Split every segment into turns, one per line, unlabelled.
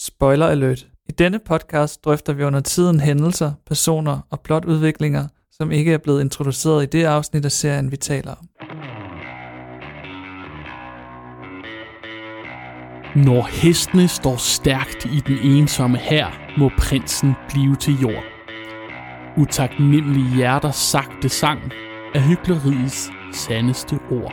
Spoiler alert. I denne podcast drøfter vi under tiden hændelser, personer og plotudviklinger, som ikke er blevet introduceret i det afsnit af serien, vi taler om.
Når hestene står stærkt i den ensomme hær, må prinsen blive til jord. Utaknemmelige hjerter sagte sang er hyggeleriets sandeste ord.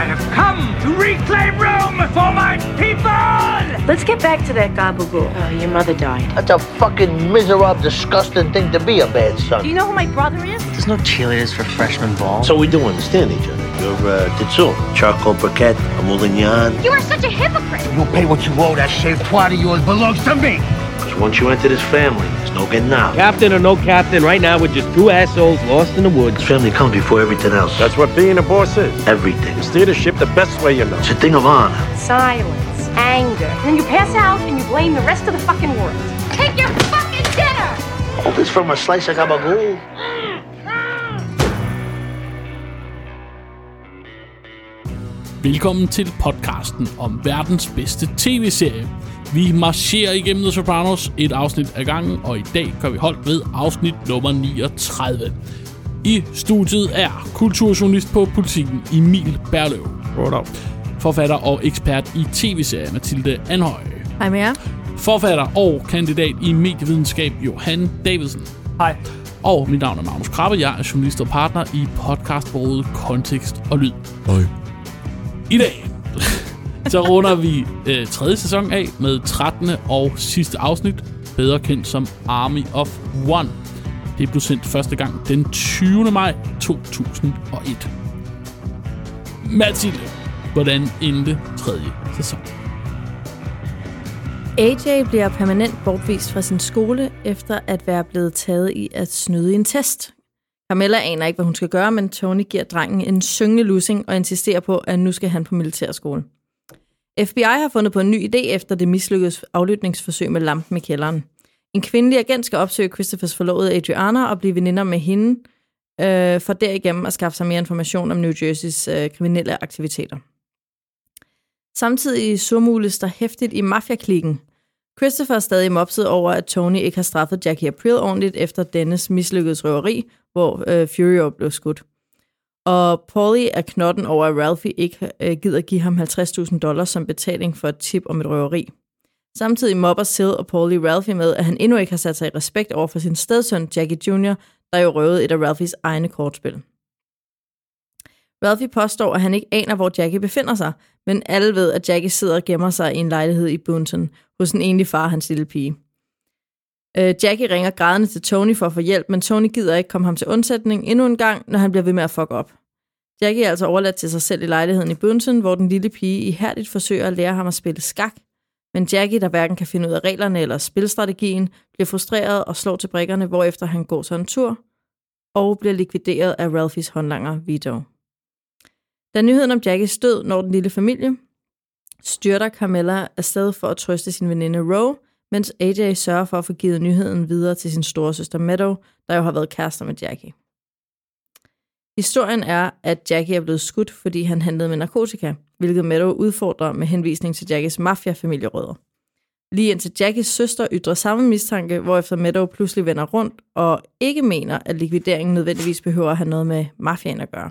I have come to reclaim Rome for my people!
Let's get back to that gabagool. Oh, your mother died.
That's a fucking miserable, disgusting thing to be a bad
Do
son.
you know who my brother is?
There's no cheerleaders for freshman ball.
So we do understand each other. You're uh, Tetsuo, Charcoal Briquette, a Moulignan.
You are such a hypocrite.
You pay what you owe. That shaved twat of yours belongs to me. Because once you enter this family, there's no getting out.
Captain or no captain, right now we're just two assholes lost in the woods.
This family comes before everything else.
That's what being a boss is.
everything.
It's leadership the best way you know.
It's a thing of honor.
Silence.
Anger.
And then you pass out and you blame the rest of the fucking world.
Take your fucking dinner!
All this from a slice of gabagool.
Velkommen til podcasten om verdens bedste tv-serie. Vi marcherer igennem The Sopranos et afsnit ad gangen, og i dag gør vi hold ved afsnit nummer 39. I studiet er kulturjournalist på politikken Emil Berløv. Forfatter og ekspert i tv-serier Mathilde Anhøj.
Hej med jer.
Forfatter og kandidat i medievidenskab Johan Davidsen.
Hej.
Og mit navn er Magnus Krabbe, jeg er journalist og partner i podcastbureauet Kontekst og Lyd. Hej. I dag, så runder vi øh, tredje sæson af med 13. og sidste afsnit, bedre kendt som Army of One. Det blev sendt første gang den 20. maj 2001. Mathilde, hvordan endte tredje sæson?
AJ bliver permanent bortvist fra sin skole, efter at være blevet taget i at snyde i en test. Carmella aner ikke, hvad hun skal gøre, men Tony giver drengen en syngende lussing og insisterer på, at nu skal han på militærskole. FBI har fundet på en ny idé efter det mislykkedes aflytningsforsøg med lampen i kælderen. En kvindelig agent skal opsøge Christophers forlovede Adriana og blive veninder med hende, øh, for derigennem at skaffe sig mere information om New Jerseys øh, kriminelle aktiviteter. Samtidig surmules der hæftigt i mafiaklikken. Christopher er stadig mopset over, at Tony ikke har straffet Jackie April ordentligt efter dennes mislykkedes røveri, hvor øh, Furio blev skudt. Og Polly er knotten over, at Ralphie ikke øh, gider give ham 50.000 dollars som betaling for et tip om et røveri. Samtidig mobber Sid og Polly Ralphie med, at han endnu ikke har sat sig i respekt over for sin stedsøn Jackie Jr., der jo røvede et af Ralphies egne kortspil. Ralphie påstår, at han ikke aner, hvor Jackie befinder sig, men alle ved, at Jackie sidder og gemmer sig i en lejlighed i Boonton hos en enlig far og hans lille pige. Øh, Jackie ringer grædende til Tony for at få hjælp, men Tony gider ikke komme ham til undsætning endnu en gang, når han bliver ved med at fuck op. Jackie er altså overladt til sig selv i lejligheden i Boonton, hvor den lille pige ihærdigt forsøger at lære ham at spille skak, men Jackie, der hverken kan finde ud af reglerne eller spilstrategien, bliver frustreret og slår til brikkerne, hvorefter han går sig en tur og bliver likvideret af Ralphies håndlanger Vito. Da nyheden om Jackies død når den lille familie, styrter Carmella afsted for at trøste sin veninde Roe, mens AJ sørger for at få givet nyheden videre til sin storesøster Meadow, der jo har været kærester med Jackie. Historien er, at Jackie er blevet skudt, fordi han handlede med narkotika, hvilket Meadow udfordrer med henvisning til Jackies mafia-familierødder. Lige indtil Jackies søster ytrer samme mistanke, hvorefter Meadow pludselig vender rundt og ikke mener, at likvideringen nødvendigvis behøver at have noget med mafiaen at gøre.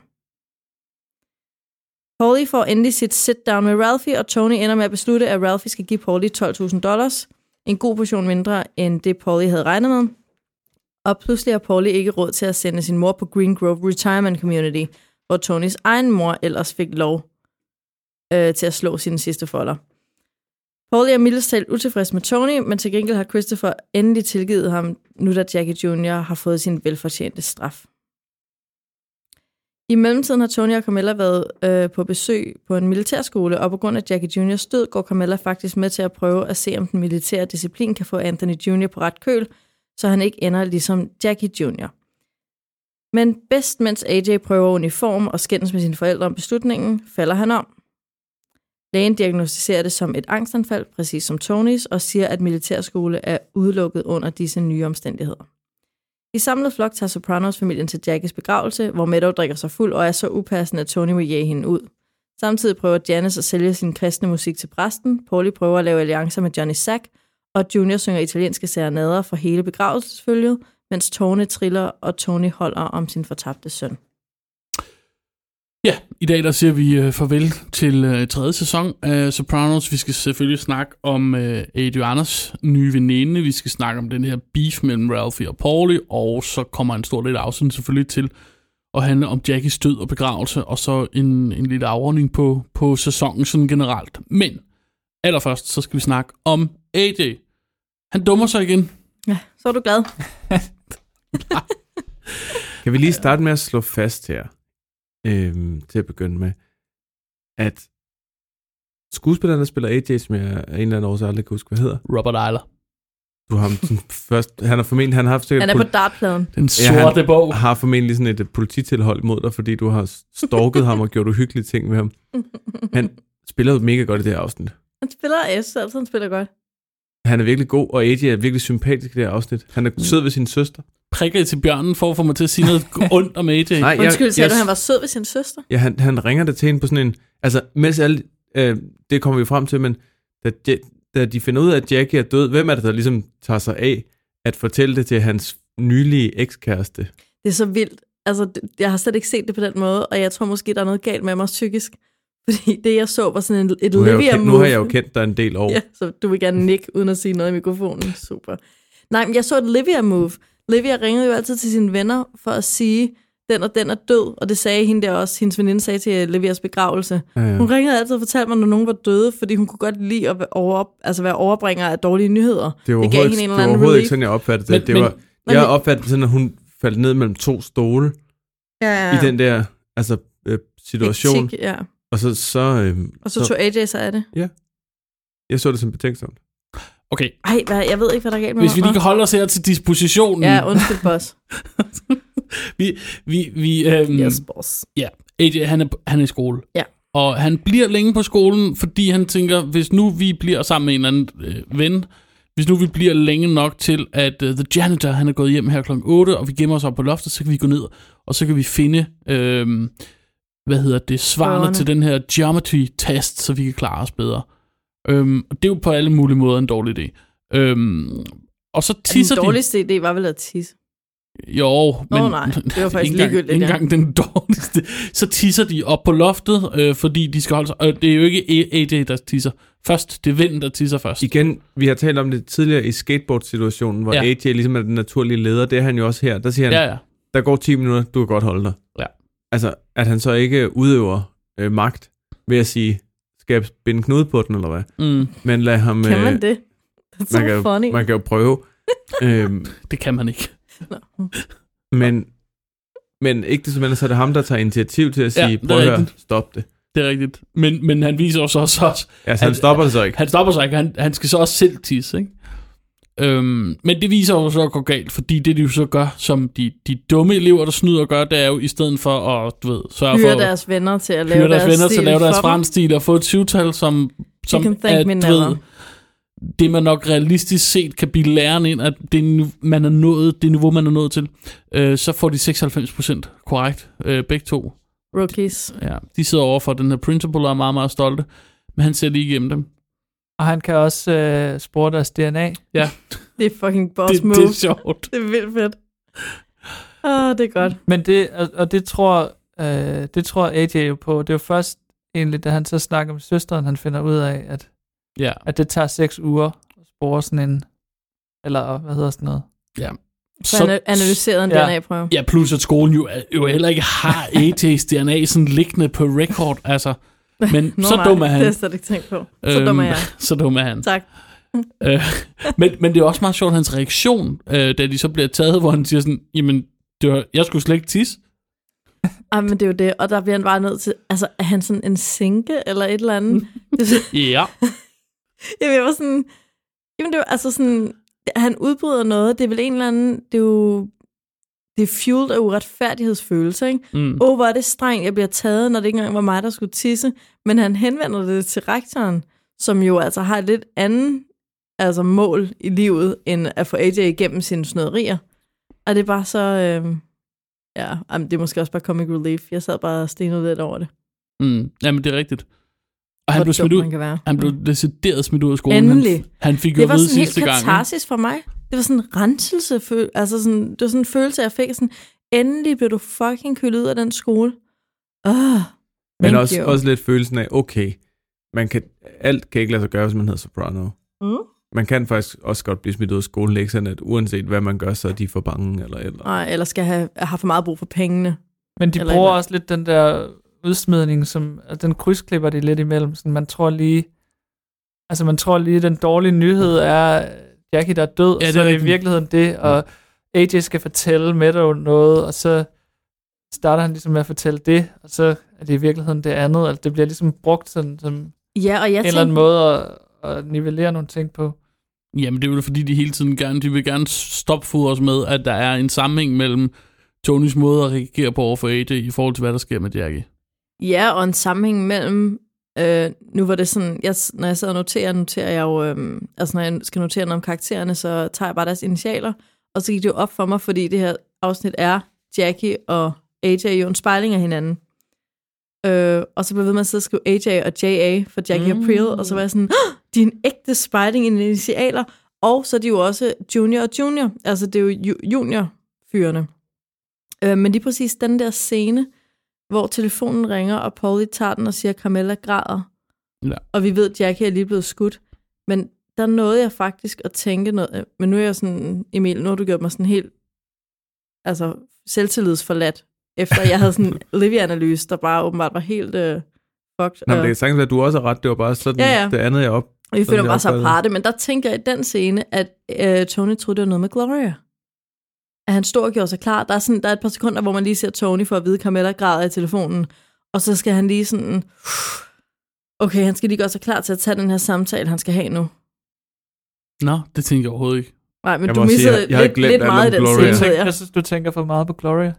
Paulie får endelig sit sit-down med Ralphie, og Tony ender med at beslutte, at Ralphie skal give Paulie 12.000 dollars. En god portion mindre, end det Paulie havde regnet med. Og pludselig har Paulie ikke råd til at sende sin mor på Green Grove Retirement Community, hvor Tonys egen mor ellers fik lov øh, til at slå sine sidste folder. Paulie er mildest talt utilfreds med Tony, men til gengæld har Christopher endelig tilgivet ham, nu da Jackie Jr. har fået sin velfortjente straf. I mellemtiden har Tony og Carmella været øh, på besøg på en militærskole, og på grund af Jackie Juniors død går Carmella faktisk med til at prøve at se, om den militære disciplin kan få Anthony Jr. på ret køl, så han ikke ender ligesom Jackie Jr. Men bedst mens AJ prøver uniform og skændes med sine forældre om beslutningen, falder han om. Lægen diagnostiserer det som et angstanfald, præcis som Tonys, og siger, at militærskole er udelukket under disse nye omstændigheder. I samlet flok tager Sopranos familien til Jackies begravelse, hvor Meadow drikker sig fuld og er så upassende, at Tony må jage hende ud. Samtidig prøver Janice at sælge sin kristne musik til præsten, Pauli prøver at lave alliancer med Johnny Sack, og Junior synger italienske serenader for hele begravelsesfølget, mens Tone triller, og Tony holder om sin fortabte søn.
Ja, i dag der siger vi øh, farvel til øh, tredje sæson af Sopranos. Vi skal selvfølgelig snakke om øh, Adrianas nye veninde. Vi skal snakke om den her beef mellem Ralphie og Paulie. Og så kommer en stor del af afsnittet selvfølgelig til at handle om Jackies død og begravelse. Og så en, en lille afrunding på, på sæsonen sådan generelt. Men allerførst så skal vi snakke om AJ. Han dummer sig igen.
Ja, så er du glad.
Kan vi lige starte med at slå fast her, øhm, til at begynde med, at skuespilleren, der spiller AJ, som jeg af en eller anden årsag aldrig kan huske, hvad hedder,
Robert Eiler.
du har ham sådan først, han har formentlig, han har haft sikkert
Han er på dartpladen.
Den
han
sorte ja, bog.
har formentlig sådan et øh, polititilhold mod dig, fordi du har stalket ham og gjort uhyggelige ting med ham. Han spiller jo mega godt i det her afsnit.
Han spiller, jeg synes altid, han spiller godt.
Han er virkelig god, og AJ er virkelig sympatisk i det her afsnit. Han er sød ved sin søster.
Prikker til bjørnen for at få mig til at sige noget ondt om AJ. Nej.
Undskyld, sagde du, han var sød ved sin søster?
Ja, han, han ringer det til hende på sådan en... Altså, mens alle... Øh, det kommer vi frem til, men da, Ja- da de finder ud af, at Jackie er død, hvem er det, der ligesom tager sig af at fortælle det til hans nylige ekskæreste?
Det er så vildt. Altså, det- jeg har slet ikke set det på den måde, og jeg tror måske, der er noget galt med mig psykisk. Fordi det, jeg så, var sådan en, et
Nu har, jeg jo
Olivia
kendt, nu har jeg jo kendt dig en del år.
Ja, så du vil gerne nikke, uden at sige noget i mikrofonen. Super. Nej, men jeg så et Livia move. Livia ringede jo altid til sine venner for at sige, den og den er død, og det sagde hende der også. Hendes veninde sagde til øh, Livias begravelse.
Ja, ja.
Hun ringede altid og fortalte mig, når nogen var døde, fordi hun kunne godt lide at være, over, altså være overbringer af dårlige nyheder.
Det var
det gav
overhovedet,
hende en
det
eller
var
anden
overhovedet
relief.
ikke sådan, jeg opfattede
Men-
det. det
men-
var,
men-
jeg opfattede det sådan, at hun faldt ned mellem to stole
ja,
i den der altså, øh, situation.
Hektik, ja.
Og så, så, øh,
Og så, så tog AJ sig af det.
jeg så det som betænksomt.
Okay,
Ej, hvad, jeg ved ikke, hvad der er galt med
hvis
mig.
vi lige
Nå.
kan holde os her til dispositionen.
Ja, undskyld, boss.
vi, vi, vi, øhm,
yes, boss. Altså,
ja. AJ, han er, han er i skole.
Ja.
Og han bliver længe på skolen, fordi han tænker, hvis nu vi bliver sammen med en eller anden øh, ven, hvis nu vi bliver længe nok til, at øh, The Janitor han er gået hjem her kl. 8, og vi gemmer os op på loftet, så kan vi gå ned, og så kan vi finde, øh, hvad hedder det, svarene
Svarene.
til den her geometry-test, så vi kan klare os bedre. Øhm, og det er jo på alle mulige måder en dårlig idé. Øhm, og så tisser
Den
de...
dårligste idé var vel at tisse.
Jo, men
nej, det var faktisk
ikke engang-
ligegyldigt,
Ikke
ja.
engang den dårligste. Så tisser de op på loftet, øh, fordi de skal holde sig... Og det er jo ikke AJ, der tisser først. Det er vinden, der tisser først.
Igen, vi har talt om det tidligere i skateboard-situationen, hvor
Ja.
ja. AJ ligesom er den naturlige leder. Det er han jo også her. Der siger han,
Ja, ja.
der går 10 minutter, du kan godt holde dig.
Ja.
Altså, at han så ikke udøver øh, magt ved at sige, skal jeg binde knude på den, eller hvad?
Mm,
Men lad ham... øh,
Kan man det? That's so
man, kan,
funny.
jo, man kan jo prøve. øhm,
det kan man ikke.
men, men ikke det som ellers, så er det ham, der tager initiativ til at
Ja,
sige,
det er
prøv at høre,
rigtigt.
stop det.
Det er rigtigt. Men, men han viser også, også, også
Altså, han
At-
stopper det så ikke.
han stopper sig ikke. Han, han skal så også selv tisse, ikke? Øhm, men det viser jo så at gå galt, fordi det de jo så gør, som de, de dumme elever, der snyder gør, det er jo i stedet for at, du ved, sørge for...
Hyre deres venner til at lave
hyre deres, venner til at
stil
lave deres
for dem.
fremstil og få et syvtal, som, som
can thank me
du
never.
det man nok realistisk set kan blive læreren ind, at det, nu- man er nået, det niveau, man er nået til, øh, så får de 96% korrekt, øh, begge to.
Rookies.
Ja. De sidder over for den her principal og er meget, meget stolte, men han ser lige igennem dem.
Og han kan også øh, spore deres DNA.
Ja,
Det er fucking boss
det,
move.
det er sjovt.
det er vildt fedt. Åh, det er godt.
Men det, og, og det tror, øh, det tror AJ jo på. Det er jo først egentlig, da han så snakker med søsteren, han finder ud af, at,
Ja.
at det tager seks uger at spore sådan en, eller hvad hedder sådan noget.
Så han analyseret en
Ja.
DNA-prøve.
Ja, plus at skolen jo, jo heller ikke har AJ's DNA sådan liggende på record, altså. Men så dum er han.
Det har jeg slet ikke tænkt på. Så dum er
Øhm,
jeg.
Så dum er han.
Tak.
Øh, men, men det er også meget sjovt, hans reaktion, øh, da de så bliver taget, hvor han siger sådan, jamen, det var, jeg skulle slet ikke tisse.
Ej, men det er jo det. Og der bliver han bare nødt til... Altså, er han sådan en sinke eller et eller andet? Det er sådan-
Ja.
Jamen, jeg var sådan... Jamen, det var altså sådan... Han udbryder noget. Det er vel en eller anden... Det er jo... Det er fueled af uretfærdighedsfølelse, ikke?
Mm.
Åh, oh, hvor er det strengt, jeg bliver taget, når det ikke engang var mig, der skulle tisse. Men han henvender det til rektoren, som jo altså har et lidt anden altså mål i livet, end at få AJ igennem sine snøderier. Og det er bare så... Øh... Ja, jamen, det er måske også bare comic relief. Jeg sad bare og stenede lidt over det.
Mm. Jamen, det er rigtigt. Og han
Hvor
blev smidt
dum
ud.
man kan være.
Han blev decideret smidt ud af skolen.
Endelig.
Han, han fik jo
det
at
var
vide
sådan helt
sidste gang. ikke?
katarsis for mig. Det var sådan en renselse. føl- Altså sådan, det var sådan en følelse, jeg fik. Sådan, endelig blev du fucking kølet ud af den skole. Oh,
Men også, også lidt følelsen af, okay, man kan, alt kan ikke lade sig gøre, hvis man hedder Soprano.
Mm.
Man kan faktisk også godt blive smidt ud af skolen, ikke sådan, at uanset hvad man gør, så er de for bange eller eller.
Nej, eller skal have, har for meget brug for pengene.
Men de
Eller
bruger
eller-
også lidt den der udsmidning, som, at den krydsklipper de lidt imellem. Sådan, man tror lige, altså man tror lige, den dårlige nyhed er, øh, Jackie der er død, ja,
Ja, det
så
er
er det i
rigtigt.
virkeligheden det, og AJ skal fortælle Meadow noget, og så starter han ligesom med at fortælle det, og så er det i virkeligheden det andet, altså det bliver ligesom brugt sådan, som
Ja, og jeg
en eller anden
tænkte-
måde at, at nivellere nogle ting på.
Jamen, det er jo fordi, de hele tiden gerne, de vil gerne stopfodre os med, at der er en sammenhæng mellem Tonys måde at reagere på over for AJ i forhold til, hvad der sker med Jackie.
Ja, og en sammenhæng mellem... Øh, nu var det sådan, jeg, når jeg sidder og noterer, noterer jeg jo... Øh, altså, når jeg skal notere noget om karaktererne, så tager jeg bare deres initialer. Og så gik det jo op for mig, fordi det her afsnit er Jackie og AJ jo en spejling af hinanden. Øh, og så blev jeg ved med at sidde og skrive AJ og JA for Jackie mm. April, og så var jeg sådan, "Åh, de er en ægte spejling i initialer, og så er de jo også junior og junior, altså det er jo ju- junior-fyrene. Øh, men lige præcis den der scene, hvor telefonen ringer, og Paulie tager den og siger, Carmella græder.
Ja.
Og vi ved, at Jackie er lige blevet skudt. Men der nåede jeg faktisk at tænke noget. øh, Men nu er jeg sådan, Emil, nu har du gjort mig sådan helt altså, selvtillidsforladt, efter jeg havde sådan en Livia-analyse, der bare åbenbart var helt øh, fucked. Øh,
Nå, men
Og-
det kan sagtens være, at du også er ret. Det var bare sådan
Ja, ja.
det andet, jeg op.
og vi
sådan,
føler
jeg
mig bare så
opfattede det.
aparte, men der tænker jeg i den scene, at øh, Tony troede, det var noget med Gloria. At han stod og gjorde sig klar. Der er, sådan, der er et par sekunder, hvor man lige ser Tony for at vide, Carmella græder i telefonen. Og så skal han lige sådan... Okay, han skal lige gøre sig klar til at tage den her samtale, han skal have nu.
Nå, det tænker jeg overhovedet ikke.
Nej, men
Jeg
du
må sige,
missede
jeg-
sige,
jeg har
lidt,
glemt
lidt
alt
meget i
om
den
Gloria.
scene, ved jeg.
Jeg synes, du tænker for meget på Gloria.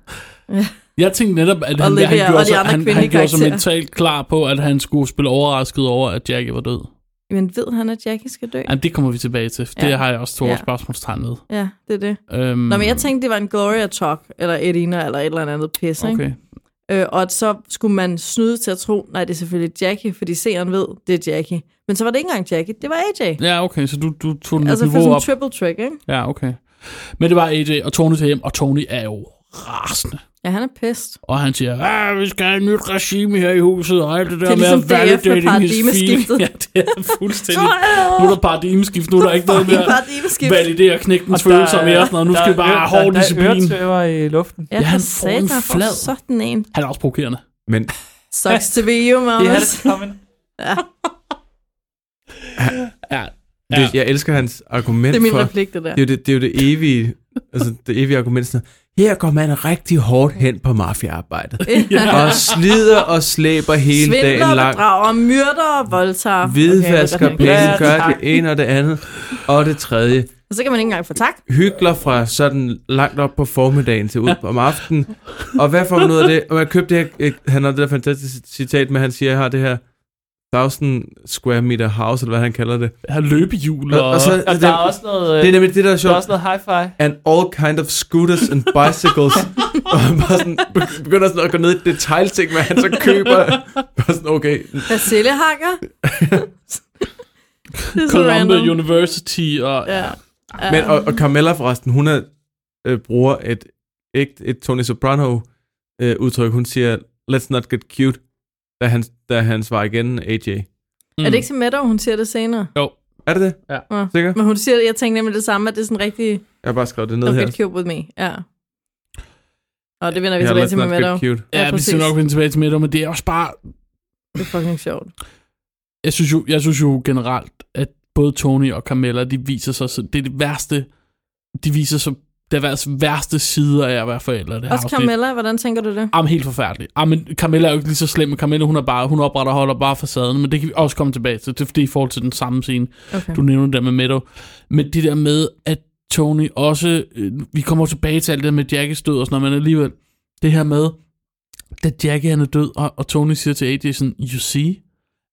Jeg tænkte netop, at han,
Olivia
han,
og
gjorde,
de
sig,
andre
han, han
kvindelige
gjorde sig
karakterer.
mentalt klar på, at han skulle spille overrasket over, at Jackie var død.
Men ved han, at Jackie skal dø?
Jamen, det kommer vi tilbage til. for
Ja.
Det har jeg også store
Ja.
spørgsmålstegn ved.
Ja, det er det.
Øhm,
Nå, men jeg tænkte, det var en Gloria-talk, eller Edina, eller et eller andet pis, ikke?
Okay.
Øh, og at så skulle man snyde til at tro, nej, det er selvfølgelig Jackie, fordi seeren ved, det er Jackie. Men så var det ikke engang Jackie, det var AJ.
Ja, okay, så du, du tog den
altså
altså,
for
niveau
sådan en
op.
triple trick, ikke?
Ja, okay. Men det var AJ, og Tony til hjem, og Tony er jo rasende.
Ja, han er pest.
Og han siger, "Ah, vi skal have et nyt regime her i huset, og alt det der
Det er
med
ligesom
at validating
DF med
his feeling.
paradigmeskiftet.
Ja, det er fuldstændig.
Så-
nu er der paradigmeskift, nu er der ikke noget
Fucking
mere
paradigmeskift.
validere knægtens følelser mere. og Sådan noget. Nu skal vi bare have hård disciplin.
Der er i luften.
Ja,
Ja, han
han
får
sagde,
en
han får
flad.
sådan en.
Han er også provokerende.
Men
Sucks to be you,
Det er det
mamas.
sammen.
Ja,
Ja. Det, jeg elsker hans argument
Det er min
for,
replik, det der.
Det er, jo det, det er jo det evige, altså det evige argument. Sådan, her går man rigtig hårdt hen på mafiaarbejdet. ja. Og slider og slæber hele dagen
Svindler,
lang.
bedrager, myrder og voldtager.
Hvidvasker
Okay,
okay,
jeg ved godt, han
penge,
ikke-
gør det ene og det andet, og det tredje.
Og så kan man ikke engang få tak.
Hygler fra sådan langt op på formiddagen til ud om aftenen. Og hvad får man ud af det? Og man købte det her, øh, han har det der fantastiske citat med, han siger, jeg har det her 1000 square meter house, eller hvad han kalder det.
Han har løbehjul,
Og-
og,
og så-
Og der er også noget, øh,
Det er nemlig det, der er
der er
sjovt.
også noget hi-fi.
and all kind of scooters and bicycles. og han bare sådan, be- begynder sådan at gå ned i detaljting, hvad han så køber. Bare sådan, okay.
Persillehakker. det er så
Columbia
random.
University, og
Ja. Ja.
Men, og, og Carmella forresten, hun er, øh, bruger et, et, et Tony Soprano øh, udtryk. Hun siger, let's not get cute, da han, da han svarer igen AJ.
Er
Mm.
det ikke til Meadow, hun siger det senere?
jo.
Er det det?
Ja.
Nå.
Sikker?
Men hun siger, jeg tænkte nemlig det samme, at det er sådan rigtig
Jeg har bare skrevet det ned
don't
her.
get cute with me. Ja. Og det vender vi
Ja,
tilbage
let's
til med
not
Meadow.
get cute.
Ja, vi skal nok vende tilbage til middag, men det er også bare...
Det er fucking sjovt.
Jeg synes jo, jeg synes jo generelt, at både Tony og Carmella, de viser sig... så- Det er det værste... De viser sig deres værste sider af at være forældre. i Det her
Også
afsnit.
Carmella, hvordan tænker du det?
Jamen, helt forfærdeligt. Jamen, Camilla er jo ikke lige så slem, men Camilla, hun, er bare, hun opretter og holder bare facaden, men det kan vi også komme tilbage til, det er fordi i forhold til den samme scene,
Okay.
du nævner det der med Meadow. Men det der med, at Tony også, øh, vi kommer jo tilbage til alt det der med Jackies død og sådan noget, men alligevel, det her med, da Jackie han er død, og, og Tony siger til AJ sådan, you see?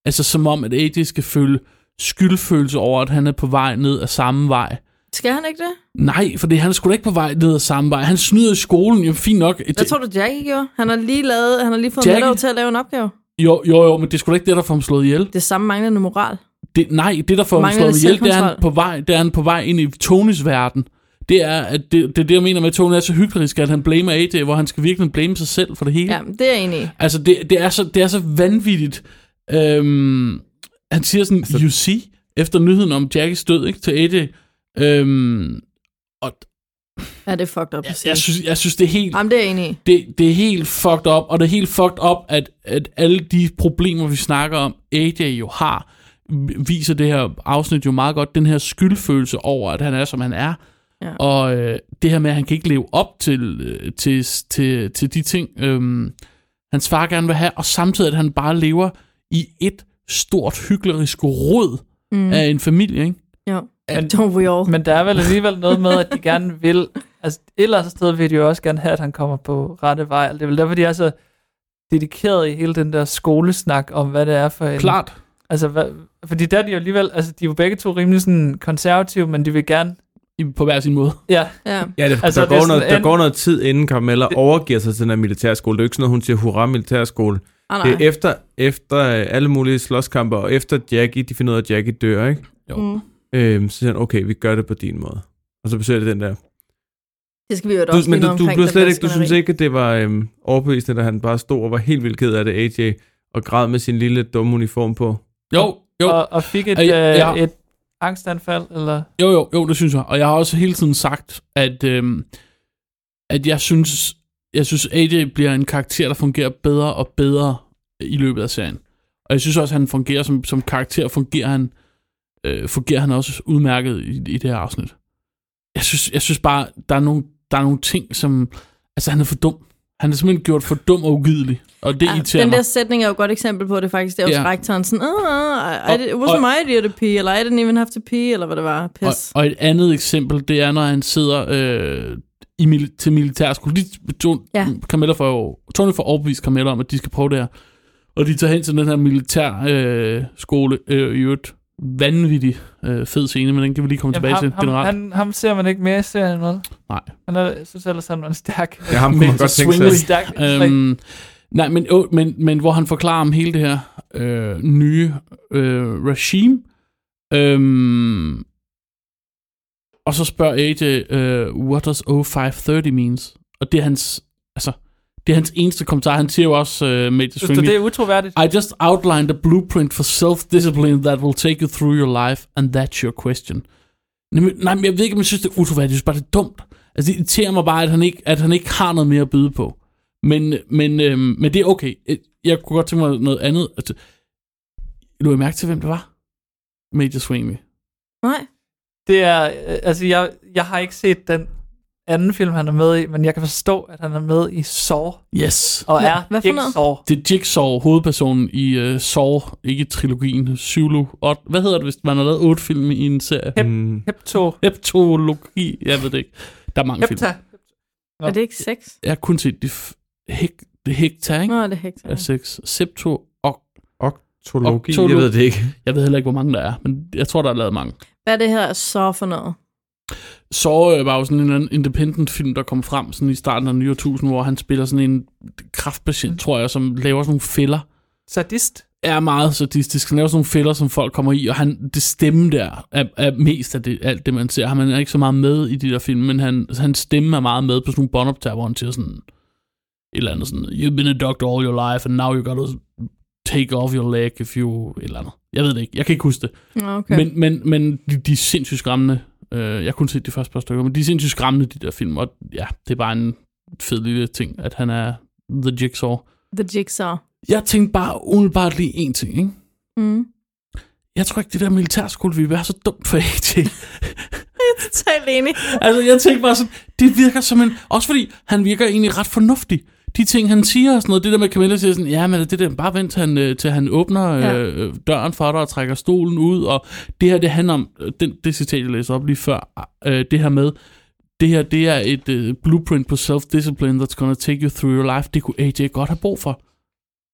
Altså som om, at AJ skal føle skyldfølelse over, at han er på vej ned af samme vej.
Skal han ikke det?
Nej, for det, han er sgu da ikke på vej ned ad samme vej. Han snyder i skolen, jo fint nok.
Hvad tror du, Jackie gjorde? Han har lige, lavet, han har lige fået
Jackie?
Meadow til at lave en opgave.
Jo, jo, jo, men det er sgu da ikke det, der får ham slået ihjel.
Det samme manglende moral.
Det, nej, det der får ham
Mangler
slået
lidt
ihjel, det er, han
selvkontrol.
på vej, det er han på vej ind i Tonys verden. Det er, at det, det, er det jeg mener med, at Tony er så hyggelig, at han blamer AJ, hvor han skal virkelig blame sig selv for det hele.
Ja, det er jeg enig i.
Altså, det, det, er så, det er så vanvittigt. Øhm, han siger sådan, altså, you see, efter nyheden om Jackies død ikke, til AJ. Øhm, og
Ja, det er fucked up. Jeg,
jeg synes, jeg synes, det er helt...
Jamen, det er jeg enig i.
Det, det er helt fucked up, og det er helt fucked up, at, at alle de problemer, vi snakker om, AJ jo har, v- viser det her afsnit jo meget godt, den her skyldfølelse over, at han er, som han er,
Ja.
og øh, det her med, at han kan ikke leve op til, øh, til, til, til de ting, øhm, hans far gerne vil have, og samtidig, at han bare lever i et stort hyklerisk rod
Mm.
mm. af en familie, ikke?
Jo. Don't we all?
Men der er vel alligevel noget med, at de gerne vil... Altså, et eller andet sted vil de jo også gerne have, at han kommer på rette vej. Og Det er vel derfor, de er så dedikeret i hele den der skolesnak om, hvad det er for en...
Klart.
Altså, hvad, fordi der er de jo alligevel... Altså, de er jo begge to rimelig sådan konservative, men de vil gerne...
I- På hver sin måde.
Ja.
ja.
Ja, det, altså, der,
er
går noget,
sådan
der går noget tid, inden Carmella overgiver sig til den her militærskole. Det er jo ikke sådan noget, hun siger, hurra militærskole.
Ah,
det
nej.
er efter, efter øh, alle mulige slåskampe, og efter Jackie, de finder ud af, at Jackie dør, ikke?
Jo.
Mm.
Øhm, så siger han, okay, vi gør det på din måde. Og så besøger de den der.
Det skal vi jo da også
Du, men
lige
du,
noget
du,
omkring,
blev
den
slet
der
ikke, du synes
skænderi.
ikke, at det var øhm, overbevisende, at han bare stod og var helt vildt ked af det, AJ, og græd med sin lille dumme uniform på.
Jo, jo.
Og, og fik et,
Øh,
øh,
ja.
et angstanfald, eller...
Jo, jo, jo, det synes jeg. Og jeg har også hele tiden sagt, at, øhm, at jeg synes, jeg synes AJ bliver en karakter, der fungerer bedre og bedre i løbet af serien. Og jeg synes også, at han fungerer som, som karakter, fungerer han, øh, fungerer han også udmærket i, i det her afsnit. Jeg synes, jeg synes bare, der er, nogle, der er nogle ting, som... Altså, han er for dum. Han er simpelthen gjort for dum og ugidelig. Og det ja, irriterer
Ah, den
mig.
der sætning er jo et godt eksempel på, at det faktisk det er hos
Ja.
rektoren. Sådan, uh, uh, I, did- it wasn't
Og-
my idea to pee, eller I didn't even have to pee, eller hvad det var.
Og,
Pis.
og et andet eksempel, det er, når han sidder øh, i mil- til militærskole. De, to,
Ja.
ja. Carmella får jo, Tony får overbevist Carmella om, at de skal prøve det her. Og de tager hen til den her militærskole. Øh, skole, øh, I øvrigt vanvittig øh, fed scene, men den kan vi lige komme Jamen, tilbage
ham,
til
ham,
generelt.
han, ham ser man ikke mere i serien, vel?
Nej.
Han er, jeg synes ellers, han var en stærk...
Ja, ham kunne man
Men-
godt tænke sig.
Swingley.
Stærk,
Øhm, nej, men, jo, men, men hvor han forklarer om hele det her øh, nye øh, regime. Øhm, og så spørger AJ, øh, what does 0530 means? Og det er hans, altså, det er hans eneste kommentar. Han siger jo også, øh, Major
Synes du,
Swingley,
det er utroværdigt?
I just outlined a blueprint for self-discipline that will take you through your life, and that's your question. Nej, men, nej, men jeg ved ikke, om jeg synes, det er utroværdigt. Jeg synes bare, det er dumt. Altså, det irriterer mig bare, at han ikke, at han ikke har noget mere at byde på. Men, men, øhm, men det er okay. Øh, Jeg kunne godt tænke mig noget andet. Altså, lå I mærke til, hvem det var? Major Swingley.
Nej.
Det er, øh, altså jeg, jeg har ikke set den anden film, han er med i, men jeg kan forstå, at han er med i Saw,
Yes.
og
Hva-
er
hvad for
ikke
noget?
Saw.
Det er Jigsaw, hovedpersonen i uh, Saw, ikke trilogien, Zulu. Og, hvad hedder det, hvis man har lavet otte film i en serie?
Mm.
Hepto.
Heptologi, jeg ved det ikke. Der er mange film.
Hepta. Nå.
Er det ikke sex?
Jeg har kun set de f- hek, det hektar, ikke?
Nå, er det hektar.
Af sex. Septo og...
Oktologi,
Oktolo-
jeg ved det ikke.
Jeg ved heller ikke, hvor mange der er, men jeg tror, der er lavet mange.
Hvad er det her så for noget?
Så øh, var jo sådan en eller anden independent film, der kom frem sådan i starten af nye årtusind, hvor han spiller sådan en kraftpatient, tror jeg, som laver sådan nogle fælder.
Sadist.
Er meget sadistisk. Han laver sådan nogle fælder, som folk kommer i, og han, det stemme der er, er mest af det, alt det, man ser. Han er ikke så meget med i de der film, men han, hans stemme er meget med på sådan nogle båndoptager, hvor han siger sådan et eller andet sådan, you've been a doctor all your life, and now you gotta take off your leg if you... Et eller andet. Jeg ved det ikke. Jeg kan ikke huske det.
Nå, Okay.
Okay. Men, men, men de, de er sindssygt skræmmende. Øh, jeg kunne se de første par stykker, men de er sindssygt skræmmende, de der film. Og ja, det er bare en fed lille ting, at han er The Jigsaw.
The Jigsaw.
Jeg tænkte bare umiddelbart lige en ting, ikke?
Mm.
Jeg tror ikke, det der militærskole ville være så dumt for AJ.
Totalt enig.
altså, jeg tænkte bare sådan, det virker som en... Også fordi, han virker egentlig ret fornuftig. De ting, han siger og sådan noget, det der med Camilla siger sådan, ja, men det der, bare vent til han, øh, til han åbner
Ja.
ja. øh, døren for dig og trækker stolen ud, og det her, det handler om, øh, den, det citat, jeg læste op lige før, øh, det her med, det her, det er et øh, blueprint på self-discipline, that's gonna take you through your life, det kunne AJ godt have brug for.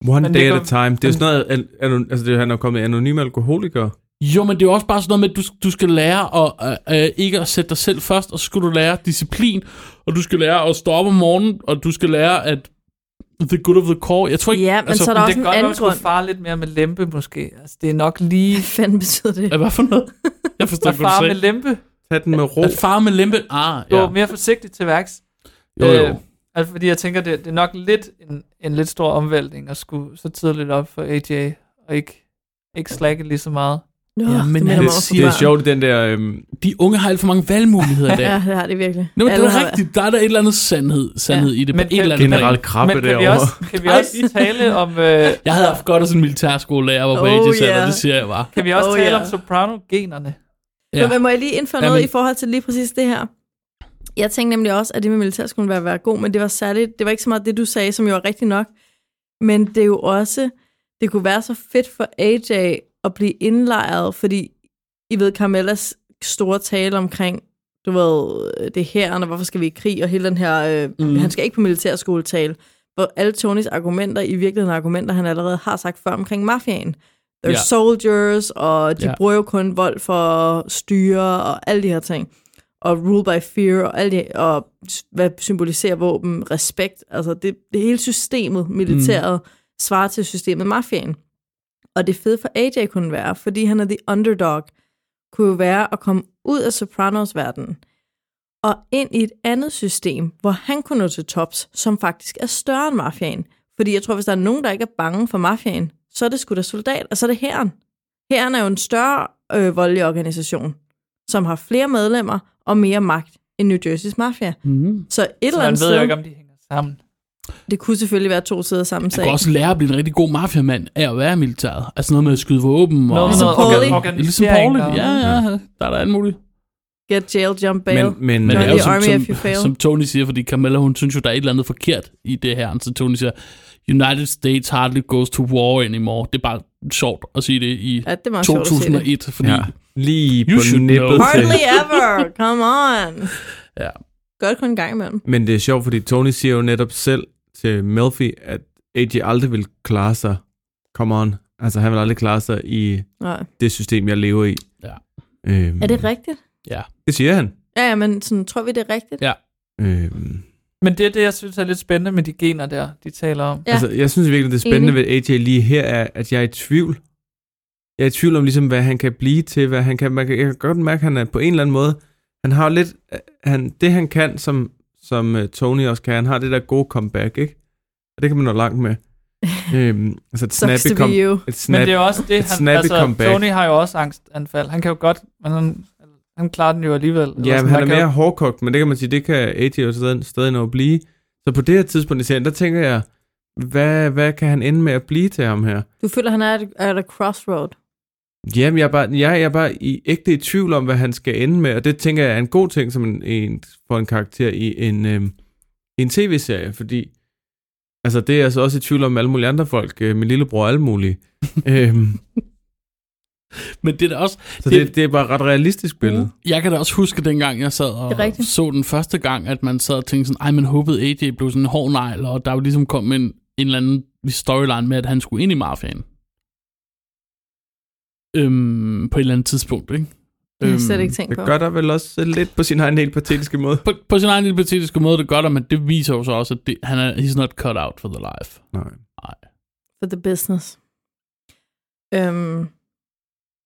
One
Men
day
det
at a
går-
time. Det er jo sådan noget, al, anon, altså det, er- han er kommet anonym alkoholiker.
Jo, men det er jo også bare sådan noget med, at du, du skal lære at, øh, øh, ikke at sætte dig selv først, og så skal du lære disciplin, og du skal lære at stå op om morgenen, og du skal lære at The Good of the Core. Jeg tror ikke...
Ja, men så er der
men
også
det
en
er godt,
anden
man skulle
grund.
fare lidt mere med lempe, måske. Altså, det er nok lige... Hvad
fanden betyder det?
Hvad for noget? Jeg forstår
At
ikke, hvad du
fare
sagde.
med lempe.
Tag den med ro.
At far med lempe... Ah,
Du
ja.
var mere forsigtigt til værks.
Jo, jo.
altså, fordi jeg tænker, det, det er nok lidt en, en lidt stor omvæltning at skulle så tidligt op for AJ, og ikke, ikke slække lige så meget.
Nå,
Ja, men
det
han-
Det,
minder mig om
det er
Futurama.
sjovt, den der... Øhm,
De unge har alt for mange valgmuligheder i dag.
Ja, det har det virkelig.
Nå, men det
Alle
er
har-
rigtigt. Der er der et eller andet sandhed, sandhed i det. på
Men
et
kan-
eller andet
generelt
plan.
krabbe
Men kan vi,
derovre.
også, kan vi også tale om... Øh,
Jeg havde haft godt af sådan en militærskolelærer, hvor på
Oh,
oh, yeah.
yeah.
det siger jeg bare.
kan vi også
Oh,
oh, tale
ja.
om soprano-generne?
Ja.
Ja. Men må jeg lige indføre
Ja,
noget
men-
i forhold til lige præcis det her? Jeg tænkte nemlig også, at det med militær skulle være, være god, men det var særligt, det var ikke så meget det, du sagde, som jo var rigtigt nok. Men det er jo også, det kunne være så fedt for AJ at blive indlejret, fordi I ved Carmellas store tale omkring, du ved, øh, det her, og hvorfor skal vi i krig, og hele den her, øh,
Mhm.
mm. han skal ikke på militærskole tale, hvor alle Tonys argumenter i virkeligheden er argumenter, han allerede har sagt før omkring mafiaen. They're
Ja.
yeah. soldiers, og de
Ja.
yeah. bruger jo kun vold for at styre, og alle de her ting. Og rule by fear, og, alle de, og s- hvad symboliserer våben? Respekt. Altså det, det hele systemet,
Mhm.
militæret, mm. svarer til systemet mafiaen. Og det fede for AJ kunne være, fordi han er the underdog, kunne jo være at komme ud af Sopranos-verdenen og ind i et andet system, hvor han kunne nå til tops, som faktisk er større end mafiaen. Fordi jeg tror, hvis der er nogen, der ikke er bange for mafiaen, så er det sgu da soldat, og så er det hæren. Hæren er jo en større øh, voldelig organisation, som har flere medlemmer og mere magt end New Jersey's mafia.
Mm.
Så et eller
Så man
andet
ved jo ikke,
sted,
om de hænger sammen.
det kunne selvfølgelig være to sider af samme
Jeg kan
sag.
også lære at blive en rigtig god mafiamand af at være i militæret. Altså noget med at skyde våben.
Noget
og, Altså,
med
Ligesom
noget
Paulie.
organ-
Ligesom
organisering.
Pauli.
og-
Ja, ja, der er der alt muligt.
Get jail, jump bail.
men, men,
Men
Join
det er
the
jo
army
som,
if
som,
you fail.
som Tony siger, fordi Camilla, hun synes jo, der er et eller andet forkert i det her. Så Tony siger, United States hardly goes to war anymore. Det er bare sjovt at sige det i
Ja, det er meget sjovt at se det.
2001, fordi
ja. Lige
You
på
should
nippet
know.
Hardly ever! Come on!
Ja.
Godt kun en gang imellem.
Men det er sjovt, fordi Tony siger jo netop selv til Melfi, at AJ aldrig vil klare sig. Come on. Altså, han vil aldrig klare sig i
Nej.
det system, jeg lever i.
Ja.
Øhm,
Er det rigtigt?
Det siger han.
Ja, ja, men sådan, tror vi, det er rigtigt?
Ja.
Øhm,
Men det er det, jeg synes er lidt spændende med de gener der, de taler om.
ja.
Ja.
Altså, jeg synes virkelig, det spændende ved AJ lige her er, at jeg er i tvivl. Jeg er i tvivl om, ligesom, hvad han kan blive til, hvad han kan, man kan, jeg kan godt mærke, at han er på en eller anden måde, han har jo lidt, han, det han kan, som, som øh, Tony også kan, han har det der gode comeback, ikke? Og det kan man nå langt med. øhm, altså et
Sucks
snappy,
to
com-
be you.
et snap,
Men det er jo også det,
et
han,
snappy
altså,
comeback.
Tony har jo også angstanfald. Han kan jo godt, men han, han klarer den jo alligevel. Eller
Ja,
sådan,
men han
man
er
kan jo-
mere hårdkogt, men det kan man sige, det kan AJ jo stadig, stadig nå at blive. Så på det her tidspunkt i serien, der tænker jeg, hvad, hvad kan han ende med at blive til ham her?
Du føler, han er at, at a crossroad.
Jamen, jeg er bare, jeg, jeg er bare i, ægte i tvivl om, hvad han skal ende med, og det tænker jeg er en god ting som en, en, for en karakter i en, øhm, i en tv-serie, fordi altså, det er jeg altså også i tvivl om med alle mulige andre folk, øh, min lillebror og alle mulige. øhm,
Men det er da også,
så
Det-
det, det er bare et ret realistisk
Mm,
billede.
Mm. Jeg kan da også huske, dengang jeg sad
Det er
og
rigtigt.
så den første gang, at man sad og tænkte sådan, ej, man håbede AJ blev sådan en hård negl, og der jo ligesom kom en, en eller anden storyline med, at han skulle ind i mafiaen. Øhm, på et eller andet tidspunkt, ikke?
Det har jeg
Øhm,
slet ikke tænkt på.
Det gør der vel også lidt på sin egen helt patetiske måde.
På, på sin egen lille patetiske måde, det gør der, men det viser jo så også, at det, han er, he's not cut out for the life.
Nej.
For the business. Øhm,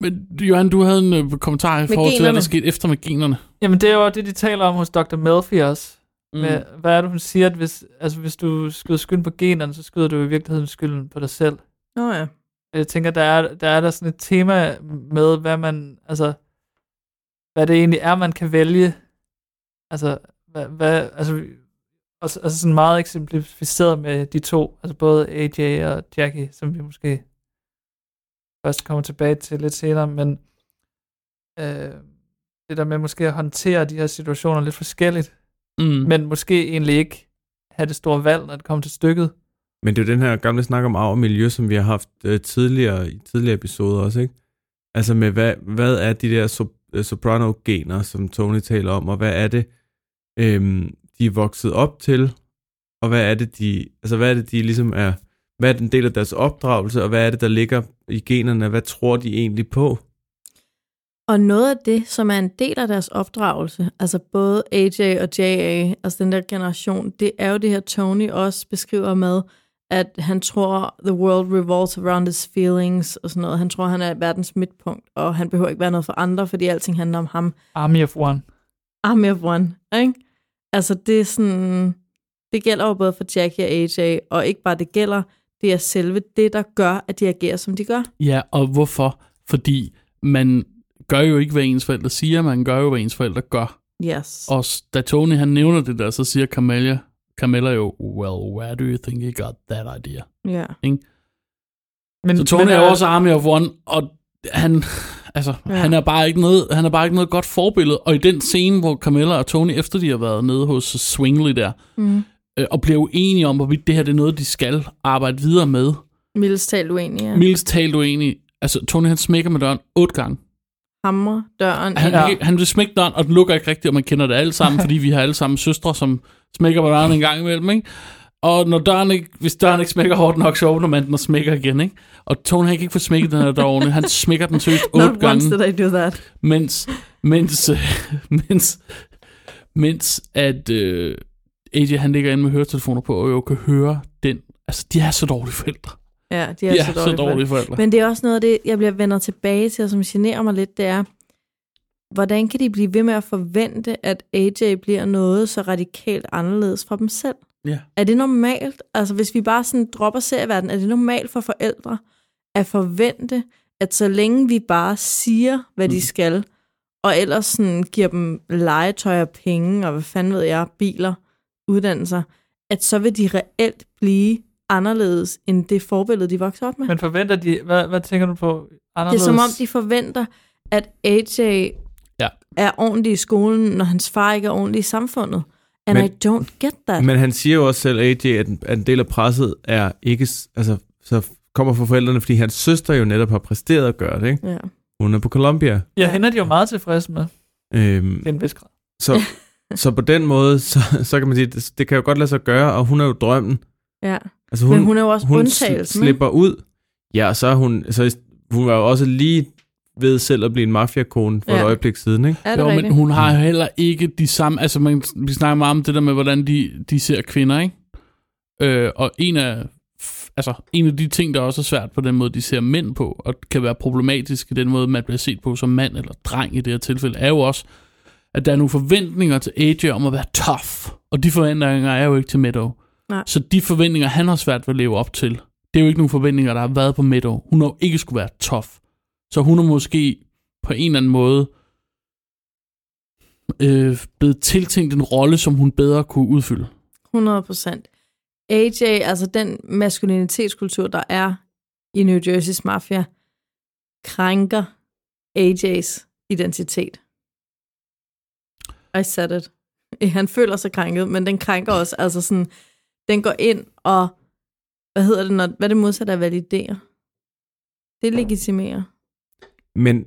Men Johan, du havde en øh, kommentar i
Med
forhold til, hvad
generne.
der skete efter med generne.
Jamen, det er jo det, de taler om hos Dr. Melfi også. Mm. Med, hvad er det, hun siger, at hvis, altså, hvis du skyder skylden på generne, så skyder du i virkeligheden skylden på dig selv.
nå ja.
Jeg tænker, der er, der er der sådan et tema med, hvad man, altså, hvad det egentlig er, man kan vælge. Altså, hvad, hvad altså, også, altså sådan meget eksemplificeret med de to, altså både AJ og Jackie, som vi måske først kommer tilbage til lidt senere, men øh, det der med måske at håndtere de her situationer lidt forskelligt,
Mm.
men måske egentlig ikke have det store valg, når det kommer til stykket.
Men det er jo den her gamle snak om arv og miljø, som vi har haft øh, tidligere i tidligere episoder også, ikke? Altså med, hvad, hvad er de der so, øh, soprano-gener, som Tony taler om, og hvad er det, øhm, de er vokset op til, og hvad er det, de, altså hvad er det, de ligesom er, hvad er den del af deres opdragelse, og hvad er det, der ligger i generne, hvad tror de egentlig på?
Og noget af det, som er en del af deres opdragelse, altså både AJ og JA, altså den der generation, det er jo det her, Tony også beskriver med, at han tror, the world revolves around his feelings og sådan noget. Han tror, han er verdens midtpunkt, og han behøver ikke være noget for andre, fordi alting handler om ham.
Army of One.
Army of One, ikke? Altså, det er sådan... Det gælder jo både for Jackie og AJ, og ikke bare det gælder, det er selve det, der gør, at de agerer, som de gør.
Ja, og hvorfor? Fordi man gør jo ikke, hvad ens forældre siger, man gør jo, hvad ens forældre gør.
Yes.
Og s- da Tony han nævner det der, så siger Camilla, Camilla jo, well, where do you think you got that idea?
Ja.
Ikke?
Men,
så Tony
men,
er jo
øh,
også Army of One, og han, altså, ja.
Ja.
han, er bare ikke noget, han er bare ikke noget godt forbillede. Og i den scene, hvor Camilla og Tony, efter de har været nede hos Swingley der,
Mm.
øh, og bliver uenige om, hvorvidt det her det er noget, de skal arbejde videre med.
Mildest talt uenig, ja.
Ja. Mildest talt uenige. Altså, Tony han smækker med døren otte gange.
Hammer døren.
Han,
ind.
ja. han vil smække døren, og den lukker ikke rigtigt, og man kender det alle sammen, fordi vi har alle sammen søstre, som smækker på døren en gang imellem, ikke? Og når døren ikke, hvis døren ikke smækker hårdt nok, så åbner man den og smækker igen, ikke? Og Tony han kan ikke få smækket den her dør ordentligt. Han smækker den seriøst otte
Not once
gange.
did I do that.
Mens, mens, øh, mens, mens at øh, AJ han ligger inde med høretelefoner på, og jo kan høre den. Altså, de er så dårlige forældre.
Ja, de
De
er,
er
så,
så
dårlige,
dårlige forældre.
Men det er også noget af det, jeg bliver vendt tilbage til, og som generer mig lidt, det er, hvordan kan de blive ved med at forvente, at AJ bliver noget så radikalt anderledes fra dem selv?
Ja.
Er det normalt? Altså, hvis vi bare sådan dropper serieverden, er det normalt for forældre at forvente, at så længe vi bare siger, hvad de skal, og ellers sådan giver dem legetøj og penge, og hvad fanden ved jeg, biler, uddannelser, at så vil de reelt blive anderledes end det forbillede, de voksede op med.
Men forventer de, hvad, hvad tænker du på
Det er
anderledes?
som om, de forventer, at AJ
Ja.
er ordentlig i skolen, når hans far ikke er ordentlig i samfundet. And
Men-
men, I don't get that.
Men han siger jo også selv, AJ, at en- at en del af presset er ikke, s- altså, så kommer fra forældrene, fordi hans søster jo netop har præsteret at gøre det, ikke?
Ja.
Hun er på Columbia.
Ja, hende er de jo meget tilfredse med.
Øhm,
Det er en vis grad.
så, så på den måde, så, så kan man sige, det, det kan jo godt lade sig gøre, og hun er jo drømmen.
ja.
Altså,
Men hun er jo også
hun sl-
undtagelsen, ikke?
slipper ud. Ja, og så er hun, så er- hun var jo også lige ved selv at blive en mafiakone for ja.
Ja.
et øjeblik siden, ikke?
Er
Jo, men hun har jo heller ikke de samme... Altså, man, vi snakker meget om det der med, hvordan de, de ser kvinder, ikke? Øh, og en af, f- altså, en af de ting, der også er svært på den måde, de ser mænd på, og kan være problematisk i den måde, man bliver set på som mand eller dreng i det her tilfælde, er jo også, at der er nogle forventninger til AJ om at være tough. Og de forventninger er jo ikke til Meadow.
Nej.
Så de forventninger, han har svært ved at leve op til, det er jo ikke nogle forventninger, der har været på Meadow. Hun har jo ikke skulle være tough. Så hun er måske på en eller anden måde øh, blevet tiltænkt en rolle, som hun bedre kunne udfylde.
100 procent. AJ, altså den maskulinitetskultur, der er i New Jersey's mafia, krænker AJ's identitet. I said it. Han føler sig krænket, men den krænker også. Altså sådan, den går ind og, hvad hedder det, når, hvad er det modsatte at validere? Det legitimerer.
Men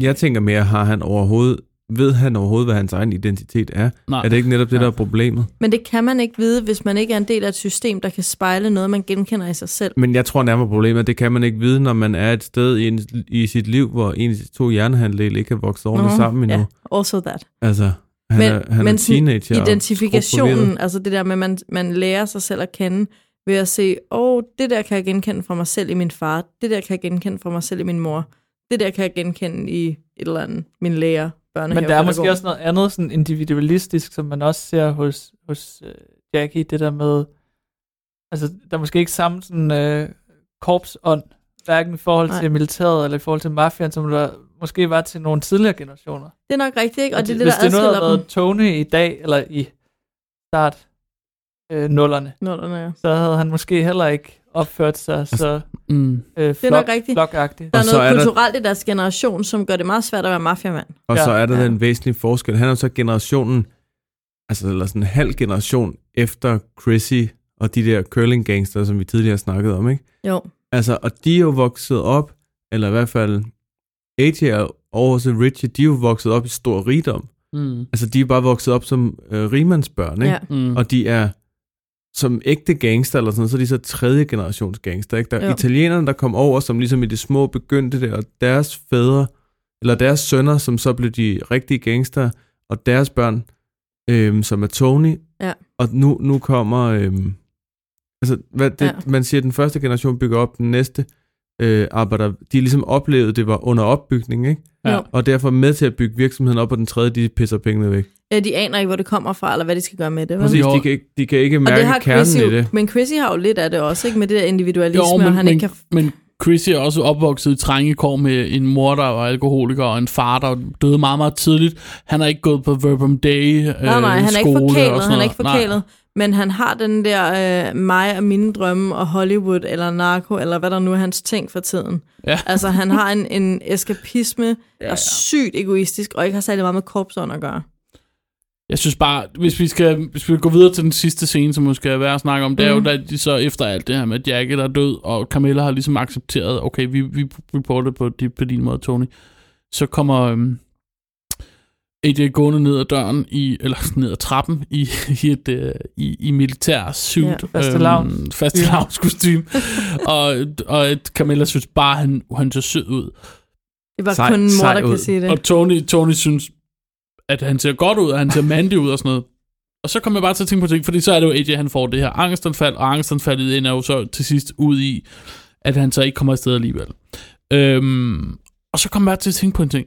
jeg tænker mere, har han overhovedet, ved han overhovedet, hvad hans egen identitet er?
Nej.
Er det ikke netop det, der er problemet?
Men det kan man ikke vide, hvis man ikke er en del af et system, der kan spejle noget, man genkender i sig selv.
Men jeg tror nærmere problemet, er, det kan man ikke vide, når man er et sted i, en, i sit liv, hvor en af de to hjernehandlede ikke er vokset ordentligt
Nå,
sammen endnu.
ja, also that.
Altså, han men, er, han er
sådan
teenager. og
Identifikationen,
skruppoleret.
altså det der med, at man, man lærer sig selv at kende ved at se, åh, oh, det der kan jeg genkende fra mig selv i min far, det der kan jeg genkende fra mig selv i min mor, det der kan jeg genkende i et eller andet, min lærer, børnehave.
Men der er måske også noget andet sådan individualistisk, som man også ser hos, hos øh, Jackie, det der med, altså der er måske ikke samme sådan øh, korpsånd, hverken i forhold
Nej.
Nej. til militæret eller i forhold til mafiaen, som der måske var til nogle tidligere generationer.
Det er nok rigtigt, ikke? Og det er det,
Hvis
der
det nu havde
adskiller dem.
været Tony i dag, eller i start øh, nullerne,
Nullerne, ja.
så havde han måske heller ikke opført sig så
mm.
øh,
Det er nok
flok,
rigtigt.
flokagtigt.
Der
Og
er
så
noget
er der-
kulturelt i deres generation, som gør det meget svært at være mafiamand.
Og så
Ja.
er der ja. den væsentlige forskel. Han er jo så generationen, altså eller sådan en halv generation efter Chrissy og de der curling gangster, som vi tidligere snakkede om, ikke?
Jo.
Altså, og de er jo vokset op, eller i hvert fald AJ og også Richie, de er jo vokset op i stor rigdom.
Mm.
Altså, de er bare vokset op som øh, rigmandsbørn, ikke?
Ja.
Mm.
Og de er som ægte gangster eller sådan noget, så er de så tredje generations gangster, ikke? Der er
Jo.
italienerne, der kom over, som ligesom i det små begyndte det, og deres fædre, eller deres sønner, som så blev de rigtige gangster, og deres børn, øhm, som er Tony.
Ja.
Og nu, nu kommer øhm, Altså, hvad det,
Ja.
ja. man siger, at den første generation bygger op, den næste øh, arbejder, de har ligesom oplevet, det var under opbygning, ikke?
Ja. Jo.
Og derfor er med til at bygge virksomheden op, og den tredje, de pisser pengene væk.
Ja, de aner ikke, hvor det kommer fra, eller hvad de skal gøre med det. vel?
Præcis, de kan, ikke, de kan ikke
Og
mærke kernen
Chrissy,
i det.
Men Chrissy har jo lidt af det også, ikke? Med det der individualisme, jo, men, og Ligesom, han
men,
ikke kan...
men Chrissy er også opvokset i trængekår med en mor, der var alkoholiker, og en far, der døde meget, meget tidligt. Han har ikke gået på Verbum Day øh,
Nej, nej, han er ikke
skole og sådan
forkælet, han er
noget.
ikke forkælet. Men han har den der øh, mig og mine drømme og Hollywood eller narko, eller hvad der nu er hans ting for tiden.
Ja.
Altså, han har en, en eskapisme, der er sygt egoistisk, og ikke har særlig meget med korpsånd at gøre.
Jeg synes bare, hvis vi skal hvis vi går videre til den sidste scene, som måske er værd at snakke om, det er
Mhm.
jo,
Mm.
da de så efter alt det her med at Jackie, der er død, og Camilla har ligesom accepteret, okay, vi, vi reporter på, di- på din måde, Tony. Så kommer øhm, AJ gående ned ad døren, i, eller ned ad trappen, i, i et øh, i, i militær suit. øhm,
Ja, fastelavn.
faste
Ja.
kostume. og, og at Camilla synes bare, han, han så sød ud.
Det var
Sej-
kun en mor,
sej
der
ud.
kan sige det.
Og Tony, Tony synes, at han ser godt ud, og han ser mandig ud og sådan noget. Og så kommer jeg bare til at tænke på ting, fordi så er det jo AJ, han får det her angstanfald, og angstanfaldet ender jo så til sidst ud i, at han så ikke kommer afsted alligevel. Øhm, og så kommer jeg til at tænke på en ting.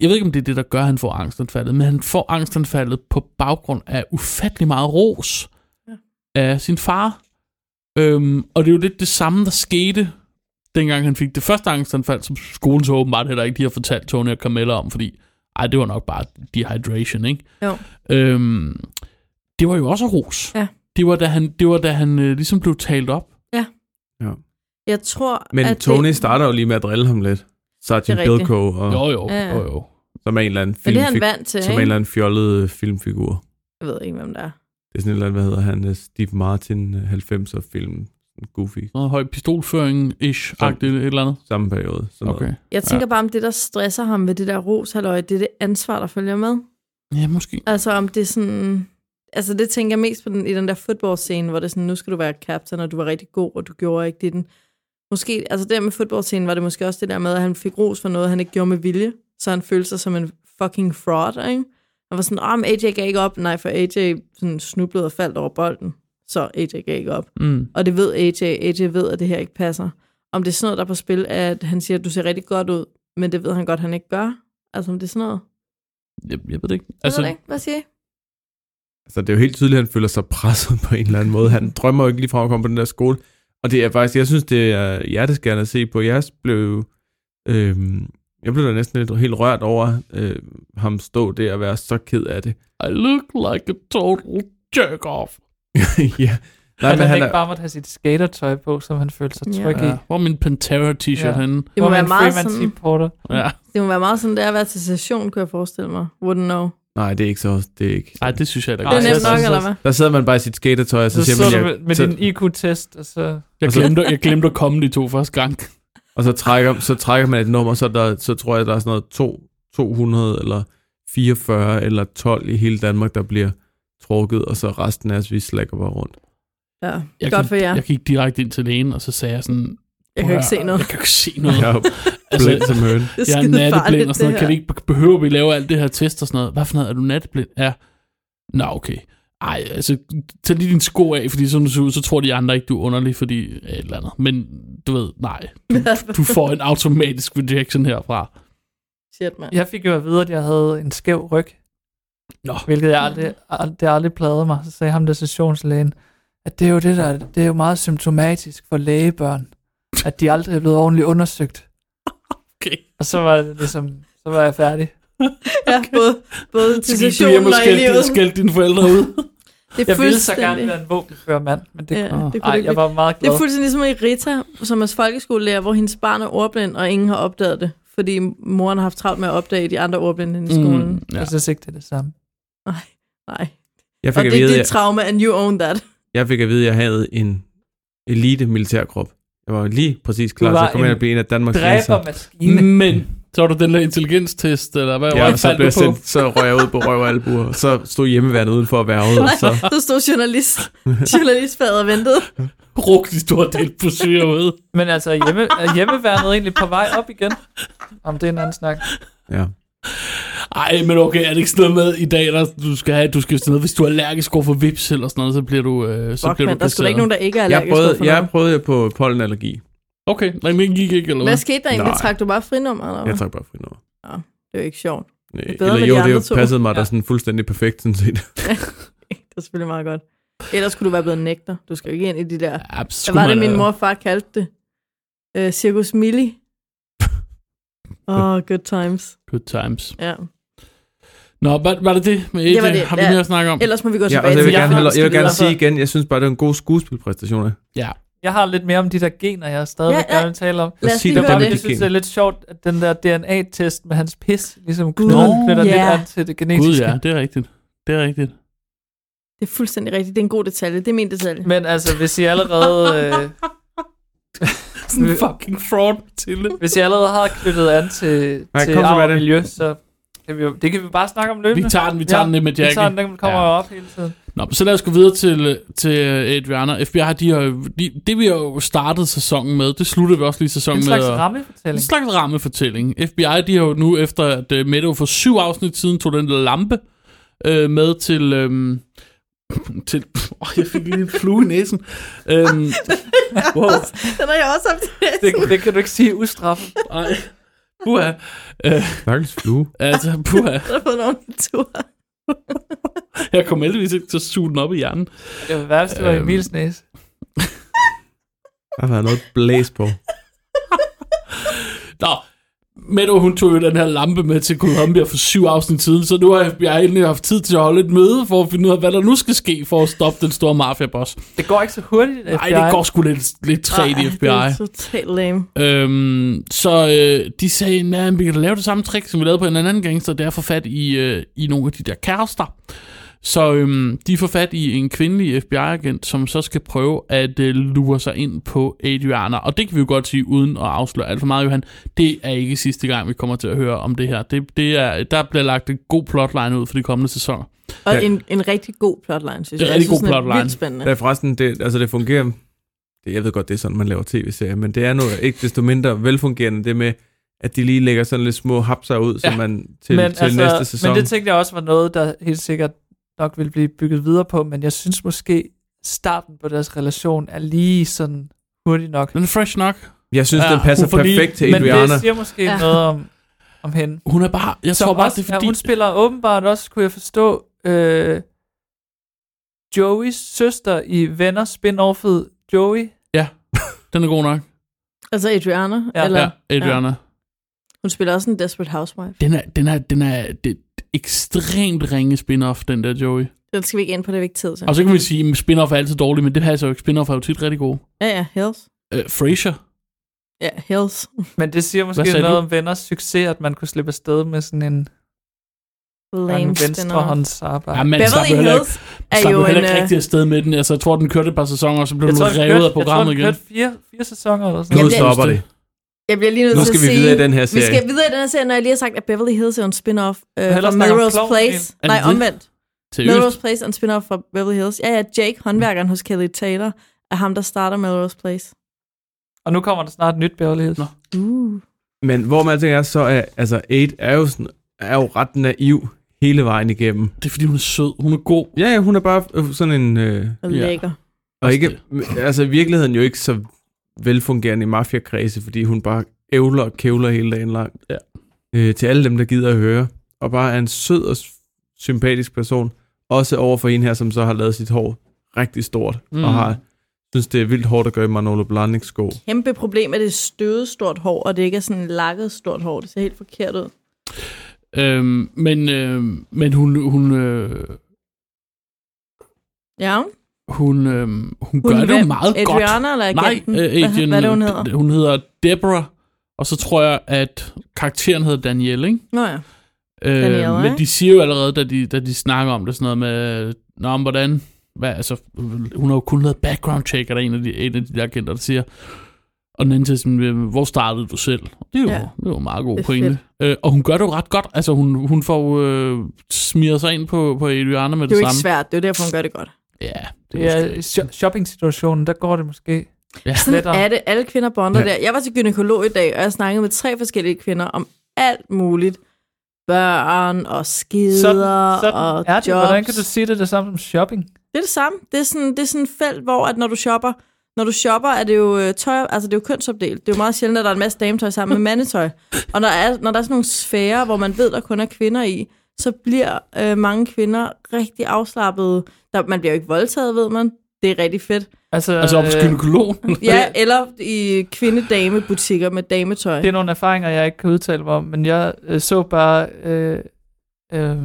Jeg ved ikke, om det er det, der gør, at han får angstanfaldet, men han får angstanfaldet på baggrund af ufattelig meget ros ja. af sin far. Øhm, og det er jo lidt det samme, der skete, dengang han fik det første angstanfald, som skolen så åbenbart heller ikke, de har fortalt Tony og Carmella om, fordi ej, det var nok bare dehydration, ikke?
Jo.
Øhm, det var jo også ros.
Ja.
Det var da han, det var, da han øh, ligesom blev talt op.
Ja.
Jeg tror,
Men
at
Tony
det,
det... starter jo lige med at drille ham lidt. Sergeant
rigtigt.
Bilko, og,
Jo, jo,
Ja.
jo, jo.
som er en eller anden
Men det er han
filmfig-
vant til,
som er
ikke?
en eller anden fjollet øh, filmfigur.
Jeg ved ikke, hvem der er.
Det er sådan en eller anden, hvad hedder han, øh, Steve Martin, øh, 90'er film, goofy,
Noget høj pistolføring-ish-agtigt et eller andet.
samme periode. Sådan
Okay.
Jeg tænker ja. bare, om det, der stresser ham ved det der ros, halløj, det er det ansvar, der følger med.
Ja, måske.
Altså om det er sådan... Altså det tænker jeg mest på den, i den der football-scene, hvor det er sådan, nu skal du være captain, og du var rigtig god, og du gjorde ikke det. Den. Måske, altså der med football-scenen var det måske også det der med, at han fik ros for noget, han ikke gjorde med vilje, så han følte sig som en fucking fraud, ikke? Han var sådan, ah, men AJ gav ikke op. Nej, for AJ sådan snublede og faldt over bolden, så AJ gav ikke op.
Mm.
Og det ved AJ. AJ ved, at det her ikke passer. Om det er sådan noget, der er på spil, at han siger, at du ser rigtig godt ud, men det ved han godt, han ikke gør. Altså om det er sådan noget.
Jeg, jeg ved det ikke.
Altså,
Altså,
det ikke? Hvad siger I?
Altså, det er jo helt tydeligt, at han føler sig presset på en eller anden måde. Han drømmer jo ikke lige fra at komme på den der skole. Og det er faktisk, jeg synes, det er hjerteskærende at se på. Jeg blev, øh, jeg blev da næsten lidt helt rørt over øh, ham stå der og være så ked af det.
I look like a total jerk-off.
ja.
Nej, men han
han
ikke
er,
bare måtte have sit skatertøj på, som han følte sig
Ja.
tryg i.
Ja. Hvor er min Pantera-t-shirt
Ja.
ja. henne?
Det må være meget sådan-
Porter.
Ja.
Det må være meget sådan, det er at være til session, kunne jeg forestille mig. Wouldn't know.
nej, det er ikke så. Det er ikke.
Nej, det synes Ah, jeg da
Det er
jeg
nemt
synes
nok,
også-
eller hvad?
Der sidder man bare i sit skatertøj, og så,
Så, så,
siger
så
man,
du
jeg,
med, med
så,
din IQ-test, og så...
Jeg
Altså-
glemte, jeg glemte at komme de to første gang.
og så, trækker, så trækker man et nummer, så, er der, så tror jeg, der er sådan noget to, 200 eller 44 eller 12 i hele Danmark, der bliver trukket, og så resten af os, vi slækker bare rundt.
Ja,
Jeg
godt
gik,
for jer.
Jeg gik direkte ind til lægen, og så sagde jeg sådan...
Jeg kan
"Prøv
ikke
at-
se noget."
Jeg kan ikke se noget.
Jeg er
altså,
blind som høn.
Det
jeg er
skidefarligt,
natteblind og sådan noget.
det
Kan vi
her.
ikke, behøver vi lave alt det her test og sådan noget? Hvad for noget? Er du natteblind? Ja. Nå, okay. Ej, altså, tag lige din sko af, fordi sådan du ser ud, så tror de andre ikke, du er underlig, fordi ja, et eller andet. Men du ved, nej. Du, du får en automatisk rejection herfra.
Shit, mand.
Jeg fik jo at vide, at jeg havde en skæv ryg,
Nå,
hvilket jeg aldrig, aldrig, det aldrig plagede mig. Så sagde ham der sessionslægen, at det er jo det der, det er jo meget symptomatisk for lægebørn, at de aldrig er blevet ordentligt undersøgt.
okay.
Og så var det ligesom, så var jeg færdig.
Ja, både, både
Skal
til
du hjem
session
og
og i
skælde,
livet.
skælde dine forældre ud?
Det er
Jeg ville så gerne
fuldstændig-
være en våbenfører mand, men det,
Ja,
ja,
det kunne
det
du
ej,
ikke
jeg var meget
Det
glad.
er fuldstændig som i Rita, som er folkeskolelærer, hvor hendes barn er ordblind, og ingen har opdaget det, fordi moren har haft travlt med at opdage de andre ordblinde i skolen.
Mm, ja.
Jeg synes ikke, det er det samme.
Nej.
Jeg
Og
fik, at
det er
vide,
dit
jeg,
trauma, and you own that.
jeg fik at vide, at jeg havde en elite militærkrop. Jeg var lige præcis klar
Du
til
var
at komme
en
ind og blive en af Danmarks eneste.
Dræbermaskine.
Men, så var du den der intelligenstest, eller hvad?
Ja,
hvad
og så
faldt
blev jeg
du på?
sendt, så røg jeg ud på røv og albuer, og så stod hjemmeværnet uden for at være ude,
Altså.
og så
Der stod journalist, journalistfaget og ventede.
brugt en stor del på syre ud.
Men altså, er hjemme, er hjemmeværnet egentlig på vej op igen? Om det er en anden snak.
ja.
Ej, men okay, er det ikke sådan noget med i dag, der du skal have, du skal sådan noget, hvis du er allergisk over for vips eller sådan noget, så bliver du øh, så
Fuck,
bliver
mand,
du
der er sgu da ikke nogen, der ikke er
Jeg
allergisk
prøvede,
overfor
jeg
noget.
prøvede på pollenallergi.
Okay, nej, men gik ikke, eller
Hvad skete der egentlig?
Nej.
Trak du bare frinummer, eller hvad?
Jeg trak bare fri noget.
Det er jo ikke sjovt.
Nej.
Det er bedre
Øh, Eller
med de
jo, det
andre
jo
to.
passede mig ja. der sådan fuldstændig perfekt, sådan set.
Det er selvfølgelig meget godt. Ellers skulle du være blevet nægter. Du skal jo ikke ind i de der...
Ja,
Hvad
skulle
var det,
man,
min
øh,
mor og far kaldte det? Øh, Circus Milli. Åh, oh, good times.
Good times.
Ja.
Nå, var, var det det med AJ?
Det var det.
Har vi
Ja.
mere at snakke om?
Ellers må vi gå
Ja, og
tilbage
så vil jeg,
til
gerne,
filmen,
have lov- jeg vil
skal
gerne
videre.
sige igen, jeg synes bare, det var en god skuespilpræstation. ikke?
Ja.
Jeg har lidt mere om de der gener, jeg stadigvæk
Ja,
ja,
ja.
ja. gerne vil tale om.
Lad os
Sig
lige
Det
der
er
høre
bare,
Benedict
jeg
det.
synes,
King.
det er lidt sjovt, at den der DNA-test med hans pis, ligesom
Gud,
knytter knytter lidt
ja.
an til det
Gud
genetiske.
ja, det er rigtigt. Det er rigtigt.
Det er fuldstændig rigtigt. Det er en god detalje. Det er min detalje.
Men altså, hvis I allerede... Øh,
Sådan en fucking fraud, Mathilde.
hvis I allerede har knyttet an til,
Nej,
til
kom så med
arv og
det.
miljø, så kan vi, jo- det kan vi bare snakke om løbende.
Vi tager den, vi tager den lidt med
Vi
Jackie.
tager den, den kommer
Ja.
ja. op hele tiden.
Nå, men så lad os gå videre til, til øh, Adriana. FBI, de har, de, det vi har jo startet sæsonen med, det sluttede vi også lige sæsonen
En
med.
slags
at- En
rammefortælling.
slags rammefortælling. FBI, de har jo nu, efter at uh, Meadow for syv afsnit siden tog den der lampe øh, med til... Øh, til... Åh, jeg fik lige en flue i næsen. Øhm, wow.
Den har jeg også haft
Det, det kan du ikke sige ustraffet.
Ej. Puha. Øh,
Stakkels flue.
altså, puha.
Jeg har fået nogen tur.
Jeg kom heldigvis ikke til at suge den op i hjernen.
Det var værst, det var
Øhm.
Emils næse.
Ah, Der har været noget blæs på.
Nå, Meadow, hun tog jo den her lampe med til Columbia for syv afsnit siden, så nu har jeg endelig haft tid til at holde et møde for at finde ud af, hvad der nu skal ske for at stoppe den store mafia-boss.
Det går ikke så hurtigt,
Nej, det går sgu lidt, lidt træt i
Det er
FBI.
totalt lame.
Øhm, så øh, de sagde, at vi kan lave det samme trick, som vi lavede på en anden gangster, det er at få fat i, øh, i nogle af de der kærester. Så øhm, de får fat i en kvindelig FBI-agent, som så skal prøve at øh, lure sig ind på Adriana. Og det kan vi jo godt sige, uden at afsløre alt for meget, Johan. Det er ikke sidste gang, vi kommer til at høre om det her. Det, det er, der bliver lagt en god plotline ud for de kommende sæsoner.
Og
Ja.
en, en rigtig god plotline, synes jeg.
Det er
Jeg
rigtig
synes,
god
den
plotline.
Vildt spændende.
Der er forresten, det, altså det fungerer, det, jeg ved godt, det er sådan, man laver tv-serier, men det er nu ikke desto mindre velfungerende, det med, at de lige lægger sådan lidt små hapser ud, så
Ja.
man til, til næste sæson.
altså, Men det tænkte jeg også var noget, der helt sikkert nok ville blive bygget videre på, men jeg synes måske, starten på deres relation er lige sådan hurtigt nok.
Den er fresh nok.
jeg synes,
Ja,
ja, den passer
hun får lige-
perfekt til
Men
Adriana.
det siger måske
Ja.
ja. noget om, om hende.
Hun er bare... Jeg tror
Som
bare,
også,
det er fordi...
ja, hun spiller åbenbart også, kunne jeg forstå, øh, Joeys søster i Venner spin-offet Joey.
Den er god nok.
Altså Adriana,
Ja.
eller
Ja, Adriana.
hun spiller også en Desperate Housewife.
Den er, den er, den er det, ekstremt ringe spin-off, den der Joey.
Den skal vi ikke ind på, det er vi ikke tid til.
Og så kan man sige, at spin-off er altid dårlig, men det passer jo ikke. Spin-off er jo tit rigtig god.
Ja, ja, Hells.
Uh, Frasier.
Ja, Hells.
Men det siger måske
sagde
noget
du?
om Venners succes, at man kunne slippe afsted med sådan en,
Lame
en
spinner.
venstrehåndsarbejde.
Ja, man slap
Beverly
jo heller ikke,
Hills er
slap
jo
jo
en...
heller ikke
øh,
rigtig afsted med den. Altså, jeg tror, den kørte et par sæsoner, og så blev den
tror, den
revet af
kørte-
programmet
jeg tror, den
igen.
kørte fire, fire sæsoner eller sådan
nu
Jamen, det-
stopper det.
Jeg bliver lige nødt
Nu
til
skal
at
vi
sige...
videre i den her
Vi
serie.
skal videre i den her serie, når jeg lige har sagt, at Beverly Hills er en spin-off øh,
hellere
fra
snakke om
Melrose
klovn
Place.
end-
Er det
Nej,
det?
omvendt. Melrose
Seriøst.
Place er en spin-off fra Beverly Hills. Ja, ja, Jake, håndværkeren hos Kelly Taylor, er ham, der starter Melrose Place.
noget. Og nu kommer der snart et nyt Beverly Hills.
Nå.
Uh.
Men hvor man tænker, så er, altså, Aid er jo, sådan, er jo ret naiv hele vejen igennem.
Det er fordi, hun er sød. Hun er god.
Ja, ja, hun er bare øh, sådan en... Øh,
Og
Ja.
lækker.
Og ikke, altså i virkeligheden jo ikke så velfungerende i mafiakredse, fordi hun bare ævler og kævler hele dagen lang.
Ja.
Øh, til alle dem, der gider at høre. Og bare er en sød og s- sympatisk person. Også over for en her, som så har lavet sit hår rigtig stort. Mm. Og har synes, det er vildt hårdt at gøre i Manolo Blahnik sko.
Kæmpe problem er det er støvet stort hår, og det ikke er sådan lakket stort hår. Det ser helt forkert ud.
Øhm, men øhm, men hun, hun, øh,
Ja,
hun, øh, hun, gør det jo
hvem?
meget godt.
Adriana eller
Nej,
agenten?
øh,
Hvad-
Adrian,
Hvad er det, hun hedder?
Hun hedder Deborah, og så tror jeg, at karakteren hedder Danielle, ikke?
Nå ja. Danielle,
Øh, men
ikke?
de siger jo allerede, da de, da de snakker om det, sådan noget med, nå, men hvordan, hvad, altså, hun har jo kun lavet background check, er der en af de, en af de der agenter, der siger, og den anden siger sådan, hvor startede du selv? Det er jo, ja.
Ja.
det er jo en meget god
Det er
pointe. Øh, og hun gør det jo ret godt, altså hun, hun får jo, øh, smider sig ind på, på Adriana med
Det er
det,
jo ikke
samme.
svært. Det er jo derfor, hun gør det godt.
Ja, det er
Ja,
ja,
i sho- shopping-situationen, der går det måske.
Sådan
Lettere.
er det. Alle kvinder bonder
Ja.
ja. der. Jeg var til gynekolog i dag, og jeg snakkede med tre forskellige kvinder om alt muligt. børn og skeder
Sådan, sådan
og
er
jobs.
det. Hvordan kan du sige det er det samme som shopping?
Det er det samme. Det er sådan, det er sådan et felt, hvor at når du shopper, når du shopper, er det jo øh, tøj, altså det er jo kønsopdelt. Det er jo meget sjældent, at der er en masse dametøj sammen med mandetøj. Og når, er, når der er sådan nogle sfærer, hvor man ved, der kun er kvinder i, så bliver øh, mange kvinder rigtig afslappede. Der, man bliver jo ikke voldtaget, ved man. Det er rigtig fedt.
Altså,
Altså
Øh.
op til gynekologen.
Ja, eller i kvindedamebutikker med dametøj.
Det er nogle erfaringer, jeg ikke kan udtale mig om, men jeg øh, så bare, øh, øh,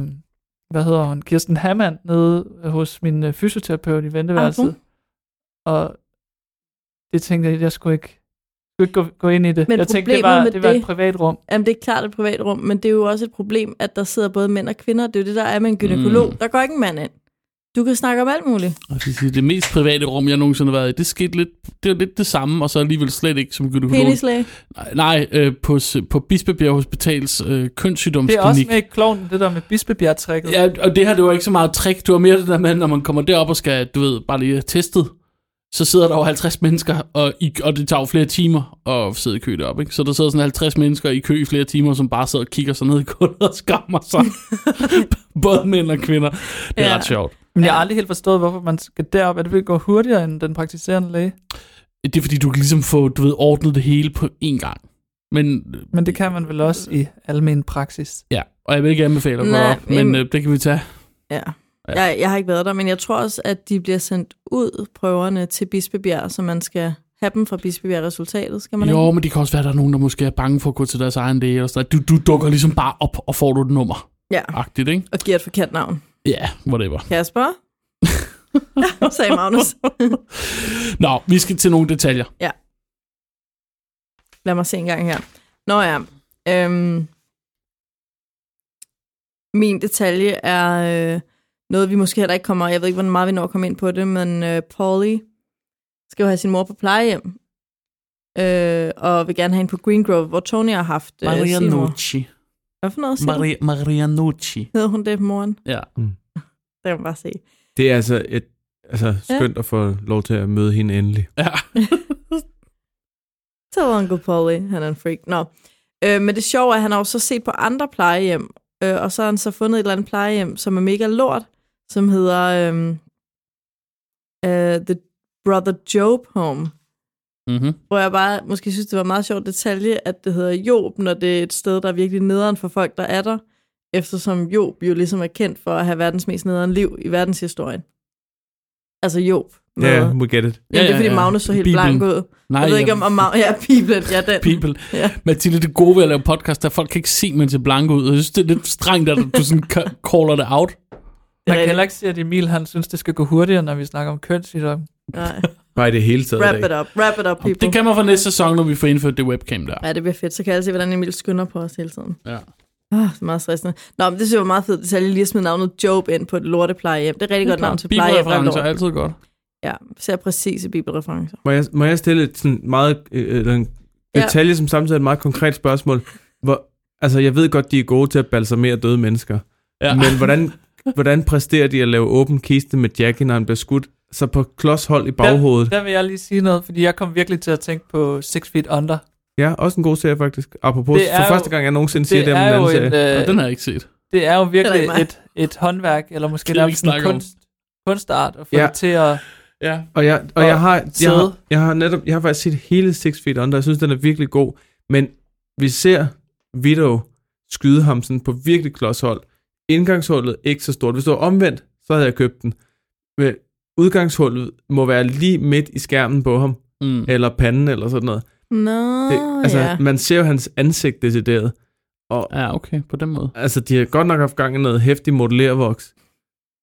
hvad hedder hun, Kirsten Hammand nede hos min øh, fysioterapeut i venteværelset.
Aha.
Og det tænkte jeg, jeg skulle ikke, skulle ikke gå, gå ind i det.
Men
jeg tænkte, det
problemet
var,
med
det, var et
det-
privat rum.
Jamen, det er klart et privat rum, men det er jo også et problem, at der sidder både mænd og kvinder. Det er jo det, der er med en gynækolog.
Mm.
Mm. Der går ikke en mand ind. Du kan snakke om alt muligt.
Og det, vil sige, det mest private rum, jeg nogensinde har været i, det skete lidt, det var lidt det samme, og så alligevel slet ikke som gynekolog.
Penislæge.
Nej, nej øh, på, s- på Bispebjerg Hospitals øh,
Det er også
kønssygdomsklinik.
med i klovnen, det der med bispebjergtrækket.
Ja, og det her, det var ikke så meget trick. Det var mere det der med, når man kommer derop og skal, du ved, bare lige have testet, så sidder der over 50 mennesker, og, i, og det tager jo flere timer at sidde i kø deroppe. Ikke? Så der sidder sådan 50 mennesker i kø i flere timer, som bare sidder og kigger sig ned i gulvet og skammer sig. Både mænd og kvinder. Det er
Ja.
ja. ret sjovt.
Men jeg har aldrig helt forstået, hvorfor man skal derop. Er det vil gå hurtigere end den praktiserende læge?
Det er fordi, du kan ligesom få, du ved, ordnet det hele på én gang. Men
Men det kan man vel også i almen praksis.
ja, og jeg vil ikke anbefale at gå
Nej,
op, men
men-
øh, det kan vi tage.
Ja. Jeg, jeg har ikke været der, men jeg tror også, at de bliver sendt ud, prøverne, til Bispebjerg, så man skal have dem fra Bispebjerg-resultatet, skal man
Jo,
ikke?
men det kan også være, at der er nogen, der måske er bange for at gå til deres egen læge. Eller sådan. noget. Du, du dukker ligesom bare op, og får du et nummer.
Ja,
Agtigt, ikke?
og giver et forkert navn.
Ja, whatever.
Kasper? Ja, sagde Magnus.
Nå, vi skal til nogle detaljer.
Lad mig se en gang her. Nå ja. Øhm, min detalje er øh, noget, vi måske heller ikke kommer... Jeg ved ikke, hvor meget vi når at komme ind på det, men øh, Polly skal jo have sin mor på plejehjem. Øh, og vil gerne have hende på Green Grove, hvor Tony har haft øh, sin mor. Hvad for noget siger du?
Maria, Maria Nucci.
Hedder hun det, moren?
Ja.
Det kan man bare se.
Det er altså et altså skønt at få lov til at møde hende endelig.
ja.
Så Uncle Polly, han er en freak. Nå. Øh, men det sjove er, at han har jo så set på andre plejehjem, øh, og så har han så fundet et eller andet plejehjem, som er mega lort, som hedder øh, øh, The Brother Job Home,
Mm-hmm.
hvor jeg bare måske synes, det var en meget sjovt detalje, at det hedder Job, når det er et sted, der er virkelig nederen for folk, der er der, eftersom Job jo ligesom er kendt for at have verdens mest nederen liv i verdenshistorien. Altså Job.
Ja, yeah, we get it.
Ja, det er fordi Magnus så helt
Bibelen.
blank ud.
Nej,
jeg ved ikke om, om Mag- ja, Bibelen, ja den.
People.
Ja.
Mathilde, det gode ved at lave podcast, er, at folk kan ikke se, man ser blank ud. Jeg synes, det er lidt strengt, at du sådan ka- caller det out.
Man kan
rigtigt.
heller ikke sige, at Emil han synes, det skal gå hurtigere, når vi snakker om kønssygdom.
Nej.
Nej, det hele taget.
Wrap
ikke.
it up, wrap it up, people.
Det kan man for næste sæson, når vi får indført det webcam der.
Ja, det bliver fedt. Så kan jeg se, hvordan Emil skynder på os hele tiden.
Ja.
Ah, det er meget stressende. Nå, men det synes jeg var meget fedt. Det er lige at smide navnet Job ind på et lorteplejehjem. Det er et rigtig godt navn til plejehjem. der er
Bibelreferencer er
lort.
altid godt.
Ja, ser præcise bibelreferencer.
Må jeg, må jeg stille et sådan meget øh, eller en
Ja.
detalje, som samtidig er et meget konkret spørgsmål? Hvor, altså, jeg ved godt, de er gode til at balsamere døde mennesker,
Ja.
ja. men hvordan, hvordan præsterer de at lave åben kiste med Jackie, når han bliver skudt? Så på klodshold i baghovedet.
Der, der vil jeg lige sige noget, fordi jeg kom virkelig til at tænke på Six Feet Under.
Ja, også en god serie faktisk. Apropos,
Det er
for
jo-
første gang jeg nogensinde siger
Det
det, om en
er, jo
anden
en,
serie.
Ja, den
øh,
har jeg ikke set.
det er jo
Det
virkelig
er ikke mig.
et, et håndværk, eller måske
Det kan vi
nærmest
ikke
en
snakke om.
kunst, kunstart, at få
Ja.
det til at...
Ja.
Og jeg, og
Og
jeg, har, jeg,
sæde.
har, jeg har netop, jeg har faktisk set hele Six Feet Under, jeg synes, den er virkelig god, men vi ser Vito skyde ham sådan på virkelig klodshold. Indgangshullet ikke så stort. Hvis det var omvendt, så havde jeg købt den. Men udgangshullet må være lige midt i skærmen på ham,
Mm.
eller panden, eller sådan noget.
Nå,
Det, altså,
ja.
man ser jo hans ansigt decideret. Og
Ja, okay, på den måde.
altså, de har godt nok haft gang i noget hæftig modellervoks,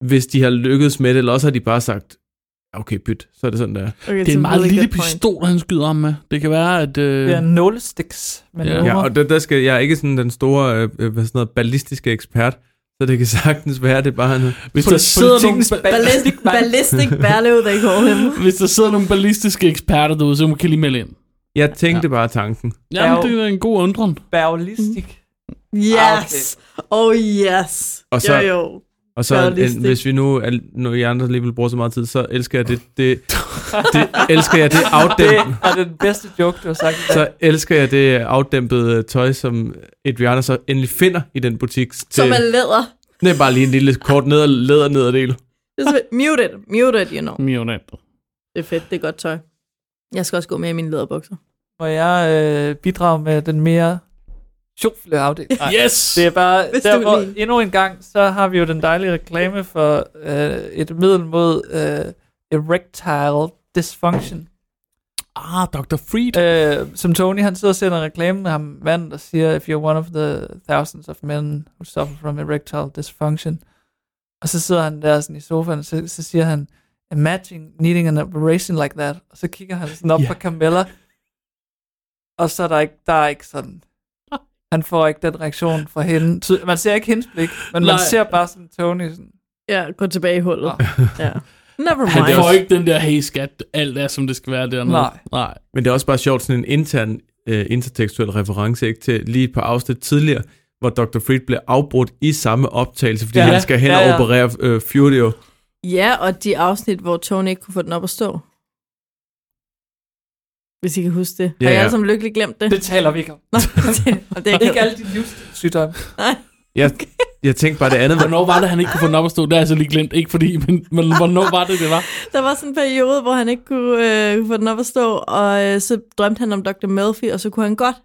hvis de har lykkedes med det, eller også har de bare sagt, okay, byt, så er det sådan, der.
Okay,
Det er en meget
really
lille
good point.
pistol, han skyder om med. Det kan være, at... Øh,
Det er nålestiks, men
Ja.
ja.
Ja, og der, der skal, jeg er ikke sådan den store øh, øh, hvad sådan noget, ballistiske ekspert, så det kan sagtens være, det er bare noget.
hvis, der sidder nogle,
Politikens bal-
Ballistic, ballistic Berlev, they call him.
hvis der sidder nogle ballistiske eksperter derude, så kan I lige melde ind.
Jeg tænkte ja. bare tanken.
Jamen,
Ja, jo.
det er en god undren.
Ballistik.
Yes. Oh yes.
Og så-
jo, jo.
Og så, en,
Ballistic.
hvis vi nu, al- når I andre alligevel bruger så meget tid, så elsker jeg det, det Det elsker jeg, det er outdampet.
Det er den bedste joke, du har sagt. i dag.
Så elsker jeg det afdæmpede øh, tøj, som Adriana så endelig finder i den butik. Til,
Som er læder.
Det er bare lige en lille kort neder, læder nederdel.
Det er så fedt. Muted, muted, you know.
Muted.
Det er fedt, det er godt tøj. Jeg skal også gå med i mine læderbukser.
Må jeg øh, bidrage med den mere sjofle afdeling? Nej,
Yes!
Det er bare,
Hvis
der
du
hvor
lige-
endnu en gang, så har vi jo den dejlige reklame for øh, et middel mod øh, erectile dysfunction.
Ah, Dr. Freed.
Øh, som Tony, han sidder og sender en reklame med ham vand, der siger, if you're one of the thousands of men who suffer from erectile dysfunction. Og så sidder han der sådan i sofaen, og så, så siger han, imagine needing an operation like that. Og så kigger han sådan op
Ja.
yeah. på Camilla, og så er der ikke, der er ikke sådan. Han får ikke den reaktion fra hende. Ty- Man ser ikke hendes blik, men Nej.
Nej.
man ser bare sådan Tony sådan,
Ja, gå tilbage i hullet.
Nå.
Ja. Never
Han
mind.
får ikke den der, hey skat, alt er som det skal være dernede.
Nej.
Nej.
Men det er også bare sjovt, sådan en intern øh, intertekstuel reference ikke, til lige et par afsnit tidligere, hvor Dr. Freed bliver afbrudt i samme optagelse, fordi
Ja.
ja. han skal hen
Ja,
og
ja.
operere øh, Furio.
Ja, og de afsnit, hvor Tony ikke kunne få den op at stå. Hvis I kan huske det. Ja,
Ja,
Har jeg
ja.
alle sammen lykkeligt glemt det?
det taler vi ikke om.
Nej, det, det er
Ikke alle de livssygdomme.
Jeg, jeg tænkte bare det andet. var-
Hvornår var det, han ikke kunne få den op at stå? Det har jeg så lige glemt. Ikke fordi, men, men hvornår var det, det var?
Der var sådan en periode, hvor han ikke kunne øh, få den op at stå, og øh, så drømte han om Dr. Melfi, og så kunne han godt.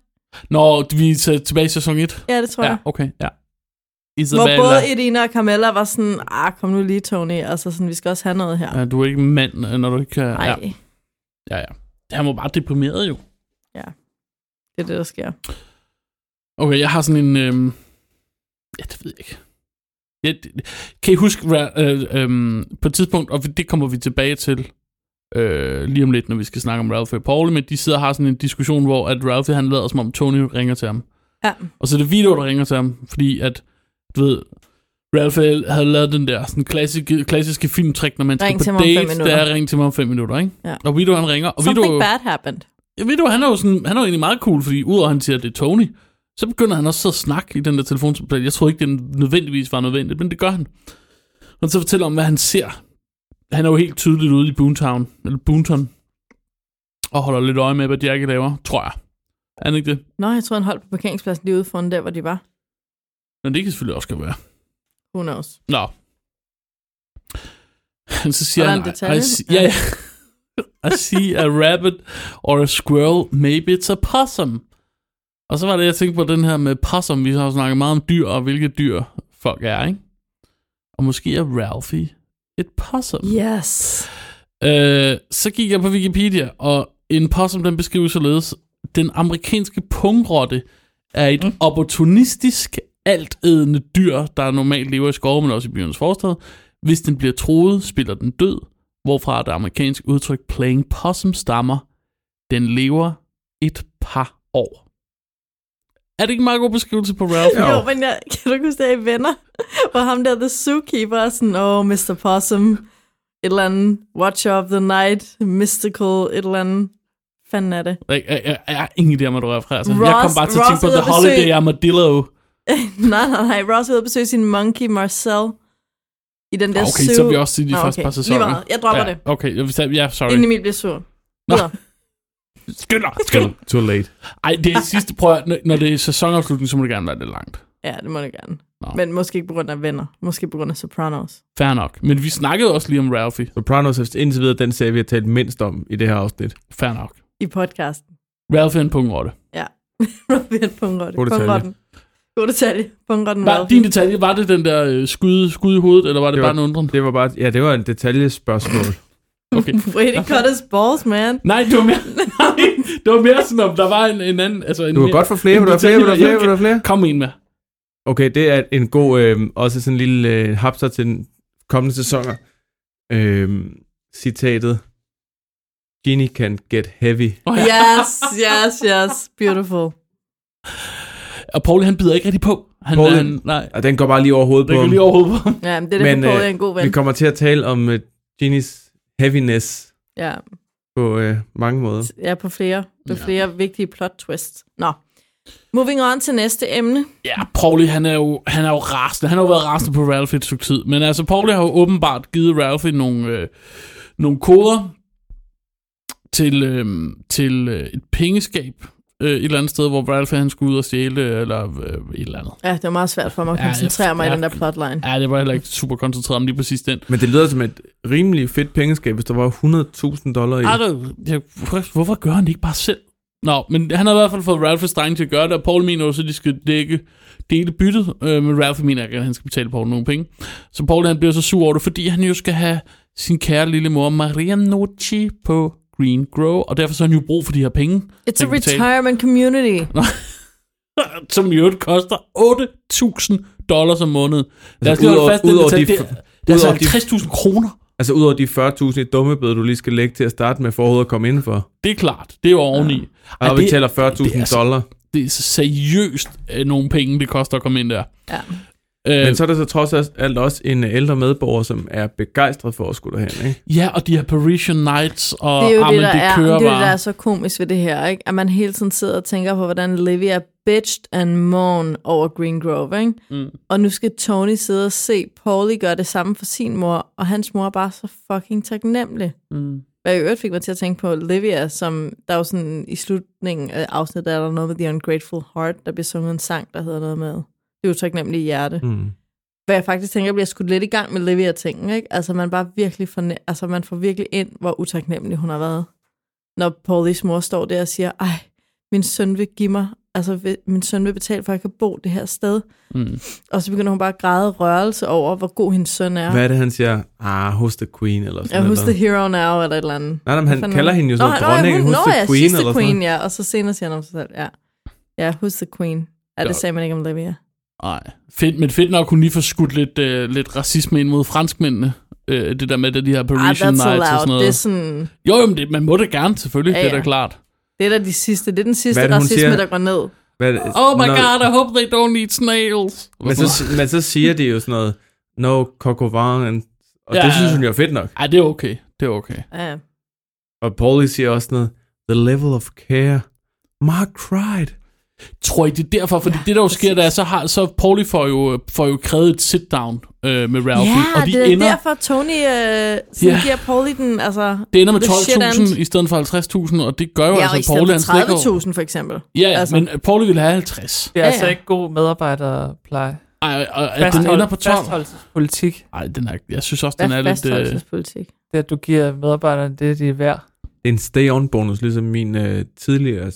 Når vi er tilbage i sæson 1?
Ja, det tror
Ja,
jeg.
okay, ja.
Hvor
Isabella.
både Edina og Carmella var sådan, ah, kom nu lige, Tony, altså sådan, vi skal også have noget her.
Ja, du er ikke en mand, øh, når du ikke kan...
Nej,
Ja, ja, ja. Han var bare deprimeret jo.
det er det, der sker.
Okay, jeg har sådan en... Øhm... Ja, det ved jeg ikke. Ja, det... Kan I huske, hvad, øh, øhm, på et tidspunkt, og det kommer vi tilbage til øh, lige om lidt, når vi skal snakke om Ralphie og Paul, men de sidder og har sådan en diskussion, hvor at Ralphie han lader som om Tony ringer til ham.
Ja.
Og så er det Vito, der ringer til ham, fordi at, du ved, Ralph havde lavet den der sådan klassiske, klassiske filmtrik, når man skal
Ring til
på
mig om fem
dates, det
minutter.
er ring til mig om fem minutter, ikke?
Ja.
Og Vito han ringer, og Vito,
Something bad happened.
Ja, ved du, han er jo sådan, han er jo egentlig meget cool, fordi udover at han siger, at det er Tony, så begynder han også at sidde og snakke i den der telefonsamtale. Jeg tror ikke, det nødvendigvis var nødvendigt, men det gør han. Han så fortæller om, hvad han ser. Han er jo helt tydeligt ude i Boontown, eller Boonton, og holder lidt øje med, hvad Jackie laver, tror jeg. Er han ikke det?
Nå, jeg tror, han holdt på parkeringspladsen lige ude foran der, hvor de var.
Men det kan selvfølgelig også godt være.
Who knows?
Nå. Han så siger
Og der er
han,
en detalje.
I, see, ja, ja. I see a rabbit or a squirrel, maybe it's a possum. Og så var det, jeg tænkte på den her med possum. Vi har jo snakket meget om dyr, og hvilke dyr folk er, ikke? Og måske er Ralphie et possum.
Yes.
Øh, så gik jeg på Wikipedia, og en possum, den beskrives således. Den amerikanske pungrotte er
Mm.
et opportunistisk, altædende dyr, der normalt lever i skove, men også i byernes forstad. Hvis den bliver troet, spiller den død, hvorfra det amerikanske udtryk playing possum stammer. Den lever et par år. Er det ikke en meget god beskrivelse på Ralph?
Jo, men jeg, kan du ikke huske det her i Venner? Hvor ham der, The Zookeeper, er sådan, oh, Mr. Possum, et eller andet, Watch of the Night, Mystical, et eller andet. Fanden er det?
Jeg, jeg, jeg, jeg er ingen idé om, hvad du refererer til. jeg
Ross-
kom bare til at tænke
Ross
på
ude at
The
besøge-
Holiday Armadillo.
nej, nej, nej. Ross er ude at besøge sin monkey, Marcel, i den der
Ah, Okay,
zoo.
så er vi også i de
Nå,
første
Ah,
par
okay. Lige
sæsoner.
meget. Jeg dropper
ja,
det.
Okay, jeg, vil- ja, sorry.
Inden Emil bliver sur.
Nå.
Videre.
Skynd dig, skynd dig.
Too late.
Ej, det er sidste prøv, at- når- når det er sæsonafslutning, så må det gerne være lidt langt.
Ja, det må du gerne.
Nå.
Men måske ikke på grund af venner. Måske på grund af Sopranos.
Fair nok. Men vi snakkede også lige om Ralphie.
Sopranos er indtil videre den serie, vi har talt mindst om i det her afsnit.
Fair nok.
I podcasten.
Ralphie er en pungrotte.
Robert Pungrotte.
God detalje.
Pungrotten. God detalje. Pungrotten
Var, din detalje, var det den der øh, skud, skud i hovedet, eller var det, det
Det var-
bare en undren?
Det var bare, ja, det var en detaljespørgsmål.
Okay.
Way to cut his balls, man.
Nej, det var mere, nej, det var mere sådan, om der var en, en anden... Altså en
Du kan
mere-
godt få flere, vil du have flere, vil du have flere, vil du have flere?
Kom en med.
Okay, det er en god, øh, også sådan en lille øh, hapser til den kommende sæsoner. Øh, citatet. Genie can get heavy.
Oh, ja.
Yes, yes, yes. Beautiful.
Og Paul, han bider ikke rigtig på. Han,
Paul-
han, nej,
Og den går bare lige over hovedet
det
på
kan
ham.
lige overhovedet på ham.
Ja, men det er derfor,
Men,
Paul
øh,
er en god
Vi
ven.
kommer til at tale om uh, Genies heaviness
Ja,
på øh, mange måder.
ja på flere, på flere vigtige plot twists. Nå. Moving on til næste emne.
Ja, Pauli, han er jo, han er jo rasende. Han har jo været rasende på Ralph et stykke tid. Men altså, Pauli har jo åbenbart givet Ralph nogle, øh, nogle koder, til, øh, til øh, et pengeskab øh, et eller andet sted, hvor Ralph han skulle ud og stjæle, øh, eller øh, et eller andet.
Ja, det var meget svært for mig at
Ja,
koncentrere mig i
ja.
den der plotline.
Ja, det var heller ikke super koncentreret om lige præcis den.
Men det lyder som et rimelig fedt pengeskab, hvis der var 100.000 dollar i.
Ej, det, jeg, hvorfor gør han det ikke bare selv? Nå, men han har i hvert fald fået Ralph og drenge til at gøre det, og Paul mener også, at de skal dække, dele byttet, øh, men Ralph mener ikke, at han skal betale Paul nogle penge. Så Paul han bliver så sur over det, fordi han jo skal have sin kære lille mor Maria Noci på Green Grove, og derfor så har han jo brug for de her penge.
It's a
han kan betale.
retirement community.
som i øvrigt koster 8.000 dollars om måneden. Lad os
Altså,
lige holde
udover-
fast i det
udover
tal.
de
Det er-
f-
det er altså
udover de-
50.000 kroner.
Altså udover de 40.000 i dummebøde, du lige skal lægge til at starte med for overhovedet at komme indenfor.
Det er klart. Det er jo oveni.
Og
Ej,
vi
det-
tæller
det er
40.000
så-
dollar.
Det er seriøst øh, nogle penge, det koster at komme ind der.
Ja.
Øh,
Men så er der så trods alt også en ældre medborger, som er begejstret for at skulle derhen, ikke?
Ja, og de her Parisian Nights, og
det er jo
ah,
det,
men
der,
det
er, det, er
kører
jo det, der
bare.
er så komisk ved det her, ikke? at man hele tiden sidder og tænker på, hvordan Livia er bitched and moan over Green Grove, ikke?
Mm.
og nu skal Tony sidde og se Paulie gøre det samme for sin mor, og hans mor er bare så fucking taknemmelig.
Mm.
Hvad i øvrigt fik mig til at tænke på Livia, som der er jo sådan i slutningen af afsnittet, er der noget med The Ungrateful Heart, der bliver sunget en sang, der hedder noget med, det er jo taknemmelig hjerte.
Mm.
Hvad jeg faktisk tænker, jeg bliver skudt lidt i gang med Livia-tingen, ikke? Altså man, bare virkelig forne- altså man får virkelig ind, hvor utaknemmelig hun har været. Når Paulies mor står der og siger, ej, min søn vil give mig, altså vil, min søn vil betale for, at jeg kan bo det her sted.
Mm.
Og så begynder hun bare at græde rørelse over, hvor god hendes søn er.
Hvad er det, han siger? Ah, who's the queen, eller sådan
Ja,
noget.
who's the hero now, eller et eller andet.
Nej, nej, men
Hvad
han
fanden
kalder
er-
hende jo sådan
Nå,
noget
nå, ja,
dronning,
hun-
who's
nå,
the
ja,
queen,
she's the
eller sådan
queen,
noget.
ja, og så senere siger han om sig selv, ja. Ja, who's the queen? Ja, det
Ja.
sagde man ikke om Olivia.
Nej. Fedt, men fedt nok, hun lige får skudt lidt, øh, lidt racisme ind mod franskmændene. Øh, det der med det, de her
Ah,
Parisian
that's
Nights og sådan
allowed.
noget.
Det er sådan...
Jo, jo, men det, man må det gerne, selvfølgelig.
Ja,
Ja, ja. Det er
ja.
da klart.
Det er da de sidste, det er den sidste
Hvad er det, hun
racisme,
siger?
der går ned.
Hvad er det?
Oh my
Nå,
god, I hope they don't eat snails.
Men så, men så siger de jo sådan noget, no coco vin, og
Ja.
det synes hun jo er fedt nok.
Ej, det er okay. Det er okay.
Ja.
Og Paulie siger også sådan noget, the level of care. Mark cried.
Tror I, det er derfor? Fordi
Ja,
ja, det, der jo sker,
præcis.
der er, så, har, så Paulie får jo, øh, får jo krævet et sit-down øh, med Ralphie.
Ja,
og de
det er
ender,
derfor, Tony øh, sådan
Ja.
giver Paulie den, altså...
det ender med
the shit end.
12.000 i stedet for 50.000, og det gør jo
Ja, og i
altså,
stedet
Paulie han slet ikke
for 30.000 for eksempel.
Ja, ja,
Altså.
altså. men Paulie ville have 50.
Det er
Ja,
ja, altså
ja.
ikke god medarbejderpleje.
Ej, og at den
Fasthold,
ender på 12.
fastholdelsespolitik,
Ej, den er, jeg synes også,
Hvad
den
er
er lidt... Øh,
fastholdelsespolitik?
det er, at du giver medarbejderne det, de er værd.
Det er en stay-on-bonus, ligesom min øh, tidligere,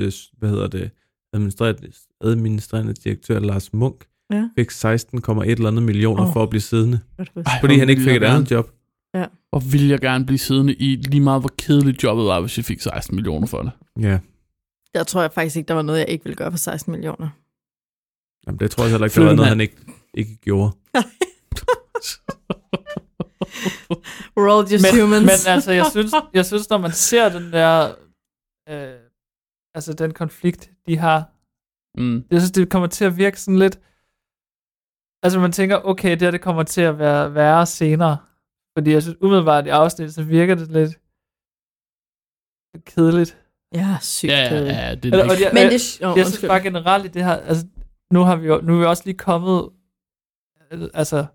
øh, hvad hedder det, administrerende, administrerende direktør Lars Munk,
Ja.
fik 16,1 eller andet millioner
Åh.
for at blive siddende,
Godt husk.
ej,
fordi
hvor
han ikke
ville
fik et
jeg
andet job.
gerne- Hvor ville jeg gerne blive siddende i lige meget, hvor kedeligt jobbet var, hvis jeg fik 16 millioner for det.
Ja,
Der tror jeg faktisk ikke, der var noget, jeg ikke ville gøre for 16 millioner.
Jamen, det tror jeg heller ikke, der
Flytte
var noget,
mand.
han ikke, ikke gjorde.
We're all just
men,
humans.
men altså, jeg synes, jeg synes, når man ser den der, øh, altså den konflikt, de har,
Mm.
jeg synes, det kommer til at virke sådan lidt, altså man tænker, okay, det her det kommer til at være værre senere, fordi jeg synes umiddelbart i afsnittet, så virker det lidt kedeligt.
Ja, sygt.
Ja,
kedelig.
ja, ja, det
Eller,
er
og
det.
jeg,
Men
jeg,
det, oh,
Øh, jeg synes bare generelt i det her, altså nu, har vi jo, nu er vi også lige kommet øh, altså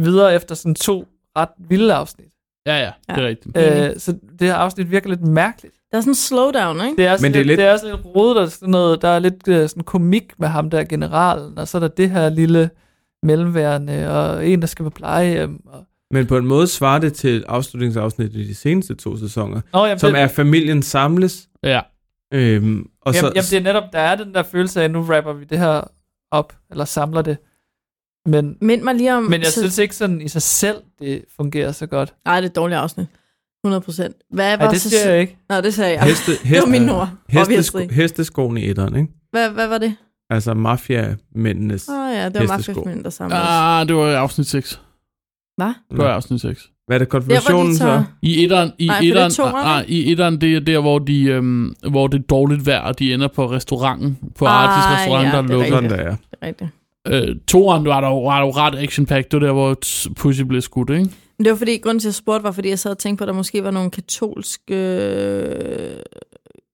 videre efter sådan to ret vilde afsnit.
Ja, ja, det er rigtigt.
Enig.
Øh, så det her afsnit virker lidt mærkeligt.
der er sådan en slowdown, ikke?
Det er, sådan
Men det er
lidt,
lidt-
det er sådan lidt rodet og sådan noget. Der er lidt øh, sådan komik med ham der generalen, og så er der det her lille mellemværende, og en, der skal på plejehjem. Og...
Men på en måde svarer det til afslutningsafsnittet i de seneste to sæsoner,
Nå, jamen,
som
det,
er, at familien samles,
Ja.
øhm, og så,
jamen, jamen, det er netop, der er den der følelse af, at nu rapper vi det her op, eller samler det. Men,
Mind mig lige om...
men jeg
så-
synes ikke sådan i sig selv, det fungerer så godt.
Nej, det er et dårligt afsnit. 100 procent. Hvad var
Nej, det
så...
siger jeg ikke.
Nå, det sagde jeg.
heste, heste,
det var mine ord,
hestesko,
obviously.
hesteskoen i etteren, ikke?
Hvad, hvad var det?
Altså mafia-mændenes.
Åh oh, ja, det var
Hestesko.
mafiafamilien, der samledes. Uh,
Ah, det var i afsnit 6.
Hvad?
Det var i afsnit 6.
Hvad er det,
Der var de
konfirmationen
så...
så?
I etteren, i
Nej, for det er
etteren,
toeren, ikke?
nej, i etteren, det er der, hvor, de, øhm, hvor det er dårligt vejr, og de ender på restauranten, på
Ah,
Artis restaurant,
ja,
der er
det er
lukket.
Sådan der, ja.
Det er rigtigt.
Øh, toeren var der jo, var der jo ret action -pack. Det var der, hvor t- Pussy blev skudt, ikke?
Men det var fordi, grunden til, at jeg spurgte, var fordi, jeg sad og tænkte på, at der måske var nogle katolske øh,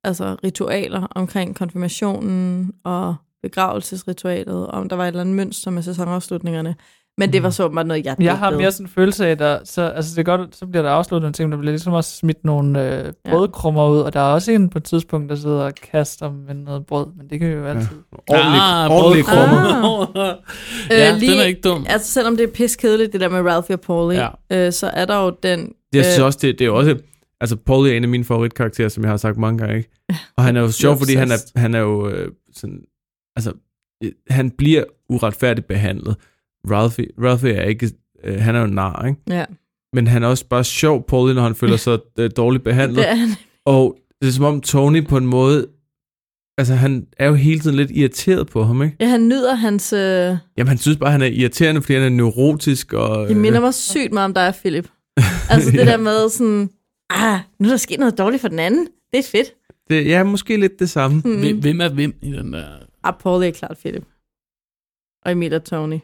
altså, ritualer omkring konfirmationen og begravelsesritualet, og om der var et eller andet mønster med sæsonafslutningerne. Men det var så åbenbart noget, jeg
Jeg har
digtede.
mere sådan en følelse af, der, så, altså det er godt, så bliver der afsluttet nogle ting, der bliver ligesom også smidt nogle øh, brødkrummer ud, og der er også en på et tidspunkt, der sidder og kaster med noget brød, men det kan vi jo altid.
Ja. Ordentlig- Ah, ordentlig brød- krummer.
Ah.
Øh,
Ja, den er ikke dum.
Altså, selvom det er piskedeligt, det der med Ralphie og Paulie, ja. øh, så er der jo den...
Jeg synes
øh,
også, det, det er også... Altså, Paul er en af mine favoritkarakterer, som jeg har sagt mange gange, ikke? Og han er jo sjov, fordi han er, han er jo øh, sådan... Altså, øh, han bliver uretfærdigt behandlet. Ralphie, Ralphie er ikke... Øh, han er jo en nar, ikke?
Ja.
Men han er også bare sjov, Paul, når han føler sig øh, dårligt behandlet.
Det er han.
Og det er som om Tony på en måde... Altså, han er jo hele tiden lidt irriteret på ham, ikke?
Ja, han nyder hans... Øh, det
Jamen, han synes bare, han er irriterende, fordi han er neurotisk og... øh,
minder mig sygt meget om dig, Philip. Altså, det
Ja.
der med sådan... Ah, nu er der sket noget dårligt for den anden. Det er fedt.
Det, ja, måske lidt det samme.
Mm. Hvem-
hvem er hvem i den der...
Ah, Paulie er klart Philip. Og Emil og Tony.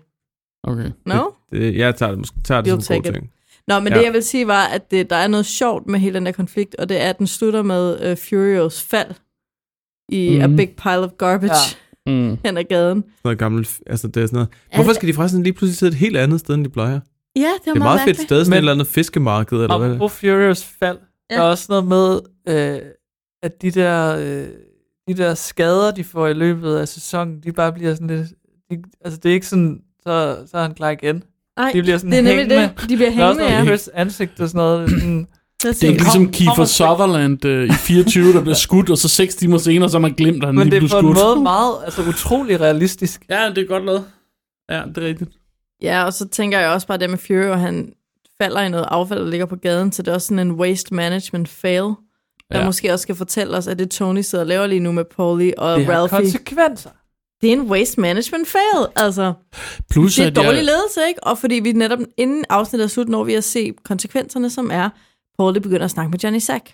Okay.
No?
Det, det, jeg tager det, måske- tager det
You'll
som en
take
god
it.
ting.
Nå, men ja. det jeg vil sige var, at det, der er noget sjovt med hele den der konflikt, og det er, at den slutter med uh, Furios fald i mm.
Mhm.
A Big Pile of Garbage
Ja.
ja.
Mm.
hen ad gaden.
Sådan noget gammelt, altså det er sådan noget. Hvorfor skal de forresten lige pludselig sidde et helt andet sted, end de plejer?
Ja, det er,
Det er meget fedt sted, sådan et eller andet fiskemarked, eller hvad det er.
Apropos Furious fald, ja. der er også noget med, øh, at de der, øh, de der skader, de får i løbet af sæsonen, de bare bliver sådan lidt... De, altså, det er ikke sådan, så, så er han klar igen.
Ej,
de bliver sådan
det er nemlig
hængende.
det. De bliver
Der er også
hængende,
noget
ja.
Chris ansigt og sådan noget. Det er sådan,
Det er ikke ligesom Kiefer Sutherland øh, i 24, der bliver skudt, og så 6 timer senere, så har man glemt, at han
Men
lige
det er
blev
på en
skudt.
måde meget, altså utrolig realistisk.
Ja, det er godt lavet. Ja, det er rigtigt.
Ja, og så tænker jeg også bare det med Furio, han falder i noget affald, der ligger på gaden, så det er også sådan en waste management fail, der
Ja.
ja. måske også skal fortælle os, at det Tony sidder og laver lige nu med Paulie og
Det har
Ralphie.
konsekvenser.
Det er en waste management fail, altså.
Plus,
det er
at jeg-
dårlig ledelse, ikke? Og fordi vi netop inden afsnittet er slut, når vi at se konsekvenserne, som er, Paulie begynder at snakke med Johnny Sack,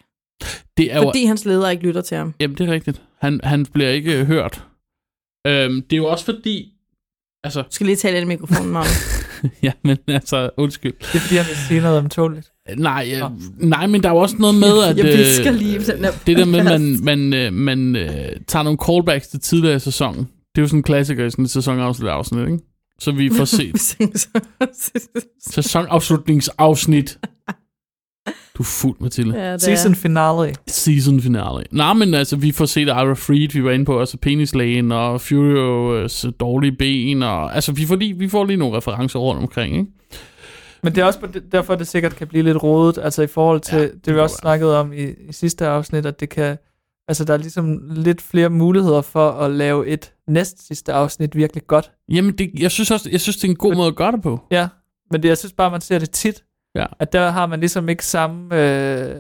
Det er jo,
fordi hans leder ikke lytter til ham.
Jamen, det er rigtigt. Han, han bliver ikke øh, hørt. Øhm, det er jo også fordi... Altså,
Du skal lige tale ind i mikrofonen, Magnus.
ja, men altså, undskyld.
Det er fordi, han vil sige noget om tåligt.
Nej, jeg, nej, men der er jo også noget med, at...
Jeg
øh,
visker lige i den her
Det der med, at man, man, øh, man øh, tager nogle callbacks til tidligere i sæsonen. Det er jo sådan en klassiker i sådan et sæsonafsnit afsnit, ikke? Så vi får set sæsonafslutningsafsnit. Du er fuld, Mathilde.
Ja, det er. Season finale.
Season finale. Nej, men altså, vi får set Ira Freed, vi var inde på, altså penislægen og Furios øh, dårlige ben, og altså, vi får lige, vi får lige nogle referencer rundt omkring, ikke?
Men det er også på det- derfor, det sikkert kan blive lidt rodet, altså i forhold til ja, det, vi også snakkede om i, i sidste afsnit, at det kan, altså der er ligesom lidt flere muligheder for at lave et næst sidste afsnit virkelig godt.
Jamen, det, jeg synes også, jeg synes, det er en god måde at gøre det på.
Ja, men det, jeg synes bare, man ser det tit,
Ja.
at der har man ligesom ikke samme øh,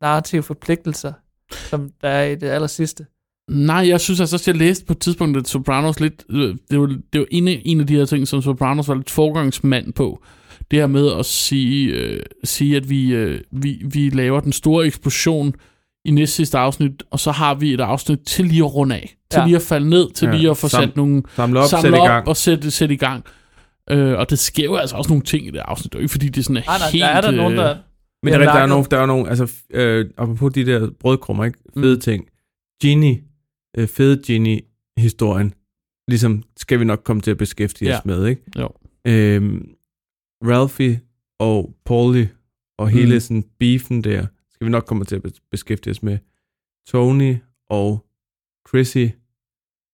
narrative forpligtelser, som der er i det aller sidste.
Nej, jeg synes altså også, jeg læste på et tidspunkt, at Sopranos lidt... øh, Det var, det var en, af- en af de her ting, som Sopranos var lidt forgangsmand på. Det her med at sige, øh, sige at vi, øh, vi, vi laver den store eksplosion i næste sidste afsnit, og så har vi et afsnit til lige at runde af. Til
Ja.
ja. lige at falde ned, til
Ja,
ja. lige at få
sam-
sat nogle...
samle op,
samle
sætte i
op
gang.
og sætte, sætte i gang. Øh, og det sker jo altså også nogle ting i det afsnit. Det er jo ikke, fordi det sådan er
Ah, Nej, nej, der
helt...
er der nogen, der-
øh,
Men der, er, rigtigt, der er nogle, der er nogle, altså, f- øh, apropos de der brødkrummer, ikke? Fede mm. ting. Genie, øh, fede Genie-historien, ligesom skal vi nok komme til at beskæftige
Ja.
os med, ikke?
Jo.
Øhm, Ralphie og Paulie og hele
Mm.
sådan beefen der, skal vi nok komme til at bes- beskæftige os med. Tony og Chrissy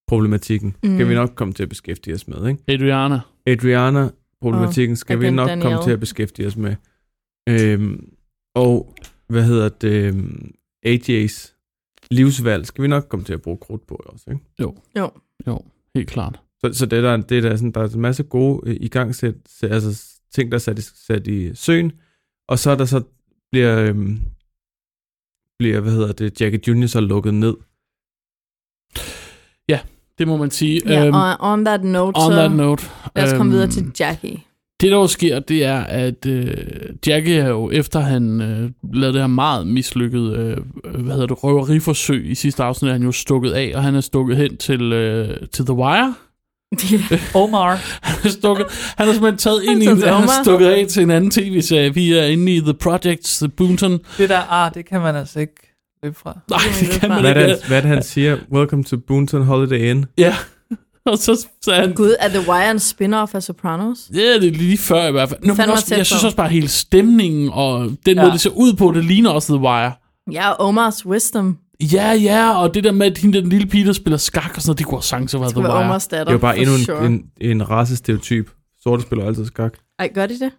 problematikken mm. skal
Mm.
vi nok komme til at beskæftige os med, ikke?
Adriana.
Adriana problematikken
Og
skal vi
agent
nok komme
Danielle.
til at beskæftige os med. Øhm, og hvad hedder det? øhm, AJ's livsvalg skal vi nok komme til at bruge krudt på også, ikke?
Jo.
Jo.
Jo, helt klart.
Så, så det er der, det er der, sådan, der er en masse gode øh, i gang sæt, altså s- ting, der er sat i, sat i søen. Og så er der så bliver, øhm, bliver hvad hedder det, Jackie Jr. så lukket ned.
Ja, det må man sige.
Ja,
Øhm,
og on that note,
on
så
that note,
lad os komme
øhm,
videre til Jackie.
Det, der jo sker, det er, at øh, Jackie er jo, efter han øh, lavede det her meget mislykkede øh, hvad hedder det, røveriforsøg i sidste afsnit, er han jo stukket af, og han er stukket hen til, øh, til The Wire.
Omar.
han er stukket, han er simpelthen taget ind i,
Han er til
han er
Omar.
stukket af til en anden tv-serie. Vi er inde i The Projects, The Boonton.
Det der ar, det kan man altså ikke løbe fra.
Nej, det kan man
Hvad er det,
ikke.
han- hvad er det, han siger? Welcome to Boonton Holiday Inn.
Ja. Og så sagde han,
Gud, er The Wire en spin-off af Sopranos?
Ja, det er lige før i hvert fald. Nå, men
Fandme
også,
tæt
jeg synes
på.
også bare, at hele stemningen og den
Ja.
ja. måde, det ser ud på, det ligner også The Wire.
Ja, og Omar's Wisdom.
Ja, ja, og det der med, at hende, den lille pige, der spiller skak og sådan noget, det kunne også sagtens have været The
skulle være
Wire.
Omars datter.
Det er jo bare
for
endnu en,
sure.
en, en racestereotyp. Sorte spiller altid skak.
Ej, gør de det?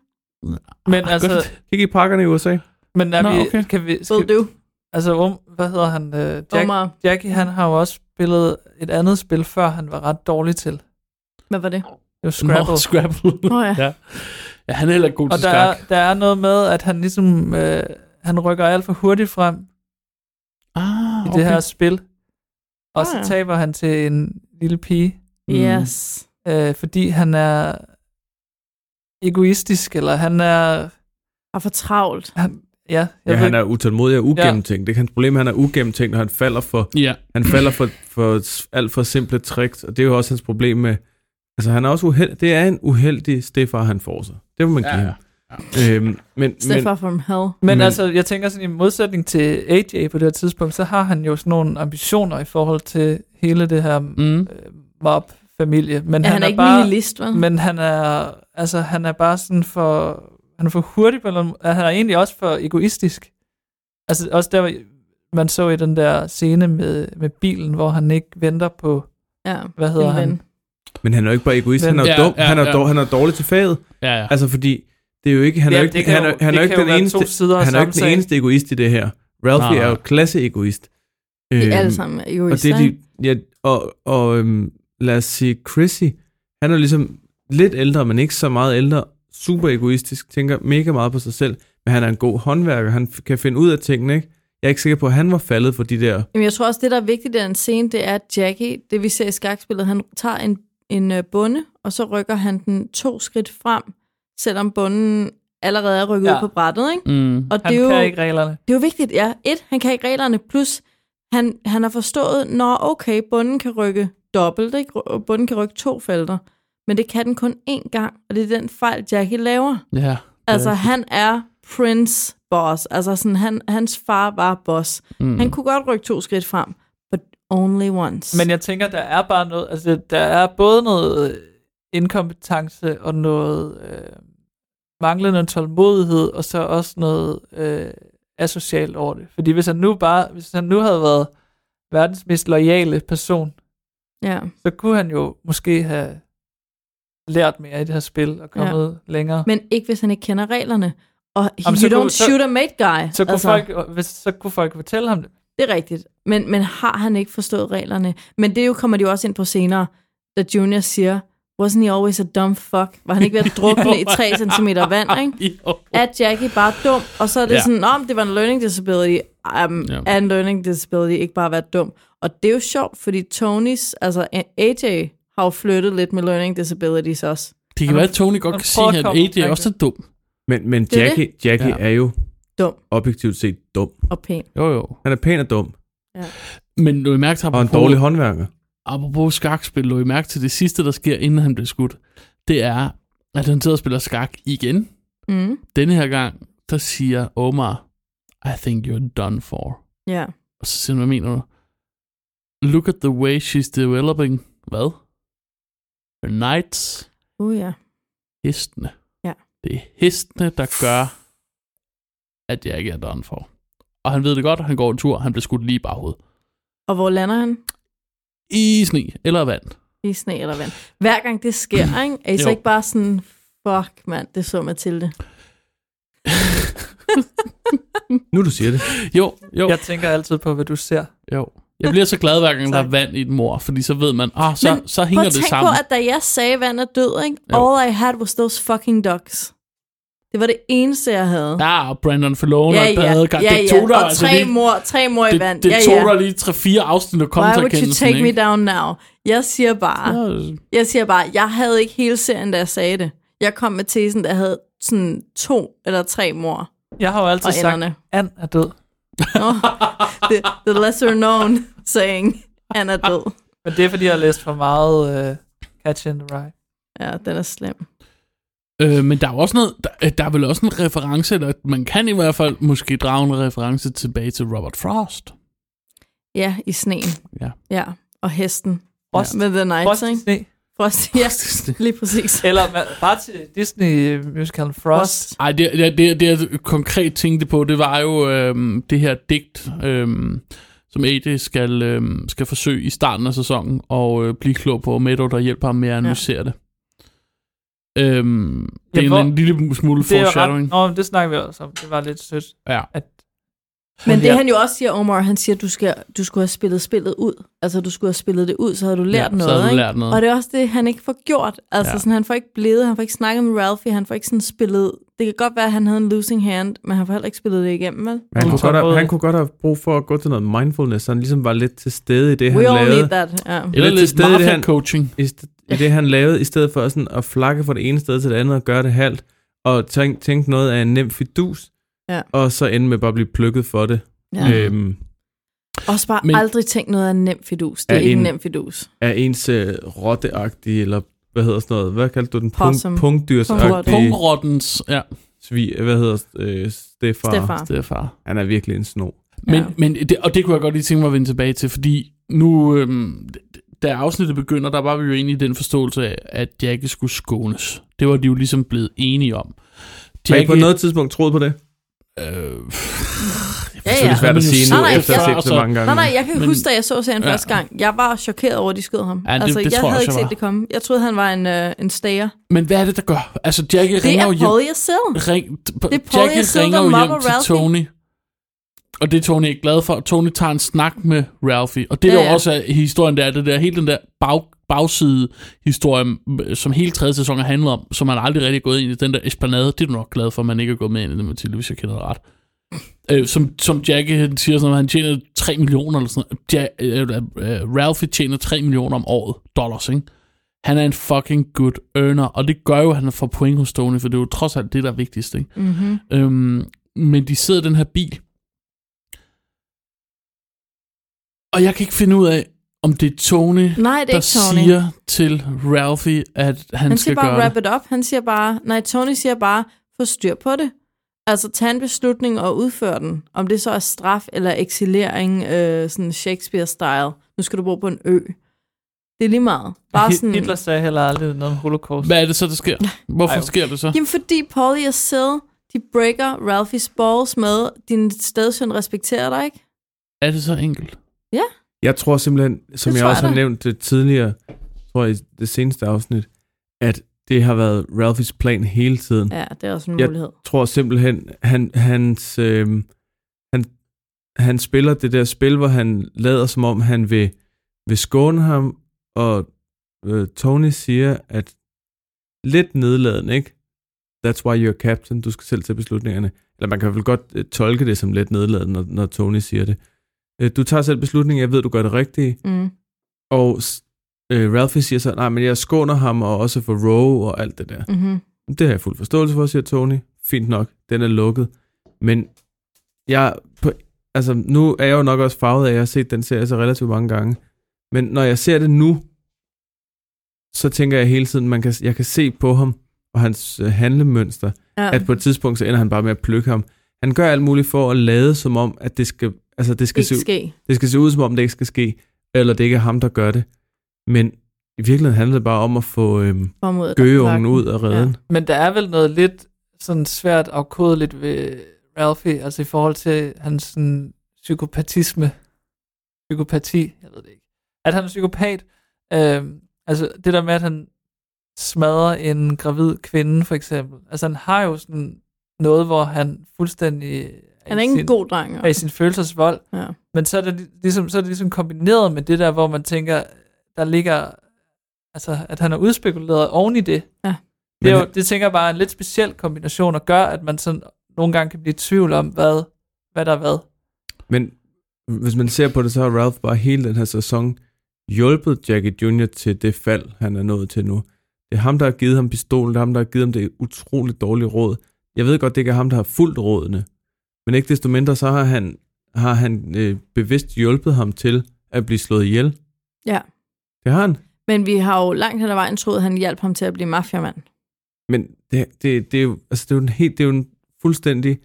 Men altså,
Kig i pakkerne i USA.
men er
Ah, Nå,
vi,
okay.
kan vi,
Ved du?
altså, um, hvad hedder han? Øh, Jack,
Omar.
Jackie, han har jo også spillet et andet spil, før han var ret dårlig til.
Hvad var det?
Det var
Scrabble.
Scrabble.
Nå, Scrabble.
Nå ja.
ja. ja, han er heller ikke god
og
til
der
skak.
er, der er noget med, at han ligesom, øh, han rykker alt for hurtigt frem i
Ah,
det her spil. Og
Ah.
så taber han til en lille pige,
Yes.
øh, fordi han er egoistisk, eller han er,
Og for travlt.
ja, jeg
Ja,
ved
han
ikke,
er utålmodig og ugennemtænkt. Det er hans problem, han er ugennemtænkt, og han falder for,
Ja,
han falder for, for s- alt for simple tricks, og det er jo også hans problem med... Altså, han er også uheld, det er en uheldig stefar, han får sig. Det må man
ja,
give
ja.
ja. øhm, men, men,
Stefan from Hell.
Men,
Men-
men altså, jeg tænker sådan, i modsætning til AJ på det her tidspunkt, så har han jo sådan nogle ambitioner i forhold til hele det her
Mm.
øh, mob-familie. Men
Ja, han er ikke bare...
bare,
nihilist, vel?
men han er, altså, han er bare sådan for, han er for hurtig, på en eller anden- og han er egentlig også for egoistisk. Altså også der, hvor man så i den der scene med, med bilen, hvor han ikke venter på,
Ja.
hvad hedder
en ven.
han?
men han er jo ikke bare egoist, han er jo
Ja,
dum,
ja,
han er,
ja.
dårlig, han er dårlig til faget.
ja, ja.
Altså, fordi det er jo ikke, han er jo
Ja,
ikke,
det kan
han
jo-
er, han er
det
jo ikke
kan
den
jo være
eneste,
to sider af
han er jo
samme
ikke den
sag.
eneste egoist i det her. Ralphie
Nej.
er jo klasse-egoist.
De
Øhm,
er alle sammen
Og
egoister,
det er de, ja, og, og øhm, lad os sige, Chrissy, han er ligesom lidt ældre, men ikke så meget ældre, super egoistisk, tænker mega meget på sig selv, men han er en god håndværker, han f- kan finde ud af tingene, ikke? Jeg er ikke sikker på, at han var faldet for de der...
Jamen, jeg tror også, det, der er vigtigt i den scene, det er, at Jackie, det vi ser i skakspillet, han tager en, en øh, bonde, og så rykker han den to skridt frem, selvom bunden allerede er rykket ja.
Ja.
ud på brættet, ikke?
Mm.
Og
Han
det er,
kan
jo,
ikke reglerne.
det er jo vigtigt, ja. Et, han kan ikke reglerne, plus han, han har forstået, nå okay, bunden kan rykke dobbelt, ikke? Ry- Bunden kan rykke to felter, men det kan den kun én gang, og det er den fejl, Jackie laver.
Ja.
Altså, han er Prince Boss. Altså, sådan, han, hans far var boss. Mm. Han kunne godt rykke to skridt frem, but only once.
Men jeg tænker, der er bare noget, altså der er både noget øh, inkompetence og noget øh, manglende tålmodighed, og så også noget øh, asocialt over det. Fordi hvis han nu bare, hvis han nu havde været verdens mest lojale person,
ja.
så kunne han jo måske have lært mere i det her spil og kommet ja. længere. Men,
Men ikke, hvis han ikke kender reglerne. Og he,
Jamen,
you
så
don't
kunne- så-
shoot a mate guy.
så, kunne altså, folk, hvis, så kunne folk fortælle ham det.
Det er rigtigt. Men, men har han ikke forstået reglerne? Men det jo kommer de jo også ind på senere, da Junior siger, wasn't he always a dumb fuck? Var han ikke ved at drukne i 3 cm vand, ikke?
Jo.
Er Jackie bare dum? Og så er det ja.
Ja.
sådan, om det var en learning disability. Um,
Ja.
ja. En learning disability, ikke bare at være dum. Og det er jo sjovt, fordi Tonys, altså AJ, har jo flyttet lidt med learning disabilities også.
Det kan være, at Tony godt kan se,
prøver at
at
komme
AJ er
omkring
også er dum.
Men, men
er
Jackie, Jackie
Ja.
ja. er jo
Dum
objektivt set dum.
og pæn.
Jo, jo.
Han er pæn og dum,
Men lå I mærke til,
og en dårlig håndværker.
apropos skakspil, lå I mærke til det sidste, der sker, inden han bliver skudt. Det er, at han sidder og spiller skak igen.
Mm.
Denne her gang, der siger Omar, I think you're done for.
Ja.
Og så siger han, hvad mener du? Look at the way she's developing. Hvad? Her knights.
Uh, ja.
Hestene.
Ja.
Det er hestene, der gør, at jeg ikke er done for. Og han ved det godt, han går en tur, han bliver skudt lige i baghovedet.
Og hvor lander han?
I sne eller vand.
I sne eller vand. Hver gang det sker, ikke? er I så
Jo.
ikke bare sådan, fuck mand, det så Mathilde.
Nu du siger det.
Jo, jo,
Jeg tænker altid på, hvad du ser.
jo. Jeg bliver så glad, hver gang der er
Tak.
vand i et mor, fordi så ved man, ah, så,
Men
så
Prøv
hænger
at
det
tænk
sammen.
på, at da jeg sagde, at vand er død, ikke?
Jo.
all I had was those fucking ducks. Det var det eneste, jeg havde.
Ja, og Brandon Falone, ja, ja. der havde gang.
ja,
det
ja.
tog der,
og
altså,
tre
det,
mor, tre mor i vand.
det, det
ja,
tog
ja.
der lige 3-4 afsnit at komme
Why
til
would you
erkendelsen,
take me
ikke?
down now? Jeg siger bare,
Ja,
jeg siger bare, jeg havde ikke hele serien, da jeg sagde det. Jeg kom med tesen, der havde sådan to eller tre mor.
Jeg har jo altid
Og
sagt,
enderne.
and er død.
The, the lesser known saying, han er død.
Men det er, fordi jeg har læst for meget øh, Catch in the Rye.
Ja, den er slem.
Øh, men der er jo også noget, der, øh, der er vel også en reference, eller man kan i hvert fald måske drage en reference tilbage til Robert Frost.
Ja, i sneen.
Ja.
Ja, og hesten.
Frost.
Med The Nights,
Frost
ikke?
Disney.
Frost, ja, lige præcis.
Eller ma- bare til Disney-musicalen Frost.
Ej, det, det, det, det jeg konkret tænkte på, det var jo øhm, det her digt, øhm, som AD skal, øhm, skal forsøge i starten af sæsonen og øh, blive klog på, og Meadow, der hjælper ham med at analysere ja. det. Øhm, det
Ja,
er en,
hvor-
en lille smule
Det er jo
foreshadowing.
Ret, nå, men det snakker vi også om. Det var lidt sødt.
Ja.
At,
Men det
Ja.
han jo også siger, Omar, han siger, du, skal, du skulle have spillet spillet ud. Altså, du skulle have spillet det ud, så havde du lært
Ja, så
noget,
havde du
ikke?
lært noget.
Og det er også det, han ikke får gjort. Altså,
Ja.
ja. sådan, han får ikke blevet, han får ikke snakket med Ralphie, han får ikke sådan spillet... Det kan godt være, at han havde en losing hand, men han får heller ikke spillet det igennem, vel?
Han kunne,
Ultra
godt have,
rød.
han kunne godt have brug for at gå til noget mindfulness, så han ligesom var lidt til stede i det, han
We all
lavede.
need that, ja.
Eller
til
lidt
stede i det, han-
mafia-coaching.
I, st- i det, han lavede, i stedet for sådan at flakke fra det ene sted til det andet og gøre det halvt, og tænke tænk noget af en nem fidus,
Ja.
og så ende med bare at blive plukket for det.
Ja.
Øh,
Øhm,
Også bare
Men-
men, aldrig tænkt noget af en nem fidus.
Er
Det er ikke en
en-
nem fidus.
af ens øh, rotteagtige, eller hvad hedder sådan noget, hvad kaldte du den?
Possum.
Punk,
Punkrotte.
punkdyrsagtige
Pungrottens, ja,
svig, hvad hedder øh, stefar.
Stefar.
det er far.
Han er virkelig en sno.
Men, ja.
Ja.
men det, og det kunne jeg godt lige tænke mig at vende tilbage til, fordi nu, øhm, da afsnittet begynder, der var vi jo egentlig i den forståelse af, at Jackie skulle skånes. Det var de jo ligesom blevet enige om.
Har I på noget tidspunkt troet på det?
Øh,
Ja,
Det er
ja.
lidt svært at sige nu,
Nej, nej,
efter at
jeg-
have set det så mange gange.
Nej, nej, jeg kan
Øhm, Men-
men, huske, da jeg så serien
Ja.
ja. første gang. Jeg var chokeret over, at de skød ham.
Ja, det-
altså,
det
jeg
tror jeg
havde
også,
ikke
jeg var.
set det komme. Jeg troede, han var en, øh, en stager.
men hvad er det, der gør? Altså, Jackie
Det
ringer
er
jo hjem.
Paul Yassel.
Ring, det
er Paul, jeg sidder
ringer
der
jo
mobber
hjem til
Ralphie.
Tony. Og det er Tony ikke glad for. Tony tager en snak med Ralphie. Og det, der
Ja,
ja,
ja.
også er historien, der er det der, hele den der bag, bagside historie, som hele tredje sæson har handlet om, som man aldrig rigtig er gået ind i. Den der esplanade, det er du nok glad for, at man ikke er gået med ind i det, Mathilde, hvis jeg kender det ret. Øh, som, som Jackie han siger, sådan, at han tjener 3 millioner eller sådan noget. Ja, øh, øh, Ralphie tjener 3 millioner om året dollars, ikke? Han er en fucking good earner, og det gør jo, at han får point hos Tony, for det er jo trods alt det, der er vigtigst, ikke?
Mm-hmm.
Øhm, men de sidder i den her bil. Og jeg kan ikke finde ud af, om det er Tony, det
Nej, det er
der
ikke Tony.
siger til Ralphie, at han,
Han
skal
siger
gøre
bare, wrap
det.
it up. Han siger bare, nej, Tony siger bare, få styr på det. Altså, tag en beslutning og udfør den. Om det så er straf eller eksilering, øh, sådan Shakespeare-style. Nu skal du bo på en ø. Det er lige meget. Bare
Hit-
sådan...
Hitler sagde heller aldrig noget om holocaust.
Hvad er det så, der sker? Hvorfor
Ej,
Ej,
jo.
sker det så?
Jamen, fordi Polly og Sid, de breaker Ralphies balls med, din stedsøn respekterer dig, ikke?
Er det så enkelt?
Jeg tror simpelthen, som
Det
jeg
tror
også
jeg
har
da.
nævnt det tidligere, tror jeg i det seneste afsnit, at det har været Ralphies plan hele tiden. Ja.
Ja, det er også en
Ja.
mulighed.
Jeg tror simpelthen, han, hans, øh, han, han spiller det der spil, hvor han lader som om, han vil, vil skåne ham, og øh, Tony siger, at lidt nedladende, ikke? That's why you're captain, du skal selv tage beslutningerne. Eller man kan vel godt øh, tolke det som lidt nedladende, når, når Tony siger det. Øh, du tager selv beslutningen, jeg ved, du gør det rigtige.
Mm.
Og s- øh, Ralphie siger så, nej, men jeg skåner ham, og også for Roe og alt det der.
Mm-hmm.
Det har jeg fuld forståelse for, siger Tony. Fint nok, den er lukket. Men jeg, på, altså, nu er jeg jo nok også farvet af, at jeg har set den serie så relativt mange gange. Men når jeg ser det nu, så tænker jeg hele tiden, man kan, jeg kan se på ham og hans øh, handlemønster,
Ja.
at på et tidspunkt, så ender han bare med at plukke ham. Han gør alt muligt for at lade som om, at det skal, altså, det skal, se,
ikke ske.
det skal se ud, som om det ikke skal ske, eller det ikke er ham, der gør det. Men i virkeligheden handler det bare om at få øhm,
Kom ud af
gøgeungen
dørklokken.
ud af
Ja.
redden.
Men der er vel noget lidt sådan svært afkodeligt ved Ralphie, altså i forhold til hans sådan, psykopatisme. Psykopati, jeg ved det ikke. At han er psykopat. Øhm, altså det der med, at han smadrer en gravid kvinde, for eksempel. Altså han har jo sådan noget, hvor han fuldstændig
Han er ikke en god dreng.
er i sin følelsesvold.
Ja.
Men så er, det li- ligesom, så er det ligesom kombineret med det der, hvor man tænker, der ligger, altså at han er udspekuleret oven i det. Det, er jo,
Men,
det tænker jeg bare er en lidt speciel kombination, og gør, at man sådan nogle gange kan blive i tvivl om, hvad, hvad der er hvad.
men hvis man ser på det, så har Ralph bare hele den her sæson hjulpet Jackie Jr. til det fald, han er nået til nu. Det er ham, der har givet ham pistolen, det er ham, der har givet ham det utroligt dårlige råd. Jeg ved godt, det ikke er ham, der har fulgt rådene, men ikke desto mindre, så har han, har han øh, bevidst hjulpet ham til at blive slået ihjel.
Ja.
Det har han.
Men vi har jo langt hen ad vejen troet, at han hjalp ham til at blive mafiamand.
Men det, det, det, er, jo, altså det, er, jo en helt, det er jo en fuldstændig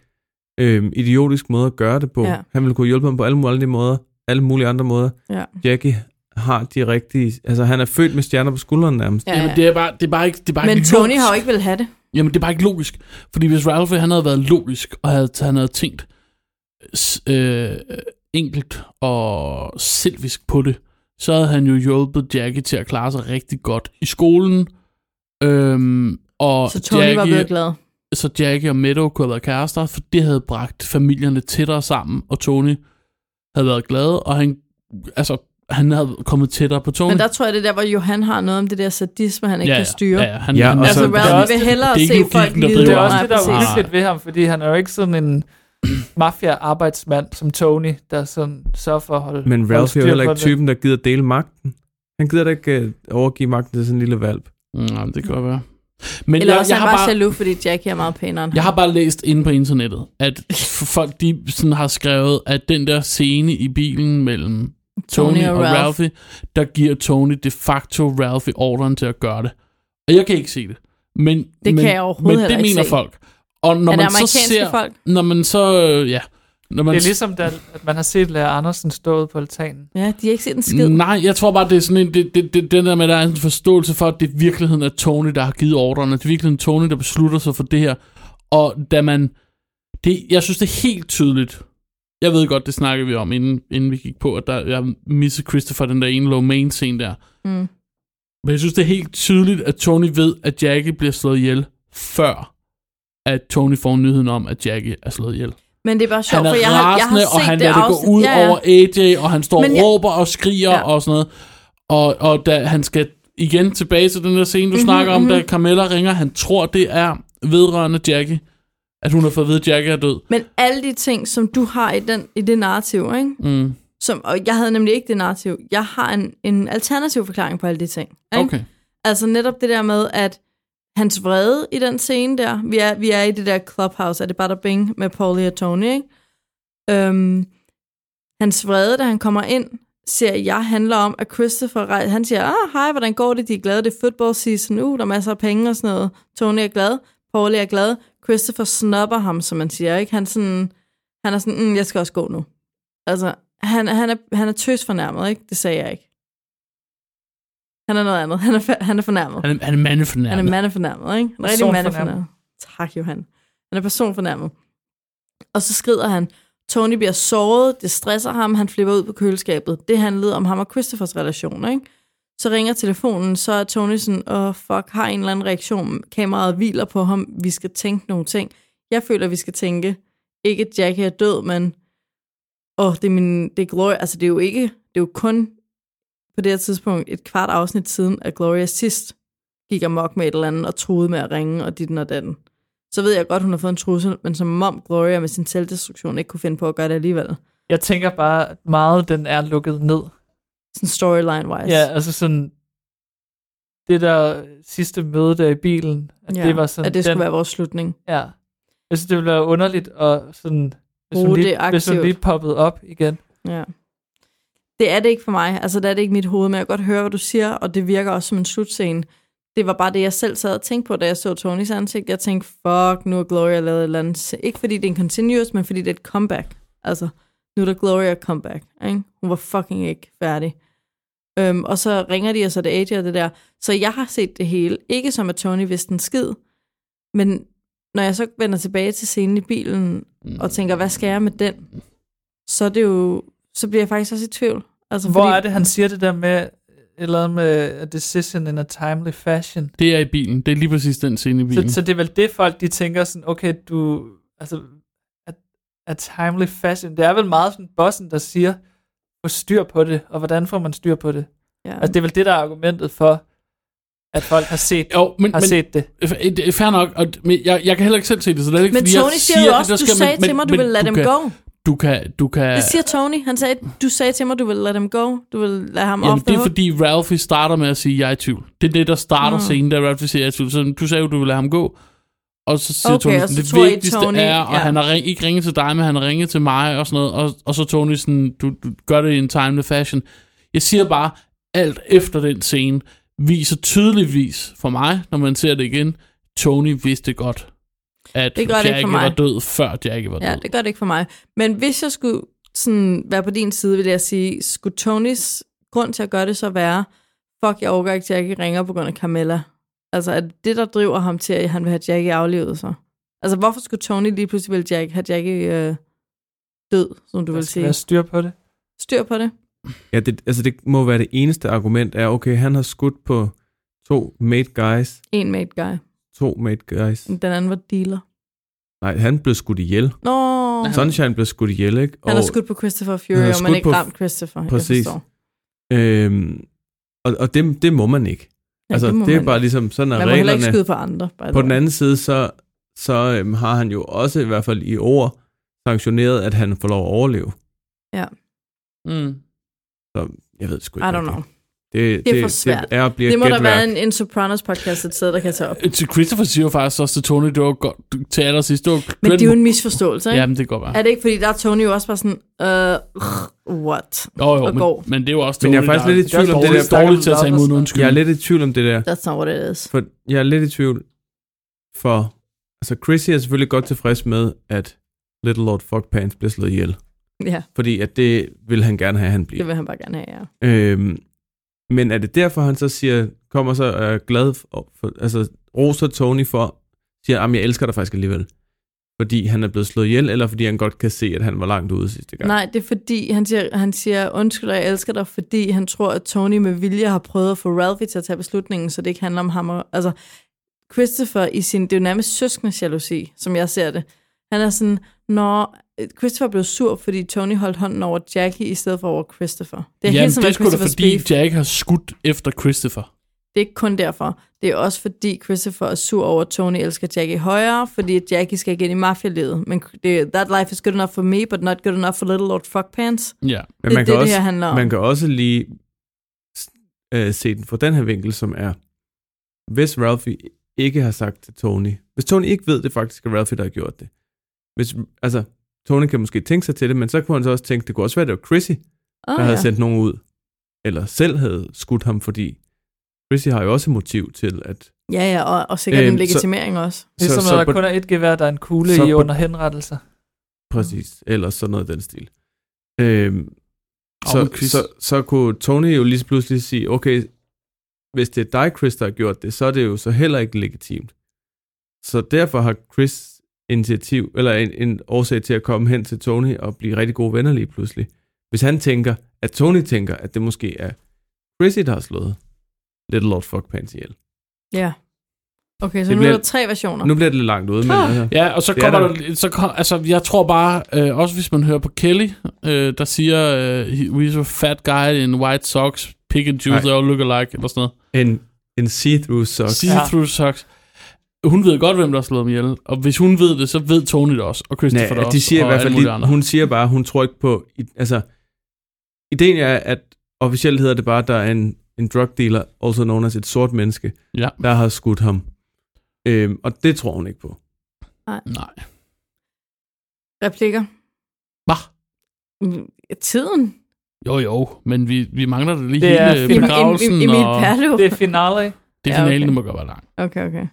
øhm, idiotisk måde at gøre det på.
Ja.
Han ville kunne hjælpe ham på alle mulige, andre måder, alle mulige andre måder.
Ja.
Jackie har de rigtige... Altså, han er født med stjerner på skuldrene nærmest.
Ja, ja.
Jamen, det er bare, det er bare ikke, det er bare
Men
ikke
Tony
logisk.
har jo ikke vil have det.
Jamen, det er bare ikke logisk. Fordi hvis Ralph han havde været logisk, og havde, han havde tænkt s- øh, enkelt og selvisk på det, så havde han jo hjulpet Jackie til at klare sig rigtig godt i skolen. Øhm, og
Så Tony
Jackie,
var blevet glad.
så Jackie og Meadow kunne have været kærester, for det havde bragt familierne tættere sammen, og Tony havde været glad, og han, altså, han havde kommet tættere på Tony.
Men der tror jeg, det er der, hvor Johan har noget om det der sadisme, han ikke
Ja,
kan styre.
ja, ja, han-
Ja, han- og
altså,
så-
Ralph
det er også-
vil hellere
det er ikke
se
logikken, der
folk
driver
lide.
Det er
Nej,
også
Nej,
det, der er
præcis.
uhyggeligt ved ham, fordi han er jo ikke sådan en mafia-arbejdsmand som Tony, der sådan sørger for at holde
Men
holde
Ralph er
styr
jo heller
på
ikke
det.
typen, der gider dele magten. Han gider da ikke øh, overgive magten til sådan en lille valp.
Mm, Nej, det kan godt være. Men
Eller
jeg,
også
jeg
er
har
han bare
bare,
jaloux, fordi Jackie er meget pænere end
Jeg har bare læst inde på internettet, at f- folk de sådan har skrevet, at den der scene i bilen mellem Tony, Tony og, og Ralphie, der giver Tony de facto Ralphie ordren til at gøre det. Og jeg kan ikke se det. Men,
Det
men,
kan jeg overhovedet
Men det
heller ikke
mener
se.
folk. Og når
Er det
man så
amerikanske
ser,
folk?
Når man så, øh, ja. Når man
Det er ligesom, da, at man har set Lærer Andersen stå ude på altanen.
Ja, de har ikke set en skid.
Nej, jeg tror bare, det er sådan en, det, det, det, den der med, at der er en forståelse for, at det i virkeligheden er Tony, der har givet ordrene. Det er i virkeligheden Tony, der beslutter sig for det her. Og da man... Det, jeg synes, det er helt tydeligt. Jeg ved godt, det snakkede vi om, inden, inden vi gik på, at der, jeg missede Christopher, den der ene low main scene der.
Mm.
Men jeg synes, det er helt tydeligt, at Tony ved, at Jackie bliver slået ihjel, før at Tony får nyheden om, at Jackie er slået ihjel.
Men det er bare sjovt,
Han er
for jeg har, jeg har
rasende,
set
og han
det
lader det
afsnit.
gå ud
ja, ja.
over AJ, og han står
Men
og
jeg-
råber og skriger
Ja.
ja. og sådan noget. Og, og da han skal igen tilbage til den der scene, du
Mhm,
mm-hmm, snakker om, da Carmella ringer, han tror, det er vedrørende Jackie, at hun har fået at vide, at Jackie er død.
Men alle de ting, som du har i, den, i det narrativ, ikke?
Mm.
Som, og jeg havde nemlig ikke det narrativ. Jeg har en, en alternativ forklaring på alle de ting. Ikke?
Okay.
Altså netop det der med, at hans vrede i den scene der, vi er, vi er i det der clubhouse, er det bare bing med Paulie og Tony, ikke? Øhm, hans vrede, da han kommer ind, ser jeg, handler om, at Christopher, rej- han siger, ah, hej, hvordan går det, de er glade, det er football season, uh, der er masser af penge og sådan noget. Tony er glad, Paulie er glad, Christopher snopper ham, som man siger, ikke? Han, sådan, han er sådan, mm, jeg skal også gå nu. Altså, han, han, er, han er tøs fornærmet, ikke? Det sagde jeg ikke. Han er noget andet. Han er, fa- han er fornærmet.
Han er, han er mandefornærmet.
Han er mandefornærmet, ikke? Han er rigtig
Personfornærmet.
mandefornærmet. Tak, Johan. Han er personfornærmet. Og så skrider han. Tony bliver såret, det stresser ham, han flipper ud på køleskabet. Det handlede om ham og Christophers relation, ikke? Så ringer telefonen, så er Tony sådan, åh fuck, har en eller anden reaktion. Kameraet hviler på ham, vi skal tænke nogle ting. Jeg føler, vi skal tænke, ikke at Jackie er død, men åh, det er, min, det er Gloria. Altså, det er jo ikke, det er jo kun på det her tidspunkt et kvart afsnit siden, at Gloria sidst gik amok med et eller andet og troede med at ringe og dit og datten. Så ved jeg godt, hun har fået en trussel, men som om Gloria med sin selvdestruktion ikke kunne finde på at gøre det alligevel.
Jeg tænker bare, at meget den er lukket ned.
Sådan storyline-wise.
Ja, altså sådan... Det der sidste møde der i bilen, at det var sådan...
at det skulle
den,
være vores slutning.
Ja. Jeg synes, det ville være underligt at sådan... Hvis hun,
Bruge
lige,
det
hvis hun
aktivt.
lige poppede op igen.
Ja. Det er det ikke for mig. Altså, det er det ikke i mit hoved, men jeg kan godt høre, hvad du siger, og det virker også som en slutscene. Det var bare det, jeg selv sad og tænkte på, da jeg så Tonys ansigt. Jeg tænkte, fuck, nu har Gloria lavet et eller andet. Ikke fordi det er en continuous, men fordi det er et comeback. Altså, nu er der Gloria comeback. Ikke? Hun var fucking ikke færdig. Øhm, og så ringer de, og så er det AJ og det der. Så jeg har set det hele. Ikke som, at Tony vidste en skid, men når jeg så vender tilbage til scenen i bilen, og tænker, hvad skal jeg med den? Så er det jo, så bliver jeg faktisk også i tvivl. Altså,
Hvor
fordi-
er det, han siger det der med... et Eller andet med a decision in a timely fashion.
Det er i bilen. Det er lige præcis den scene i bilen.
Så, så det er vel det, folk de tænker sådan, okay, du, altså, at, at timely fashion, det er vel meget sådan bossen, der siger, få styr på det, og hvordan får man styr på det?
Ja.
Altså, det er vel det, der er argumentet for, at folk har set,
jo, men,
har
men,
set det.
Øh, det er Fair nok, og, men jeg, jeg kan heller ikke selv se det, så det er ikke,
Men
fordi
Tony
jeg
siger jo
det,
også,
der
du
skal,
sagde
men,
til mig,
men,
du
men
ville lade
du
dem
kan,
gå.
Du kan, du kan,
Det siger Tony. Han sagde, du sagde til mig, du ville lade dem gå. Du ville lade ham
Jamen,
off the
det er
hook.
fordi Ralphie starter med at sige, jeg er i tvivl. Det er det, der starter
Nå.
mm. scenen, da Ralphie siger, jeg er i tvivl. Så du sagde jo, du ville lade ham gå. Og så siger
Okay,
okay,
og
Tony,
så
sådan,
tror I,
det vigtigste
Tony-
Tony, er, og
ja.
ja. han har ring, ikke ringet til dig, men han har ringet til mig og sådan noget. Og, og så Tony sådan, du, du gør det i en timely fashion. Jeg siger bare, alt efter den scene viser tydeligvis for mig, når man ser det igen, Tony vidste godt, at
Det gør det ikke for
Jackie
mig.
var død, før Jackie var
Ja,
død.
det gør det ikke for mig. Men hvis jeg skulle sådan være på din side, ville jeg sige, skulle Tonys grund til at gøre det så værre, fuck, jeg overgår ikke, at Jackie ringer på grund af Carmella. Altså, er det det, der driver ham til, at han vil have Jackie aflevet så? Altså, hvorfor skulle Tony lige pludselig ville Jack, have Jackie øh, død, som du vil
skal være
sige?
styr på det.
Styr på det.
Ja, det, altså det må være det eneste argument, er, okay, han har skudt på to mate guys,
En mate guy.
to mate guys.
Den anden var dealer.
Nej, han blev skudt ihjel.
Nå, han,
Sunshine blev skudt ihjel, ikke?
han har skudt på Christopher Fury,
Han har
og man
skudt
ikke
på-
ramt Christopher.
Præcis.
Jeg forstår.
Øhm, og og det, det må man ikke.
Ja,
altså,
det må
det, det er
man
bare
ikke.
ligesom, sådan er
Man må heller ikke
reglerne.
skyde på andre. by the
På den
way.
anden side, så, så øhm, har han jo også, i hvert fald i ord, sanktioneret, at han får lov at overleve.
Ja.
Mm.
Jeg ved sgu
I
ikke.
don't
rigtig.
know.
Det,
Det er for svært.
Det er at blive
Det må der være
en...
en, en Sopranos podcast et sted, der kan tage op.
Til Christopher siger jo faktisk også til Tony, det var godt, du- til allersidst, det var
Men det er jo en misforståelse, ikke?
Jamen, det går bare.
Er det ikke, fordi der er Tony jo også bare sådan, uh, what?
Jo, jo,
og
men,
går.
men det er jo også
Men jeg er
Tony,
faktisk
der
lidt i tvivl om det
dårligt-
der-
dårligt til at tage imod en undskyld.
Jeg er lidt i tvivl om det der.
That's not what it is.
For jeg er lidt i tvivl, for altså Chrissy er selvfølgelig godt tilfreds med, at Little Lord Fuckpants bliver slået ihjel.
Ja,
Fordi at det vil han gerne have, at han bliver.
det vil han bare gerne have, ja.
Øhm, men er det derfor, han så siger, kommer så og er glad, for, for, altså roser Tony for, siger, at jeg elsker dig faktisk alligevel. Fordi han er blevet slået ihjel, eller fordi han godt kan se, at han var langt ude sidste gang.
Nej, det er fordi, han siger, han siger undskyld, og jeg elsker dig, fordi han tror, at Tony med vilje har prøvet at få Ralphie til at tage beslutningen, så det ikke handler om ham. Og, altså, Christopher i sin, det er jo nærmest søskendes jalousi, som jeg ser det. Han er sådan, når Christopher blev sur, fordi Tony holdt hånden over Jackie i stedet for over Christopher. Det er
Jamen,
helt som
det er sgu da
Christophers
fordi,
beef.
jeg ikke har skudt efter Christopher.
Det er ikke kun derfor. Det er også fordi Christopher er sur over, at Tony elsker Jackie højere, fordi Jackie skal igen i mafialivet. Men det, that life is good enough for me, but not good enough for little old fuckpants.
Ja.
Men
Det er
man kan,
det, det
også,
her handler om.
man kan også lige s- øh, se den fra den her vinkel, som er, hvis Ralphie ikke har sagt til Tony, hvis Tony ikke ved, det faktisk er Ralphie, der har gjort det. Hvis, altså, Tony kan måske tænke sig til det, men så kunne han så også tænke, det kunne også være, det var Chrissy,
Oh,
der havde sendt nogen ud, eller selv havde skudt ham, fordi Chrissy har jo også motiv til, at
Ja, ja, og, og sikkert
Øhm,
en
så-
legitimering også.
Ligesom
så-
når
så
der
på-
kun er et gevær, der er en kugle
så
i
på-
under henrettelser.
præcis, eller sådan noget af den stil. Øhm,
Og med
så,
Chris.
så, så kunne Tony jo lige pludselig sige, okay, hvis det er dig, Chris, der har gjort det, så er det jo så heller ikke legitimt. Så derfor har Chris initiativ, eller en, en årsag til at komme hen til Tony og blive rigtig gode venner lige pludselig. Hvis han tænker, at Tony tænker, at det måske er Chrissy, der har slået Little Lord Fuckpants ihjel.
Ja. Okay, så
Det
nu
bliver-
er der tre versioner.
Nu bliver det lidt langt ude, men
Ah.
altså,
Ja, og så
Det er
kommer
der.
der, så kom, altså jeg tror bare, øh, også hvis man hører på Kelly, øh, der siger, øh, "He- we's a fat guy in white socks, pick and choose,
Nej.
they all look alike, eller sådan noget.
en, en see-through sock.
See-through socks. Hun ved godt, hvem der har slået dem ihjel, og hvis hun ved det, så ved Tony det også, og
Nej,
Christopher det også,
de siger i
og
hvert fald,
alle mulige
lige,
andre.
hun siger bare, hun tror ikke på, i- altså, ideen er, at officielt hedder det bare, at der er en, en drug dealer, also known as et sort menneske,
Ja.
der har skudt ham. Øhm, og det tror hun ikke på.
Nej.
Replikker.
Hvad?
Mm, Tiden.
Jo, jo, men vi, vi mangler da lige
Det er
hele
fint.
begravelsen,
Emil, Emil
og
Perlev.
Øh, Det er finale.
det er
Ja, okay.
finalen, ja, okay. må godt være lang.
Okay, okay.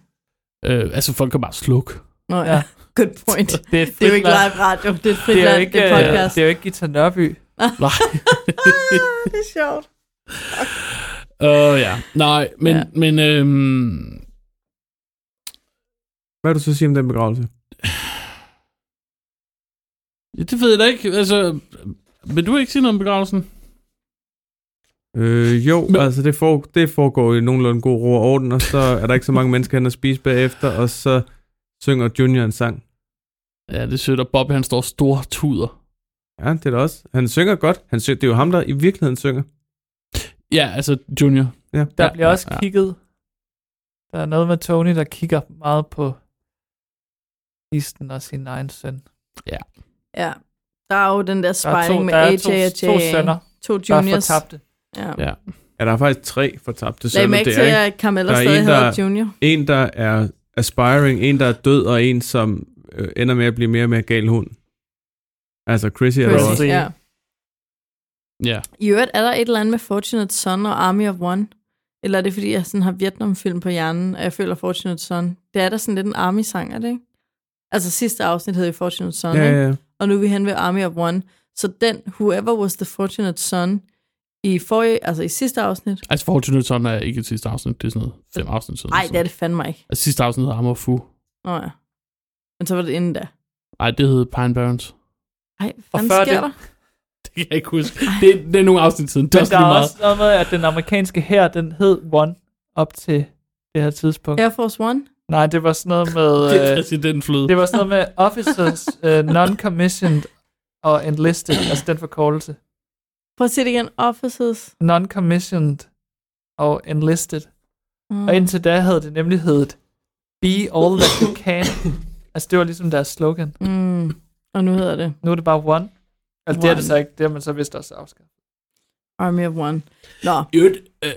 Øh, altså, folk kan bare slukke.
Nå ja.
Ja.
Good point.
Det er, et
Det er jo
frit
ikke
land.
live radio, det er et frit
Det er jo
land,
ikke,
det er
øh,
podcast.
det er jo ikke Gita Nørby.
Nej.
ah, det er sjovt.
Åh, uh, ja. Nej, men,
Ja.
ja. men øhm,
Hvad vil du så sige om den begravelse?
Ja, det ved jeg da ikke. Altså, vil du ikke sige noget om begravelsen?
Øh, jo,
Men-
Men... altså det, for, det foregår i nogenlunde god ro og orden, og så er der ikke så mange mennesker, han har spist bagefter, og så synger Junior en sang.
Ja, det er sødt, og Bobby han står store tuder.
Ja, det er det også. Han synger godt. Han synger, det er jo ham, der i virkeligheden synger.
Ja, altså Junior.
Ja.
Der
Ja,
ja, bliver
ja,
også
ja.
ja. kigget. Der er noget med Tony, der kigger meget på kisten og sin egen søn.
Ja. Der er jo den der
Der er
spejling
to,
med
der er
AJ
to,
og J.
to sønner,
To
der er
juniors.
fortabte.
Ja.
Ja.
Ja, der er faktisk tre fortabte
Lag
sønner.
mærke
Det
til,
er ikke
at Carmella
Der er
stadig
en,
hedder
der-
Junior.
En, der er aspiring, en, der er død, og en, som øh, ender med at blive mere og mere gal hund. Altså Chrissy er der
Chrissy.
også.
også-
Ja.
Ja.
I øvrigt er der et eller andet med Fortunate Son og Army of One. Eller er det, fordi jeg sådan har Vietnamfilm på hjernen, og jeg føler Fortunate Son? Det er der sådan lidt en Army-sang, er det ikke? Altså sidste afsnit hed jo Fortunate Son,
Ja,
ikke?
ja, ja.
og nu er vi hen ved Army of One. Så den, whoever was the Fortunate Son I forrige, altså i sidste afsnit.
Altså, forhold til Newton er ikke et sidste afsnit. Det er sådan noget fem afsnit siden.
Nej,
så-
det er det fandme ikke.
Altså, sidste afsnit hedder Amor Fu.
Nå ja. Men så var det inden da.
Nej, det hedder Pine Barrens.
Ej, hvad fanden
før
sker
det-
der?
Det kan jeg ikke huske. Det, det er nogle afsnit siden. Det er
Men
også
der
lige
er
meget.
også noget med, at den amerikanske her, den hed One op til det her tidspunkt.
Air Force One?
Nej, det var sådan noget med...
Det er
øh,
præsidentfløde.
det var sådan noget med officers, øh, non-commissioned og enlisted, altså den forkortelse.
Prøv at se det igen. Offices.
Non-commissioned og enlisted.
Mm.
Og indtil da havde det nemlig heddet Be all that you can. altså det var ligesom deres slogan.
Mm. Og nu hedder det
Nu er det bare one. Altså det er det
One.
så ikke. Det har man så vist også afskaffet.
Army of One. Nå,
I øvrigt, øh,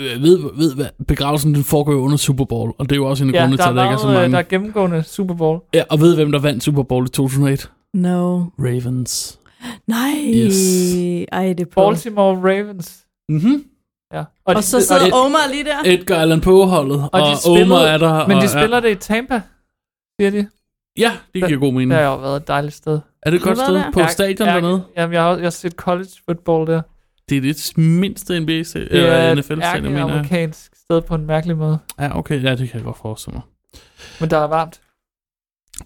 øh, ved, ved hvad, begravelsen den foregår jo under Super Bowl, og det er jo også en af
Ja,
grundene
der
til,
er,
at der ikke er så
meget, øh,
mange.
der er gennemgående Super Bowl.
Ja, og ved hvem der vandt Super Bowl i 2008?
no.
Ravens.
Nej.
Yes.
Ej, det er på.
Baltimore Ravens.
Mhm.
Ja.
Og så
og,
sidder
et-
Omar lige der.
Øh.
Edgar Allan Poe-holdet, og,
og
og
de spillede,
Omar er der.
men
og, Mm.
de spiller det i Tampa, siger de.
Ja, ja det giver god mening.
Det har jo været et dejligt sted.
Er det et godt
Har
sted
du været
på
Jeg-
stadion
jeg-
dernede?
Jamen, jeg har, jeg har set college football der.
Det er det mindste nba
er
eller
et
NFL-stadion,
ærgerligt
mener jeg.
amerikansk sted på en mærkelig måde.
Ja, okay, ja, det kan jeg godt forestille mig.
Men der er varmt.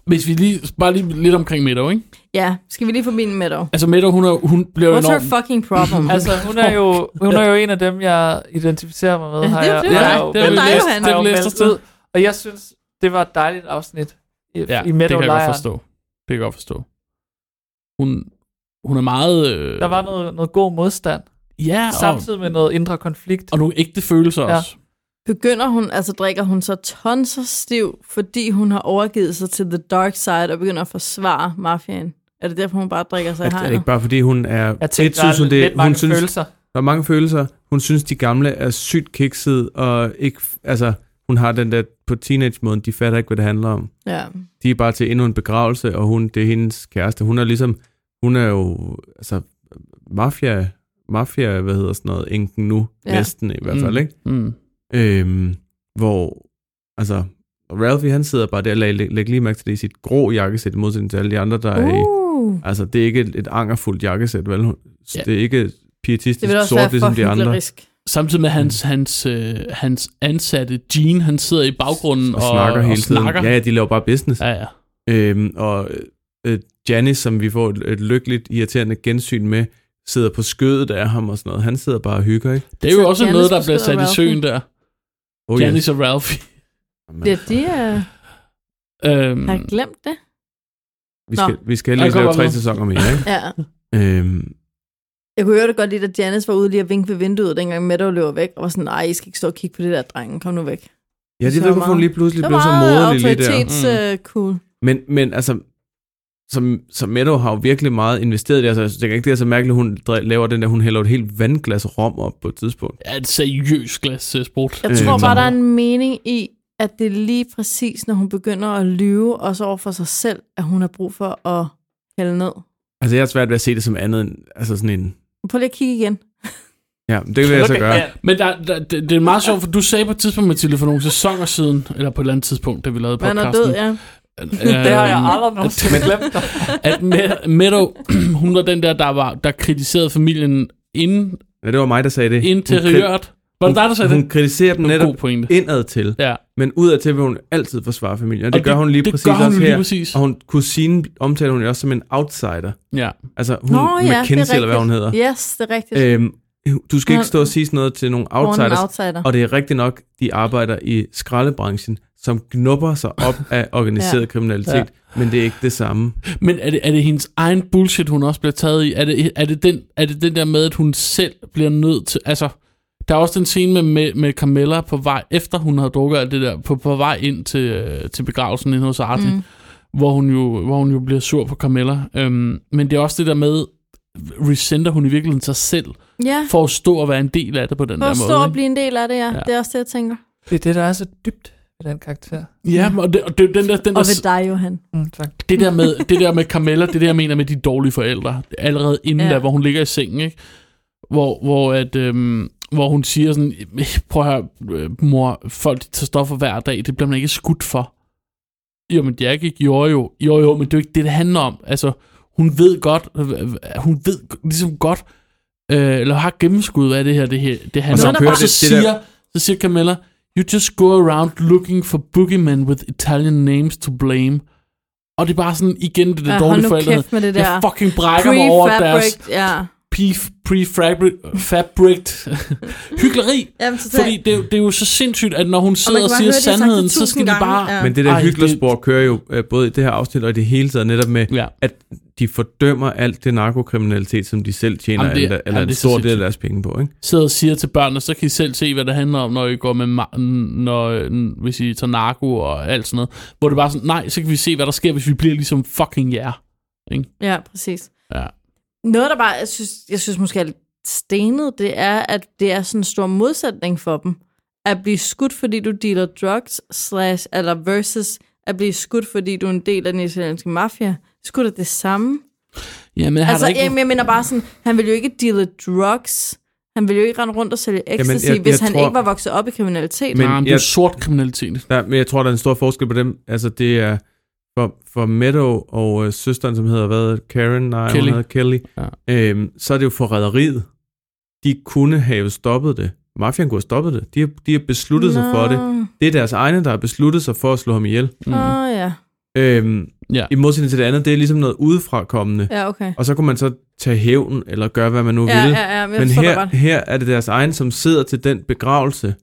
Hvis vi lige, bare lige lidt omkring Meadow, ikke?
Ja, skal vi lige forbi den med dog?
Altså Meadow, hun, er, hun bliver jo
What's her
enormt...
fucking problem?
Altså, hun er, jo, hun er jo en af dem, jeg identificerer mig med. Har
Det er
jeg,
jo dig.
har jeg jo
Det er jo
meldt-
dig, Johan.
har jeg jo
Det er jo
meldt
dig,
ud. Og jeg synes, det var et dejligt afsnit i, i
Ja, det kan jeg godt
Meadow-lejren.
forstå. Det kan jeg godt forstå. Hun, hun er meget... Øh,
Der var noget, noget god modstand,
ja, og,
samtidig med noget indre konflikt.
og nogle ægte følelser ja.
Ja.
også.
Begynder hun, altså drikker hun så tons og stiv, fordi hun har overgivet sig til the dark side og begynder at forsvare mafiaen? Er det derfor, hun bare drikker sig i
Er, er det
hegnet?
ikke bare fordi, hun er...
Jeg tænkte,
et,
der er
hun,
lidt mange
hun synes,
følelser.
Der er mange følelser. Hun synes, de gamle er sygt kiksede, og ikke, altså, hun har den der på teenage-måden, de fatter ikke, hvad det handler om.
Ja.
De er bare til endnu en begravelse, og hun, det er hendes kæreste. Hun er ligesom, hun er jo, altså, mafia, mafia, hvad hedder sådan noget, enken nu,
Ja.
ja. næsten i hvert fald,
Mm.
ikke?
Mm.
Øhm, hvor, altså, Ralphie, han sidder bare der, læg, læg, læg lige mærke til det i sit grå jakkesæt, i modsætning til alle de andre, der er i.
Uh.
Altså, det er ikke et, et angerfuldt jakkesæt, vel? Hun-
Ja.
Det er ikke
Det
pietistisk
vil også
sort,
være
ligesom
for
de andre.
hyklerisk.
Samtidig med hans,
Mm.
hans, øh, hans ansatte, Gene, han sidder i baggrunden og,
og, snakker hele
og
tiden.
snakker.
Ja, ja, de laver bare business. Ja.
ja, ja.
Øhm, og øh, Janice, som vi får et, et lykkeligt, irriterende gensyn med, sidder på skødet af ham og sådan noget. Han sidder bare og hygger, ikke?
Det er jo
Så
også
Janice
noget, der
beskyder
bliver sat i
Ralphie.
søen der.
Oh,
Janice og Ralphie.
Ja, de er...
Øhm,
Har jeg
Mm.
glemt det?
Vi skal, vi skal
Jeg
heldigvis
kommer
lave tre
med.
sæsoner mere, ikke?
Ja.
øhm,
Jeg kunne høre det godt lidt, at Janice var ude lige at vinke ved vinduet, dengang Meadow løber væk, og var sådan, nej, I skal ikke stå og kigge på det der, drengen, kom nu væk.
ja, det ved
Så
ikke,
meget-
hvorfor hun lige pludselig
Det
blev så
var meget
moderlig lige der. Mm.
autoritets, øh, cool.
Men, men altså, som, som Meadow har jo virkelig meget investeret i det. Altså, jeg tænker ikke, det er så mærkeligt, at hun dre- laver den der, hun hælder et helt vandglas rom op på et tidspunkt.
er et seriøst glas øh, sprut.
Jeg
Øh,
tror bare,
meget.
der er en mening i, at det er lige præcis, når hun begynder at lyve, også over for sig selv, at hun har brug for at hælde ned.
Altså, jeg har svært ved at se det som andet end, altså sådan en...
Prøv lige at kigge igen.
Ja, det vil jeg så gøre.
Men der, der, det, det er meget sjovt, for du sagde på et tidspunkt, Mathilde, for nogle sæsoner siden, eller på et eller andet tidspunkt, da vi lavede
Man
podcasten.
er død, ja.
øh,
Det har jeg aldrig nogensinde glemt.
At Me- Meadow, hun var den der, der, var, der kritiserede familien inden,
Ja, det var mig, der sagde det. Hun,
interiørt. Var det dig, der sagde
kri- hun
det?
kritiserer dem
Det var en
netop
god pointe.
indad til,
Ja.
men udad til vil hun altid forsvare familien. Og det,
Og
gør hun lige
det
præcis
gør hun
også
lige
her.
præcis.
Og hun, kusinen omtaler hun jo også som en outsider.
Ja.
Altså hun, McKinsey, eller hvad hun hedder.
Yes, det er rigtigt. Øh,
Øhm, du skal
Hun-
ikke stå og sige sådan noget til nogle
outsider.
outsiders.
outsider.
Og det er rigtigt nok, de arbejder i skraldebranchen, som knupper sig op af organiseret
Ja.
ja. kriminalitet. Ja. Men det er ikke det samme.
Men er det, er det hendes egen bullshit, hun også bliver taget i? Er det, er, det den, er det den der med, at hun selv bliver nødt til... Altså, der er også den scene med, med, med Carmella på vej, efter hun har drukket alt det der, på, på vej ind til, øh, til begravelsen inde hos Artie, mm. hvor, hun jo, hvor hun jo bliver sur på Carmella. Øhm, men det er også det der med, resenter hun i virkeligheden sig selv,
ja,
for at stå og være en del af det på den
for
der
at
måde.
stå og
ikke?
blive en del af det, ja.
Ja.
ja. Det er også det, jeg tænker.
Det er det, der er så dybt ved den karakter.
Ja, men og det, og det, er jo den der, den
Og
der
ved dig, Johan.
Mm, tak.
det der med, det der med Carmella, det der jeg mener med de dårlige forældre, allerede inden ja.
Ja.
der, hvor hun ligger i sengen, ikke? Hvor, hvor, at, øhm, hvor hun siger sådan, prøv at høre, øh, mor, folk de tager stoffer hver dag, det bliver man ikke skudt for. Jo, men Jack ikke gjorde jo, jo, jo, men det er jo ikke det, det handler om. Altså, hun ved godt, øh, øh, hun ved ligesom godt, øh, eller har gennemskud, hvad det her, det her, det handler
så
om.
kører
Og så,
det- det der-
siger, så siger Camilla, you just go around looking for boogeymen with Italian names to blame. Og det er bare sådan, igen, det der
Ja,
dårlige
hold nu
forældre.
kæft med det der.
Jeg fucking brækker mig over deres
Prefabric- Ja.
pif- prefabriced hyggeleri.
Jamen, totalt.
Fordi det, er jo- det er jo så sindssygt, at når hun sidder
man
og,
kan bare
siger
høre det sagt
sandheden, så
1000
skal de
gange,
bare...
ja.
Men det der
Ej,
hyggeligspor kører jo øh, både i det her afsnit og i det hele taget netop med,
ja.
at de fordømmer alt det narkokriminalitet, som de selv tjener
Jamen,
Jamen
det-
eller, eller
jamen,
en
det er så
stor del af
sindssygt.
deres penge på. Ikke?
sidder og siger til børnene, så kan I selv se, hvad det handler om, når I går med, ma- når, n- hvis I tager narko og alt sådan noget. Hvor det bare er sådan, nej, så kan vi se, hvad der sker, hvis vi bliver ligesom fucking jer. Ikke?
Ja, præcis.
Ja.
Noget, der bare, jeg synes, jeg synes måske er lidt stenet, det er, at det er sådan en stor modsætning for dem. At blive skudt, fordi du dealer drugs, slash, eller versus at blive skudt, fordi du er en del af den italienske mafia. Skudt er det samme.
Jamen, har
altså,
der ikke...
jeg, jeg mener bare sådan, han ville jo ikke deale drugs. Han ville jo ikke rende rundt og sælge ecstasy,
jeg-
Jamen,
jeg
jeg, hvis han
tror-
tror... ikke var vokset op i
Men-
kriminalitet.
Men, nej, men det er
jeg-
jo sort kriminalitet.
Der, men jeg tror, der er en stor forskel på dem. Altså det er for, for Meadow og øh, søsteren, som hedder hvad? Karen? Nej, Kelly.
Kelly.
Hun hedder Kelly.
Ja.
Øhm, så er det jo forræderiet. De kunne have stoppet det. Mafiaen kunne have stoppet det. De har, de har besluttet Nå. sig for det. Det er deres egne, der har besluttet sig for at slå ham ihjel.
Mm.
Åh, oh, ja.
Øhm,
Ja.
I modsætning til det andet, det er ligesom noget udefrakommende.
Ja, okay.
Og så kunne man så tage hævn, eller gøre, hvad man nu
Ja,
ville.
ja, ja, men jeg
men
forstår dig
her,
godt.
her er det deres egen, som sidder til den begravelse,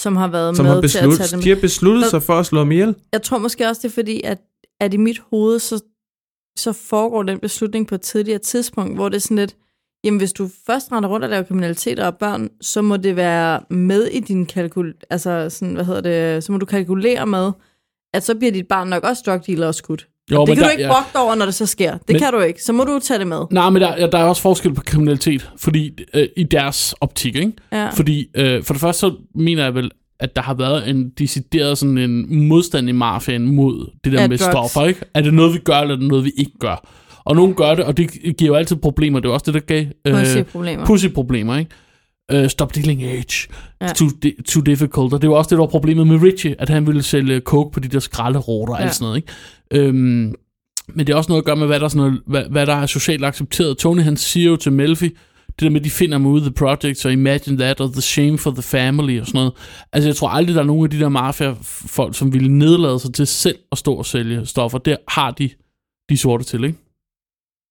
Som har været
som
med
har
til at
besluttet,
tage dem.
de har besluttet
Hvad-
sig for at slå ham ihjel.
jeg tror måske også, det er fordi, at, at i mit hoved, så, så foregår den beslutning på et tidligere tidspunkt, hvor det er sådan lidt, jamen hvis du først render rundt og laver kriminalitet og er børn, så må det være med i din kalkul... Altså sådan, hvad hedder det, så må du kalkulere med, at så bliver dit barn nok også drug dealer og skudt.
Jo,
Jo, det
men
kan
der-
du ikke
ja.
brokke dig over, når det så sker. Det
Men-
men, kan du ikke. Så må du tage det med.
Nej, men der, ja, der er også forskel på kriminalitet, fordi øh, i deres optik, ikke?
Ja.
Fordi øh, for det første, så mener jeg vel, at der har været en decideret sådan en modstand i mafiaen mod det der
Ja,
med
drugs.
stoffer, ikke? Er det noget, vi gør, eller er det noget, vi ikke gør? Og nogen gør det, og det giver jo altid problemer. Det er også det, der gav øh,
Pussyproblemer.
pussyproblemer, ikke? Øh, stop dealing age.
Ja.
Ja. Too, di- too difficult. Og det var også det, der var problemet med Richie, at han ville sælge coke på de der skralderuter og ja.
Ja.
alt sådan noget, ikke? Øhm, men det er også noget at gøre med, hvad der, er sådan noget, hvad, hvad der er socialt accepteret. Tony, han siger jo til Melfi, det der med, at de finder mig ude i The Project, og Imagine That, og The Shame for the Family, og sådan noget. Altså, jeg tror aldrig, der er nogen af de der mafia-folk, som ville nedlade sig til selv at stå og sælge stoffer. Det har de, de sorte til, ikke?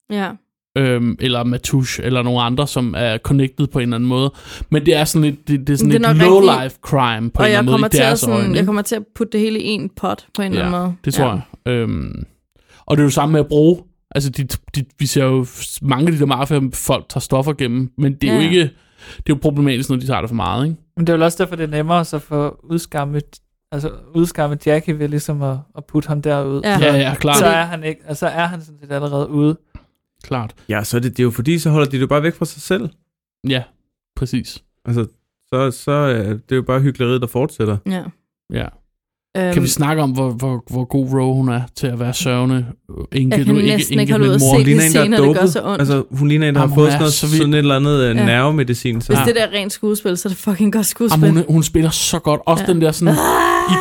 Ja.
øhm, eller Matush, eller nogle andre, som er connected på en eller anden måde. Men det er sådan et, det, det er sådan
Det er
et
nok rigtigt.
low-life crime på en
Og
eller
jeg
anden måde
kommer,
i
til at
deres
sådan,
øjne.
jeg
ikke?
kommer til at putte det hele i en pot på en eller anden
ja,
måde.
det tror
ja.
ja. jeg. Øhm, og det er jo samme med at bruge. Altså, de, de, vi ser jo f- mange af de der mafia-folk tager stoffer gennem, men det er ja.
Ja.
jo ikke... Det er jo problematisk, når de tager det for meget, ikke?
Men det er vel også derfor, det er nemmere så for udskammet, altså udskamme Jackie ved ligesom at, at putte ham derud.
Ja.
Ja, ja, klart.
Så er han ikke, og så er han sådan set allerede ude.
Klart.
Ja, så er det, det er jo fordi, så holder de det jo bare væk fra sig selv.
Ja, præcis.
Altså, så, så øh, det er jo bare hyggeleriet, der fortsætter.
Ja.
Ja.
Øhm,
Kan vi snakke om, hvor, hvor, hvor god Roe hun er til at være sørgende? Enke,
Jeg kan
du ikke,
næsten
enke,
ikke holde ud
men
at
mor.
se
Hun ligner
de
en, der
scener,
er
det gør
dopet.
så ondt.
Altså, hun ligner en, der
Jamen,
har
Ah, hun
fået
er
sådan, noget,
så vild.
sådan et eller andet øh,
Ja.
nervemedicin. Så.
Hvis
Ja.
det der er rent skuespil, så er det fucking godt skuespil. Ah!
Jamen, Ah, hun, hun spiller så godt. Også ja. den der sådan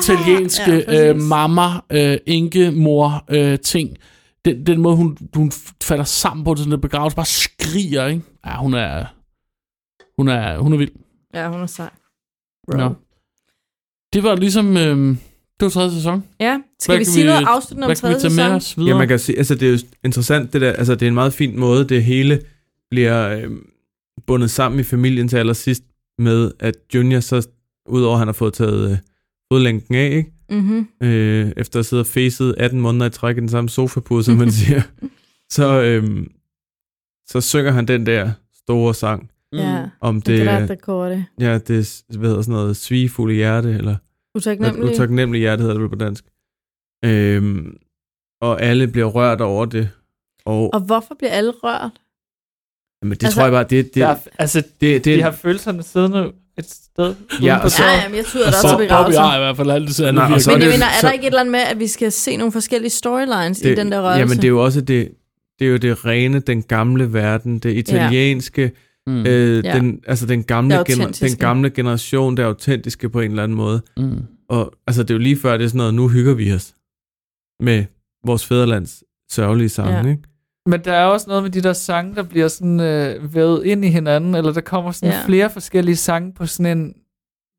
italienske
Ja,
ja,
præcis.
øh, mamma, øh, enke, mor øh, ting. Den, den måde, hun, hun falder sammen på til den der begravelse, bare skriger, ikke? Ja, hun er... Hun er, hun er vild.
Ja, hun er sej.
Nå. Det var ligesom... Øh, det var tredje sæson.
Ja,
Hvad
skal vi
kan
sige
vi-
noget afsluttende om
Hvad kan vi tage
tredje
med
sæson?
os
Ja,
videre?
man kan se, altså det er jo interessant, det der, altså det er en meget fin måde, det hele bliver øh, bundet sammen i familien til allersidst, med at Junior så, udover at han har fået taget øh, fodlænken af, ikke?
Mm-hmm.
Øh, efter at sidde og facet 18 måneder i træk i den samme sofapude, som man siger, så, øh, så synger han den der store sang,
Ja,
om
det
Mm. det,
er
er-
der går det.
ja, det er, hvad hedder sådan noget, svigefulde hjerte, eller
Utaknemmelig.
utaknemmelig hjerte hedder det vel på dansk. Øhm, og alle bliver rørt over det. Og,
Og hvorfor bliver alle rørt?
Jamen, det altså,
Altså,
tror jeg bare, det, det,
Det, der,
det,
altså,
det, det
de har følelserne siddende et sted.
Ja,
uden for
og så-
Ja,
døren.
jamen, jeg tyder
og
da
så-
også til
Bobby
begravelsen.
har i hvert fald altid andet
Nej, og
virkelig.
så
Men jeg
det-
mener, er der
så-
ikke et eller andet med, at vi skal se nogle forskellige storylines i
det,
den der rørelse?
Jamen, det er jo også det, det er jo det rene, den gamle verden, det italienske,
Mm.
ja. øh,
Ja.
den, altså den gamle,
Det
gener,
autentiske.
den gamle generation, der er autentiske på en eller anden måde.
Mm.
Og altså, det er jo lige før, det er sådan noget, nu hygger vi os med vores fædrelands sørgelige sange,
Ja.
ikke?
Men der er også noget med de der sange, der bliver sådan øh, vævet ind i hinanden, eller der kommer sådan
Ja.
ja. flere forskellige sange på sådan en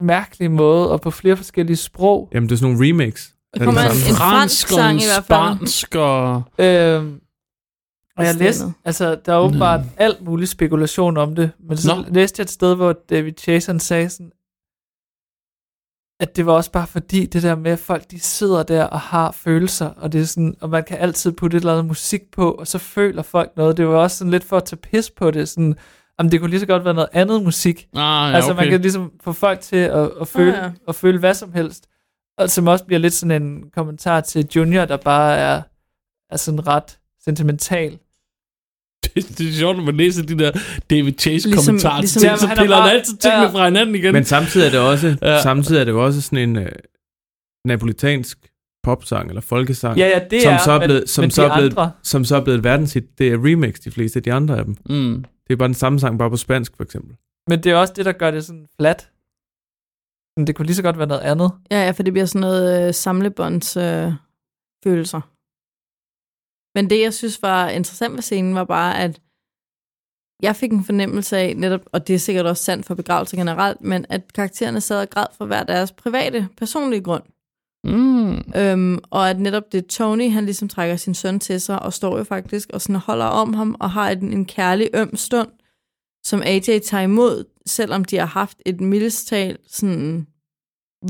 mærkelig måde, og på flere forskellige sprog.
Jamen, det er sådan nogle remakes.
Der kommer en- en
fransk sang i hvert fald. Spansk og...
Øhm, og jeg
Også
læste,
landet.
altså der er åbenbart alt mulig spekulation om det, men så Nå. læste jeg et sted, hvor David Jason sagde sådan, at det var også bare fordi det der med, at folk de sidder der og har følelser, og det er sådan, og man kan altid putte et eller andet musik på, og så føler folk noget. Det var også sådan lidt for at tage pis på det, sådan, jamen det kunne lige så godt være noget andet musik.
Ah, ja,
altså man
okay.
kan ligesom få folk til at, at føle,
Ah, ja.
ah, ja. føle hvad som helst. Og som også bliver lidt sådan en kommentar til Junior, der bare er, er sådan ret sentimental.
Det, det er sjovt, når man læser de der David
Ligesom-
Chase-kommentarer,
ligesom-
ligesom, ligesom,
Jamen,
så
han er
piller han
bare-
altid tingene ja.
ja.
fra hinanden igen.
Men samtidig er det også,
Ja.
ja. samtidig er det jo også sådan en øh, napolitansk popsang eller folkesang,
Ja, ja, det
Ah. som
er,
så er
men-
blevet, som
men
så
de
er blevet,
andre-
som så er blevet et verdenshit. Det er remix, de fleste af de andre af dem.
Mm.
Det er bare den samme sang, bare på spansk for eksempel.
Men det er også det, der gør det sådan flat. Men det kunne lige så godt være noget andet.
Ja, ja, for det bliver sådan noget øh, samlebånds øh, følelser. Men det, jeg synes var interessant ved scenen, var bare, at jeg fik en fornemmelse af netop, og det er sikkert også sandt for begravelser generelt, men at karaktererne sad og græd for hver deres private, personlige grund.
Mm.
Øhm, og at netop det Tony, han ligesom trækker sin søn til sig, og står jo faktisk og sådan holder om ham, og har en, en kærlig øm stund, som AJ tager imod, selvom de har haft et mildestal sådan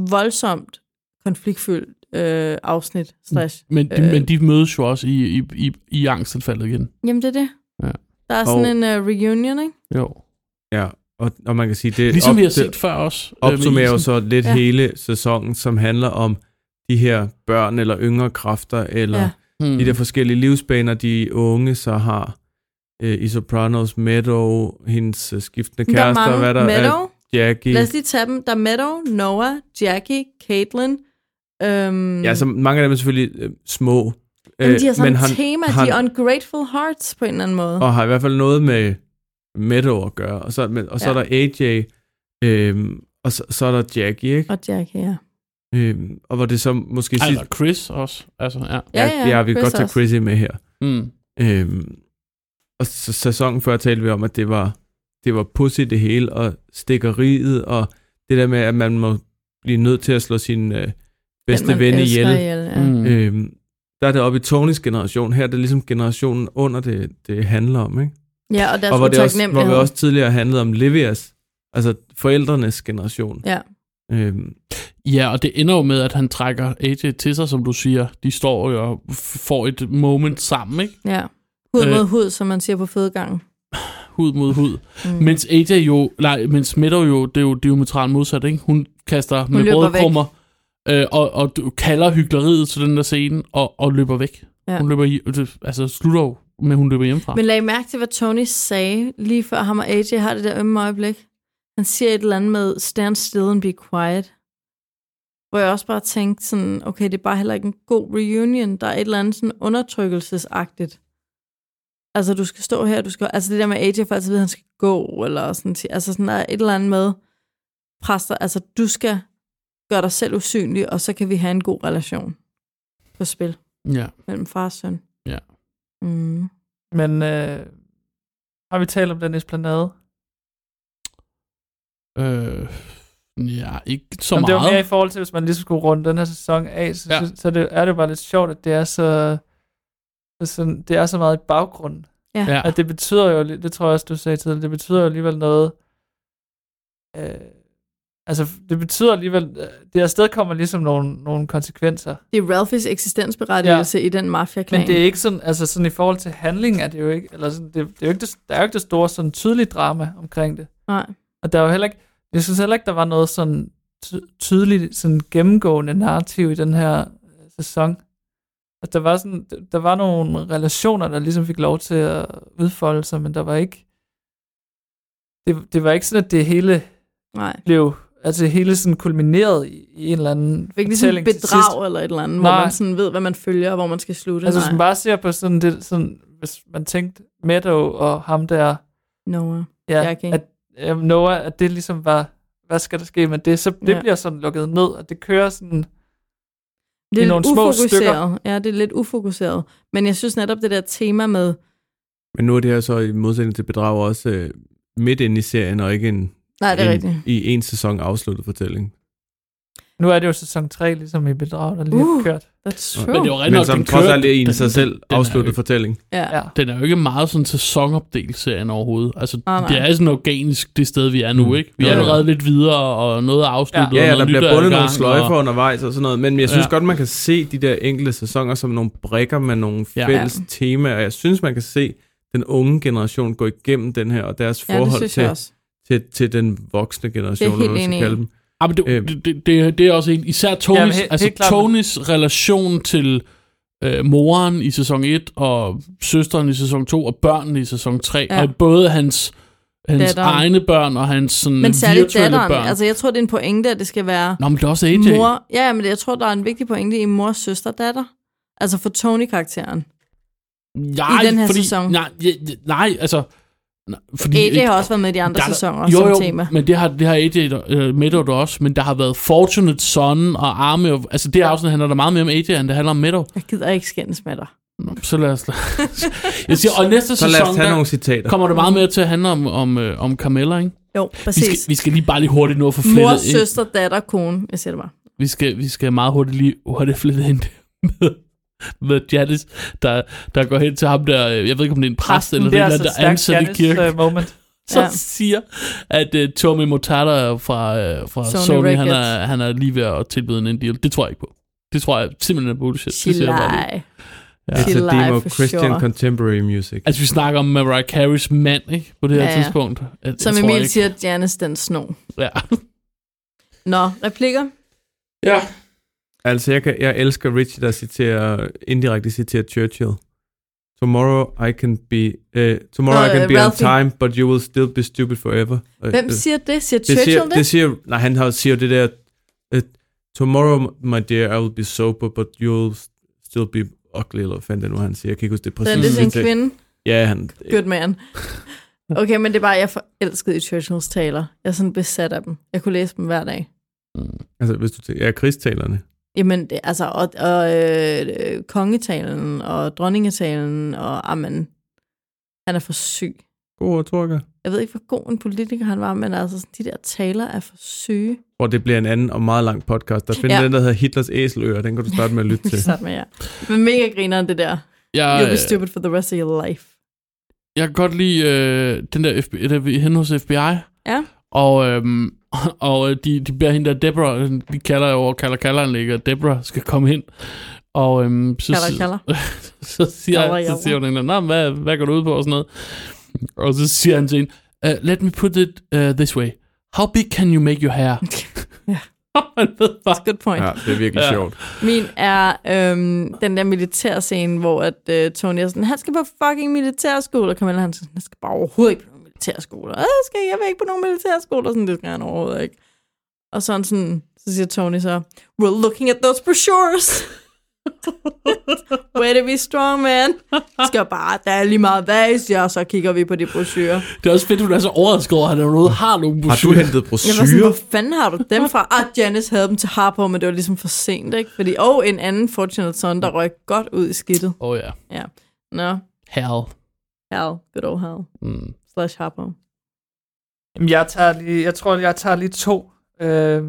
voldsomt konfliktfyldt øh, afsnit.
Mm.
Slash,
Men de, øh. men de mødes jo også i, i, i, i angstanfaldet igen.
Jamen, det er det.
Ja.
Der er
Og-
sådan en uh, reunion, ikke?
Jo.
Ja, og, og man kan sige, det
Ligesom vi har
opsum-
set før også, øh, med
opsummerer jo
isen.
så lidt
Ja.
ja. hele sæsonen, som handler om de her børn eller yngre kræfter, eller
Ja.
ja.
Hmm.
de der forskellige livsbaner, de unge så har øh, i Sopranos, Meadow, hendes øh, skiftende
Men der er
kærester,
mange.
hvad der
Meadow?
er, Jackie.
Lad os lige tage dem. Der er Meadow, Noah, Jackie, Caitlin. Øhm,
Ja, så mange af dem er selvfølgelig øh, små.
Jamen, de har
øh,
sådan
men
et
han-
tema, de er
han-
ungrateful hearts på en eller anden måde.
Og har i hvert fald noget med Meadow at gøre. Og så, men, og så
Ja.
er der AJ, øhm, og så, så er der Jackie, ikke?
Og Jackie, ja.
Øhm, og hvor det så måske
Ej,
sidst...
der er Chris også. Altså, ja.
Ja, ja,
ja, ja, vi kan
Chris
godt tage
også.
Chrissy med her.
Hmm.
Mm.
Øhm, og s- sæsonen før talte vi om, at det var, det var pussy det hele, og stikkeriet, og det der med, at man må blive nødt til at slå sin øh, bedste
man
ven
elsker
ihjel.
ihjel, ja. Mm.
Øhm, der er det oppe i Tonys generation. Her er det ligesom generationen under det, det handler om, ikke?
Ja, og deres
og hvor, det også, hvor
utaknemmelighed.
vi også tidligere handlede om Livias, altså forældrenes generation.
Ja.
Øhm,
Ja, og det ender jo med, at han trækker AJ til sig, som du siger. De står jo og f- får et moment sammen, ikke?
Ja. Hud mod
Øh.
hud, som man siger på fødegangen.
Hud mod hud.
Mm.
Mm. Mens AJ jo, nej, mens Meadow jo, det er jo diametralt modsat, ikke? Hun kaster
Hun
hun med
løber
røde
væk.
krummer, øh, og, og du- kalder hyggeleriet til den der scene, og, og løber væk.
Ja.
Ja. Hun løber, i- det- altså slutter jo med, at hun løber hjemmefra.
Men lag mærke til, hvad Tony sagde, lige før ham og AJ har det der ømme øjeblik. Han siger et eller andet med, stand still and be quiet. Hvor jeg også bare tænkte sådan, okay, det er bare heller ikke en god reunion. Der er et eller andet sådan undertrykkelsesagtigt. Altså, du skal stå her, du skal... Altså, det der med AJ for altid ved, at han skal gå, eller sådan... ti- Altså, sådan der er et eller andet med præster. Altså, du skal gøre dig selv usynlig, og så kan vi have en god relation på spil
Ja.
mellem far og søn.
Ja.
Mm.
Men øh, har vi talt om den esplanade?
Øh, ja, ikke så
Jamen,
Jamen,
det
meget.
var mere i forhold til, hvis man lige skulle runde den her sæson af, så,
Ja.
ja. så, så det, er det jo bare lidt sjovt, at det er så, så sådan, det er så meget i baggrunden.
Ja.
Ja.
At det betyder jo, det tror jeg også, du sagde tidligere, det betyder jo alligevel noget, øh, altså det betyder alligevel, øh, det afsted kommer ligesom nogle, nogle konsekvenser.
Det er Ralphys eksistensberettigelse ja. i den mafia-klan.
Men det er ikke sådan, altså sådan i forhold til handling er det jo ikke, eller sådan, det, det er jo ikke det, der er jo ikke det store sådan tydelige drama omkring det.
Nej.
Og der er jo heller ikke, jeg synes heller ikke, der var noget sådan ty- tydeligt sådan gennemgående narrativ i den her øh, sæson. Altså, der var sådan, der var nogle relationer, der ligesom fik lov til at udfolde sig, men der var ikke, det, det var ikke sådan, at det hele
Nej.
blev, altså hele sådan kulmineret i, i en eller anden
Fik ligesom
fortælling til sidst.
bedrag eller et eller andet, Nej. hvor
Nej.
man sådan ved, hvad man følger, og hvor man skal slutte.
Altså, hvis
Nej.
man bare ser på sådan det, sådan, hvis man tænkte Meadow og ham der,
Noah.
ja,
Jackie.
at um, Noah, at det ligesom var, hvad skal der ske med det? Så det
Ja.
ja. bliver sådan lukket ned, og det kører sådan
Det er
i
lidt
nogle små stykker.
ufokuseret. Ja, det er lidt ufokuseret. Men jeg synes netop, det der tema med,
Men nu er det her så i modsætning til bedrag også øh, midt inde i serien, og ikke en,
Nej, det er
en,
rigtigt.
i en sæson afsluttet fortælling.
Nu er det jo sæson 3, ligesom i bedrag, der lige uh,
Uh,
kørt.
That's
Men det er jo rigtigt
Men
nok,
som
den
trods
kører-
alt er en
den-
sig selv
er jo
afsluttet
ikke-
fortælling.
Ja.
Ja.
Den er jo ikke meget sådan sæsonopdelt serien overhovedet. Altså,
Nej, nej.
det er sådan organisk, det sted, vi er nu,
Mm.
ikke? Vi er
Jo, jo.
allerede lidt videre, og noget er afsluttet.
Ja,
og
ja,
noget
der
nyt er
bliver
i
bundet
gang,
nogle sløjfer
og-
undervejs og sådan noget, men jeg synes
Ja.
godt, man kan se de der enkelte sæsoner som nogle brækker med nogle
Ja.
fælles temaer, og jeg synes, man kan se den unge generation gå igennem den her, og deres
ja, det
forhold
synes jeg
til,
også.
til, til den voksne generation,
helt
eller hvad man
enig
skal
i.
kalde dem.
Ja, Ah, men det,
Øhm.
det, det, det, det er også en, især Tonys,
Ja,
ja,
men he- helt
altså
klart.
Tonys relation til øh, moren i sæson 1, og søsteren i sæson 2, og børnene i sæson 3,
Ja.
ja. og både hans, hans
Datteren.
egne børn og hans sådan,
Men særligt
virtuelle
datteren.
børn.
Altså, jeg tror, det er en pointe, at det skal være
Nå, men det er også AJ.
mor... Ja, ja, men jeg tror, der er en vigtig pointe i mor, søster, datter. Altså for Tony-karakteren.
nej,
i den her
fordi,
sæson.
Nej, ja, ja, nej altså... Nej, fordi
AJ har også været med i de andre
der-
sæsoner
jo,
som
jo,
tema.
men det har, det har AJ der- øh, Meadow der også, men der har været Fortunate Son og Army of... Altså, det her afsnit handler der meget mere om AJ, end det handler om Meadow.
Jeg gider ikke skændes med dig.
Nå, så lad os... jeg siger, og næste
Så
sæson,
lad os tage
der
nogle citater.
kommer det meget mere til at handle om, om, øh, om Carmella, ikke?
Jo,
Vi
præcis.
skal, vi skal lige bare lige hurtigt nå at få
Mor,
flettet ind.
søster, datter, kone. Jeg siger det bare.
Vi skal, vi skal meget hurtigt lige hurtigt flette ind med, med Janice, der, der går hen til ham der, øh, jeg ved ikke om det er en præst eller det,
det er
der,
altså
der er
stærkt
ansat i kirken.
Janis' uh, moment.
så
Ja.
ja. siger, at uh, Tommy Motala fra, uh, fra
Sony
Sony, Sony han,
Records.
er, han er lige ved at tilbyde en deal. Det tror jeg ikke på. Det tror jeg simpelthen er bullshit. Det siger jeg bare lige.
Chilaj.
Ja.
It's a
Til
demo
live
of
for
Christian
sure.
contemporary music.
Altså, vi snakker om Mariah Carey's mand, ikke? På det her
Ja, ja.
tidspunkt. Jeg, jeg
Som
tror
Emil
ikke-
siger, Janice den snog.
Ja.
Nå, replikker?
ja.
Altså, jeg, kan, jeg elsker Richie, der citerer, indirekte citerer Churchill. Tomorrow I can be, uh, tomorrow
Nå,
I can
øh,
be on
Ralphie.
time, but you will still be stupid forever. Øh,
Hvem
øh,
siger det? Siger
det
Churchill
siger,
det?
det? siger, nej, han har, siger jo det der, uh, tomorrow, my dear, I will be sober, but you'll still be ugly, eller hvad fanden det nu er, han siger. Jeg kan ikke huske det
Så
præcis.
er det en
citat.
kvinde?
Ja, han,
Good man. Okay, men det er bare, jeg er forelsket i Churchills taler. Jeg er sådan besat af dem. Jeg kunne læse dem hver dag.
altså, hvis du tænker, ja, krigstalerne.
Jamen, det, altså, og, og øh, øh, kongetalen, og dronningetalen, og amen, han er for syg.
God ord, Torker.
Jeg ved ikke, hvor god en politiker han var, men altså, sådan, de der taler er for syge.
Hvor det bliver en anden og meget lang podcast. Der findes
Ja.
ja. den, der hedder Hitlers æseløer. Den kan du starte med at lytte til.
Sådan med jer. Men mega grineren, det der. You'll
Jeg,
be stupid for the rest of your life.
jeg kan godt lide øh, den der, FB, der vi er henne hos FBI.
Ja.
Og, øhm, og øh, de, de beder hende der Deborah, øh, de kalder jo over kalder kalderen ligger, Deborah skal komme ind. Og øhm, så,
Kalder, kalder.
så, siger,
Jabber, jabber.
så siger hun hende, Nå, men hvad, hvad går du ud på og sådan noget. Og så siger han til hende, uh, let me put it uh, this way. How big can you make your hair?
Ja.
Han ved bare,
Good point.
Ja, det er virkelig
Ja.
ja. sjovt.
Min er øhm, den der militærscene, hvor at, øh, Tony er sådan, han skal på fucking militærskole, og Camilla han er sådan, han skal bare overhovedet ikke på nogen militærskole. Øh, skal jeg, jeg vil ikke på nogen militærskole, og sådan, det skal han overhovedet ikke. Og sådan, sådan så siger Tony så, we're looking at those brochures. Way to be strong, man. Skal bare, der er lige meget væs, ja, og så kigger vi på de brochurer.
det er også fedt, hun er så overrasket over, at han overhovedet har nogle
Har du
brochurer.
hentet
Jeg var sådan,
brosyre?
hvor fanden har du dem fra? Ah, Janice havde dem til Harpo, men det var ligesom for sent, ikke? Fordi, og en anden Fortunate Son, der røg godt ud i skidtet.
Åh oh, ja,
Ja. Nå,
hell.
Hal. Good old Hal.
Mm.
Slash Harpo.
Jamen, jeg, tager lige, jeg tror, jeg tager lige to. Øh,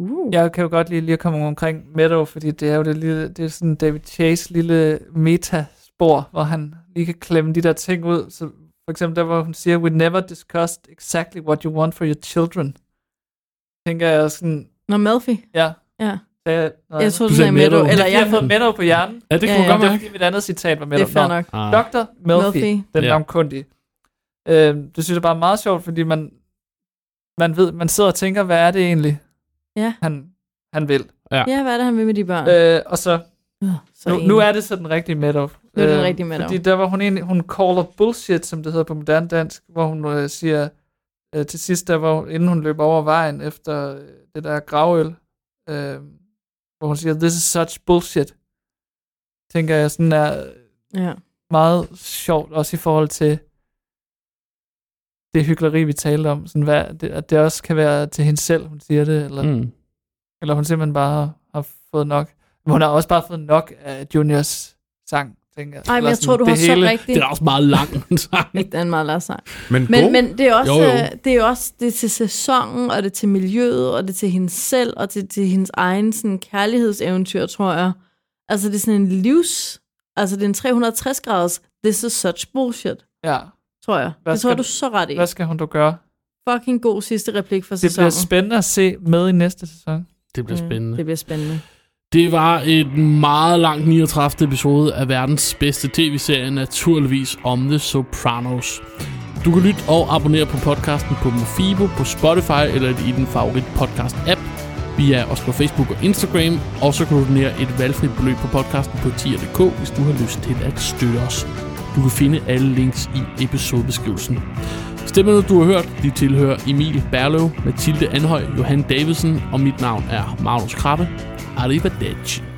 Uh.
Jeg kan jo godt lige, lige at komme omkring Meadow, fordi det er jo det lille, det er sådan David Chase lille metaspor, hvor han lige kan klemme de der ting ud. Så for eksempel der, hvor hun siger, we never discussed exactly what you want for your children. Tænker jeg sådan,
Nå, Melfi.
ja,
Ja.
sagde jeg, nej,
Jeg tror,
Du
du
sagde
sagde Meadow.
Meadow.
Eller
jeg
jeg
har fået Meadow på hjernen.
Ja, det
Ja,
kunne man
ja,
godt
Det er
mærke.
fordi mit andet citat var
Det
Meadow.
er fair
Nå.
nok.
Ah.
Dr. Melfi,
Melfi.
den
Ja.
ja. navnkundige. Øh, det synes jeg bare er meget sjovt, fordi man, man ved, man sidder og tænker, hvad er det egentlig,
Ja.
han, han vil.
Ja, hvad er det, han vil med de børn?
Øh, og så
Øh, så
Nu,
enig.
nu er det så den rigtige Meadow.
Nu er det den
Øh,
rigtige Meadow.
Fordi der var hun egentlig, hun caller bullshit, som det hedder på moderne dansk, hvor hun øh, siger, øh, til sidst, der var, inden hun løb over vejen efter øh, det der gravøl, øh, hvor hun siger, this is such bullshit. Tænker jeg sådan er
Ja.
meget sjovt, også i forhold til det hyggeleri, vi talte om. Sådan, hvad, det, at det også kan være til hende selv, hun siger det, eller
Mm.
eller hun simpelthen bare har, har fået nok. Men hun har også bare fået nok af Juniors sang tænker
Ej, men jeg tror, du har så rigtigt. Den er også
meget lang sang.
Ikke den er meget lang sang.
Men
Men,
god.
men det er også,
Jo,
jo,
jo.
jo. Det er også det er til sæsonen, og det er til miljøet, og det er til hende selv, og til, til hendes egen sådan, kærlighedseventyr, tror jeg. Altså, det er sådan en livs... Altså, det er en 360-graders this is such bullshit,
Ja.
tror jeg. Hvad det tror jeg, du er så ret i.
Hvad skal hun dog gøre?
Fucking god sidste replik for
Det
sæsonen.
bliver spændende at se med i næste sæson.
Det bliver
Mm,
spændende.
Det bliver spændende.
Det var et meget langt 39. episode af verdens bedste tv-serie, naturligvis om The Sopranos. Du kan lytte og abonnere på podcasten på Mofibo, på Spotify eller i din favorit podcast-app. Vi er også på Facebook og Instagram, og så kan du donere et valgfrit beløb på podcasten på tier.dk, hvis du har lyst til at støtte os. Du kan finde alle links i episodebeskrivelsen. Stemmerne, du har hørt, de tilhører Emil Berlov, Mathilde Anhøj, Johan Davidsen, og mit navn er Magnus Krabbe. Arrivederci.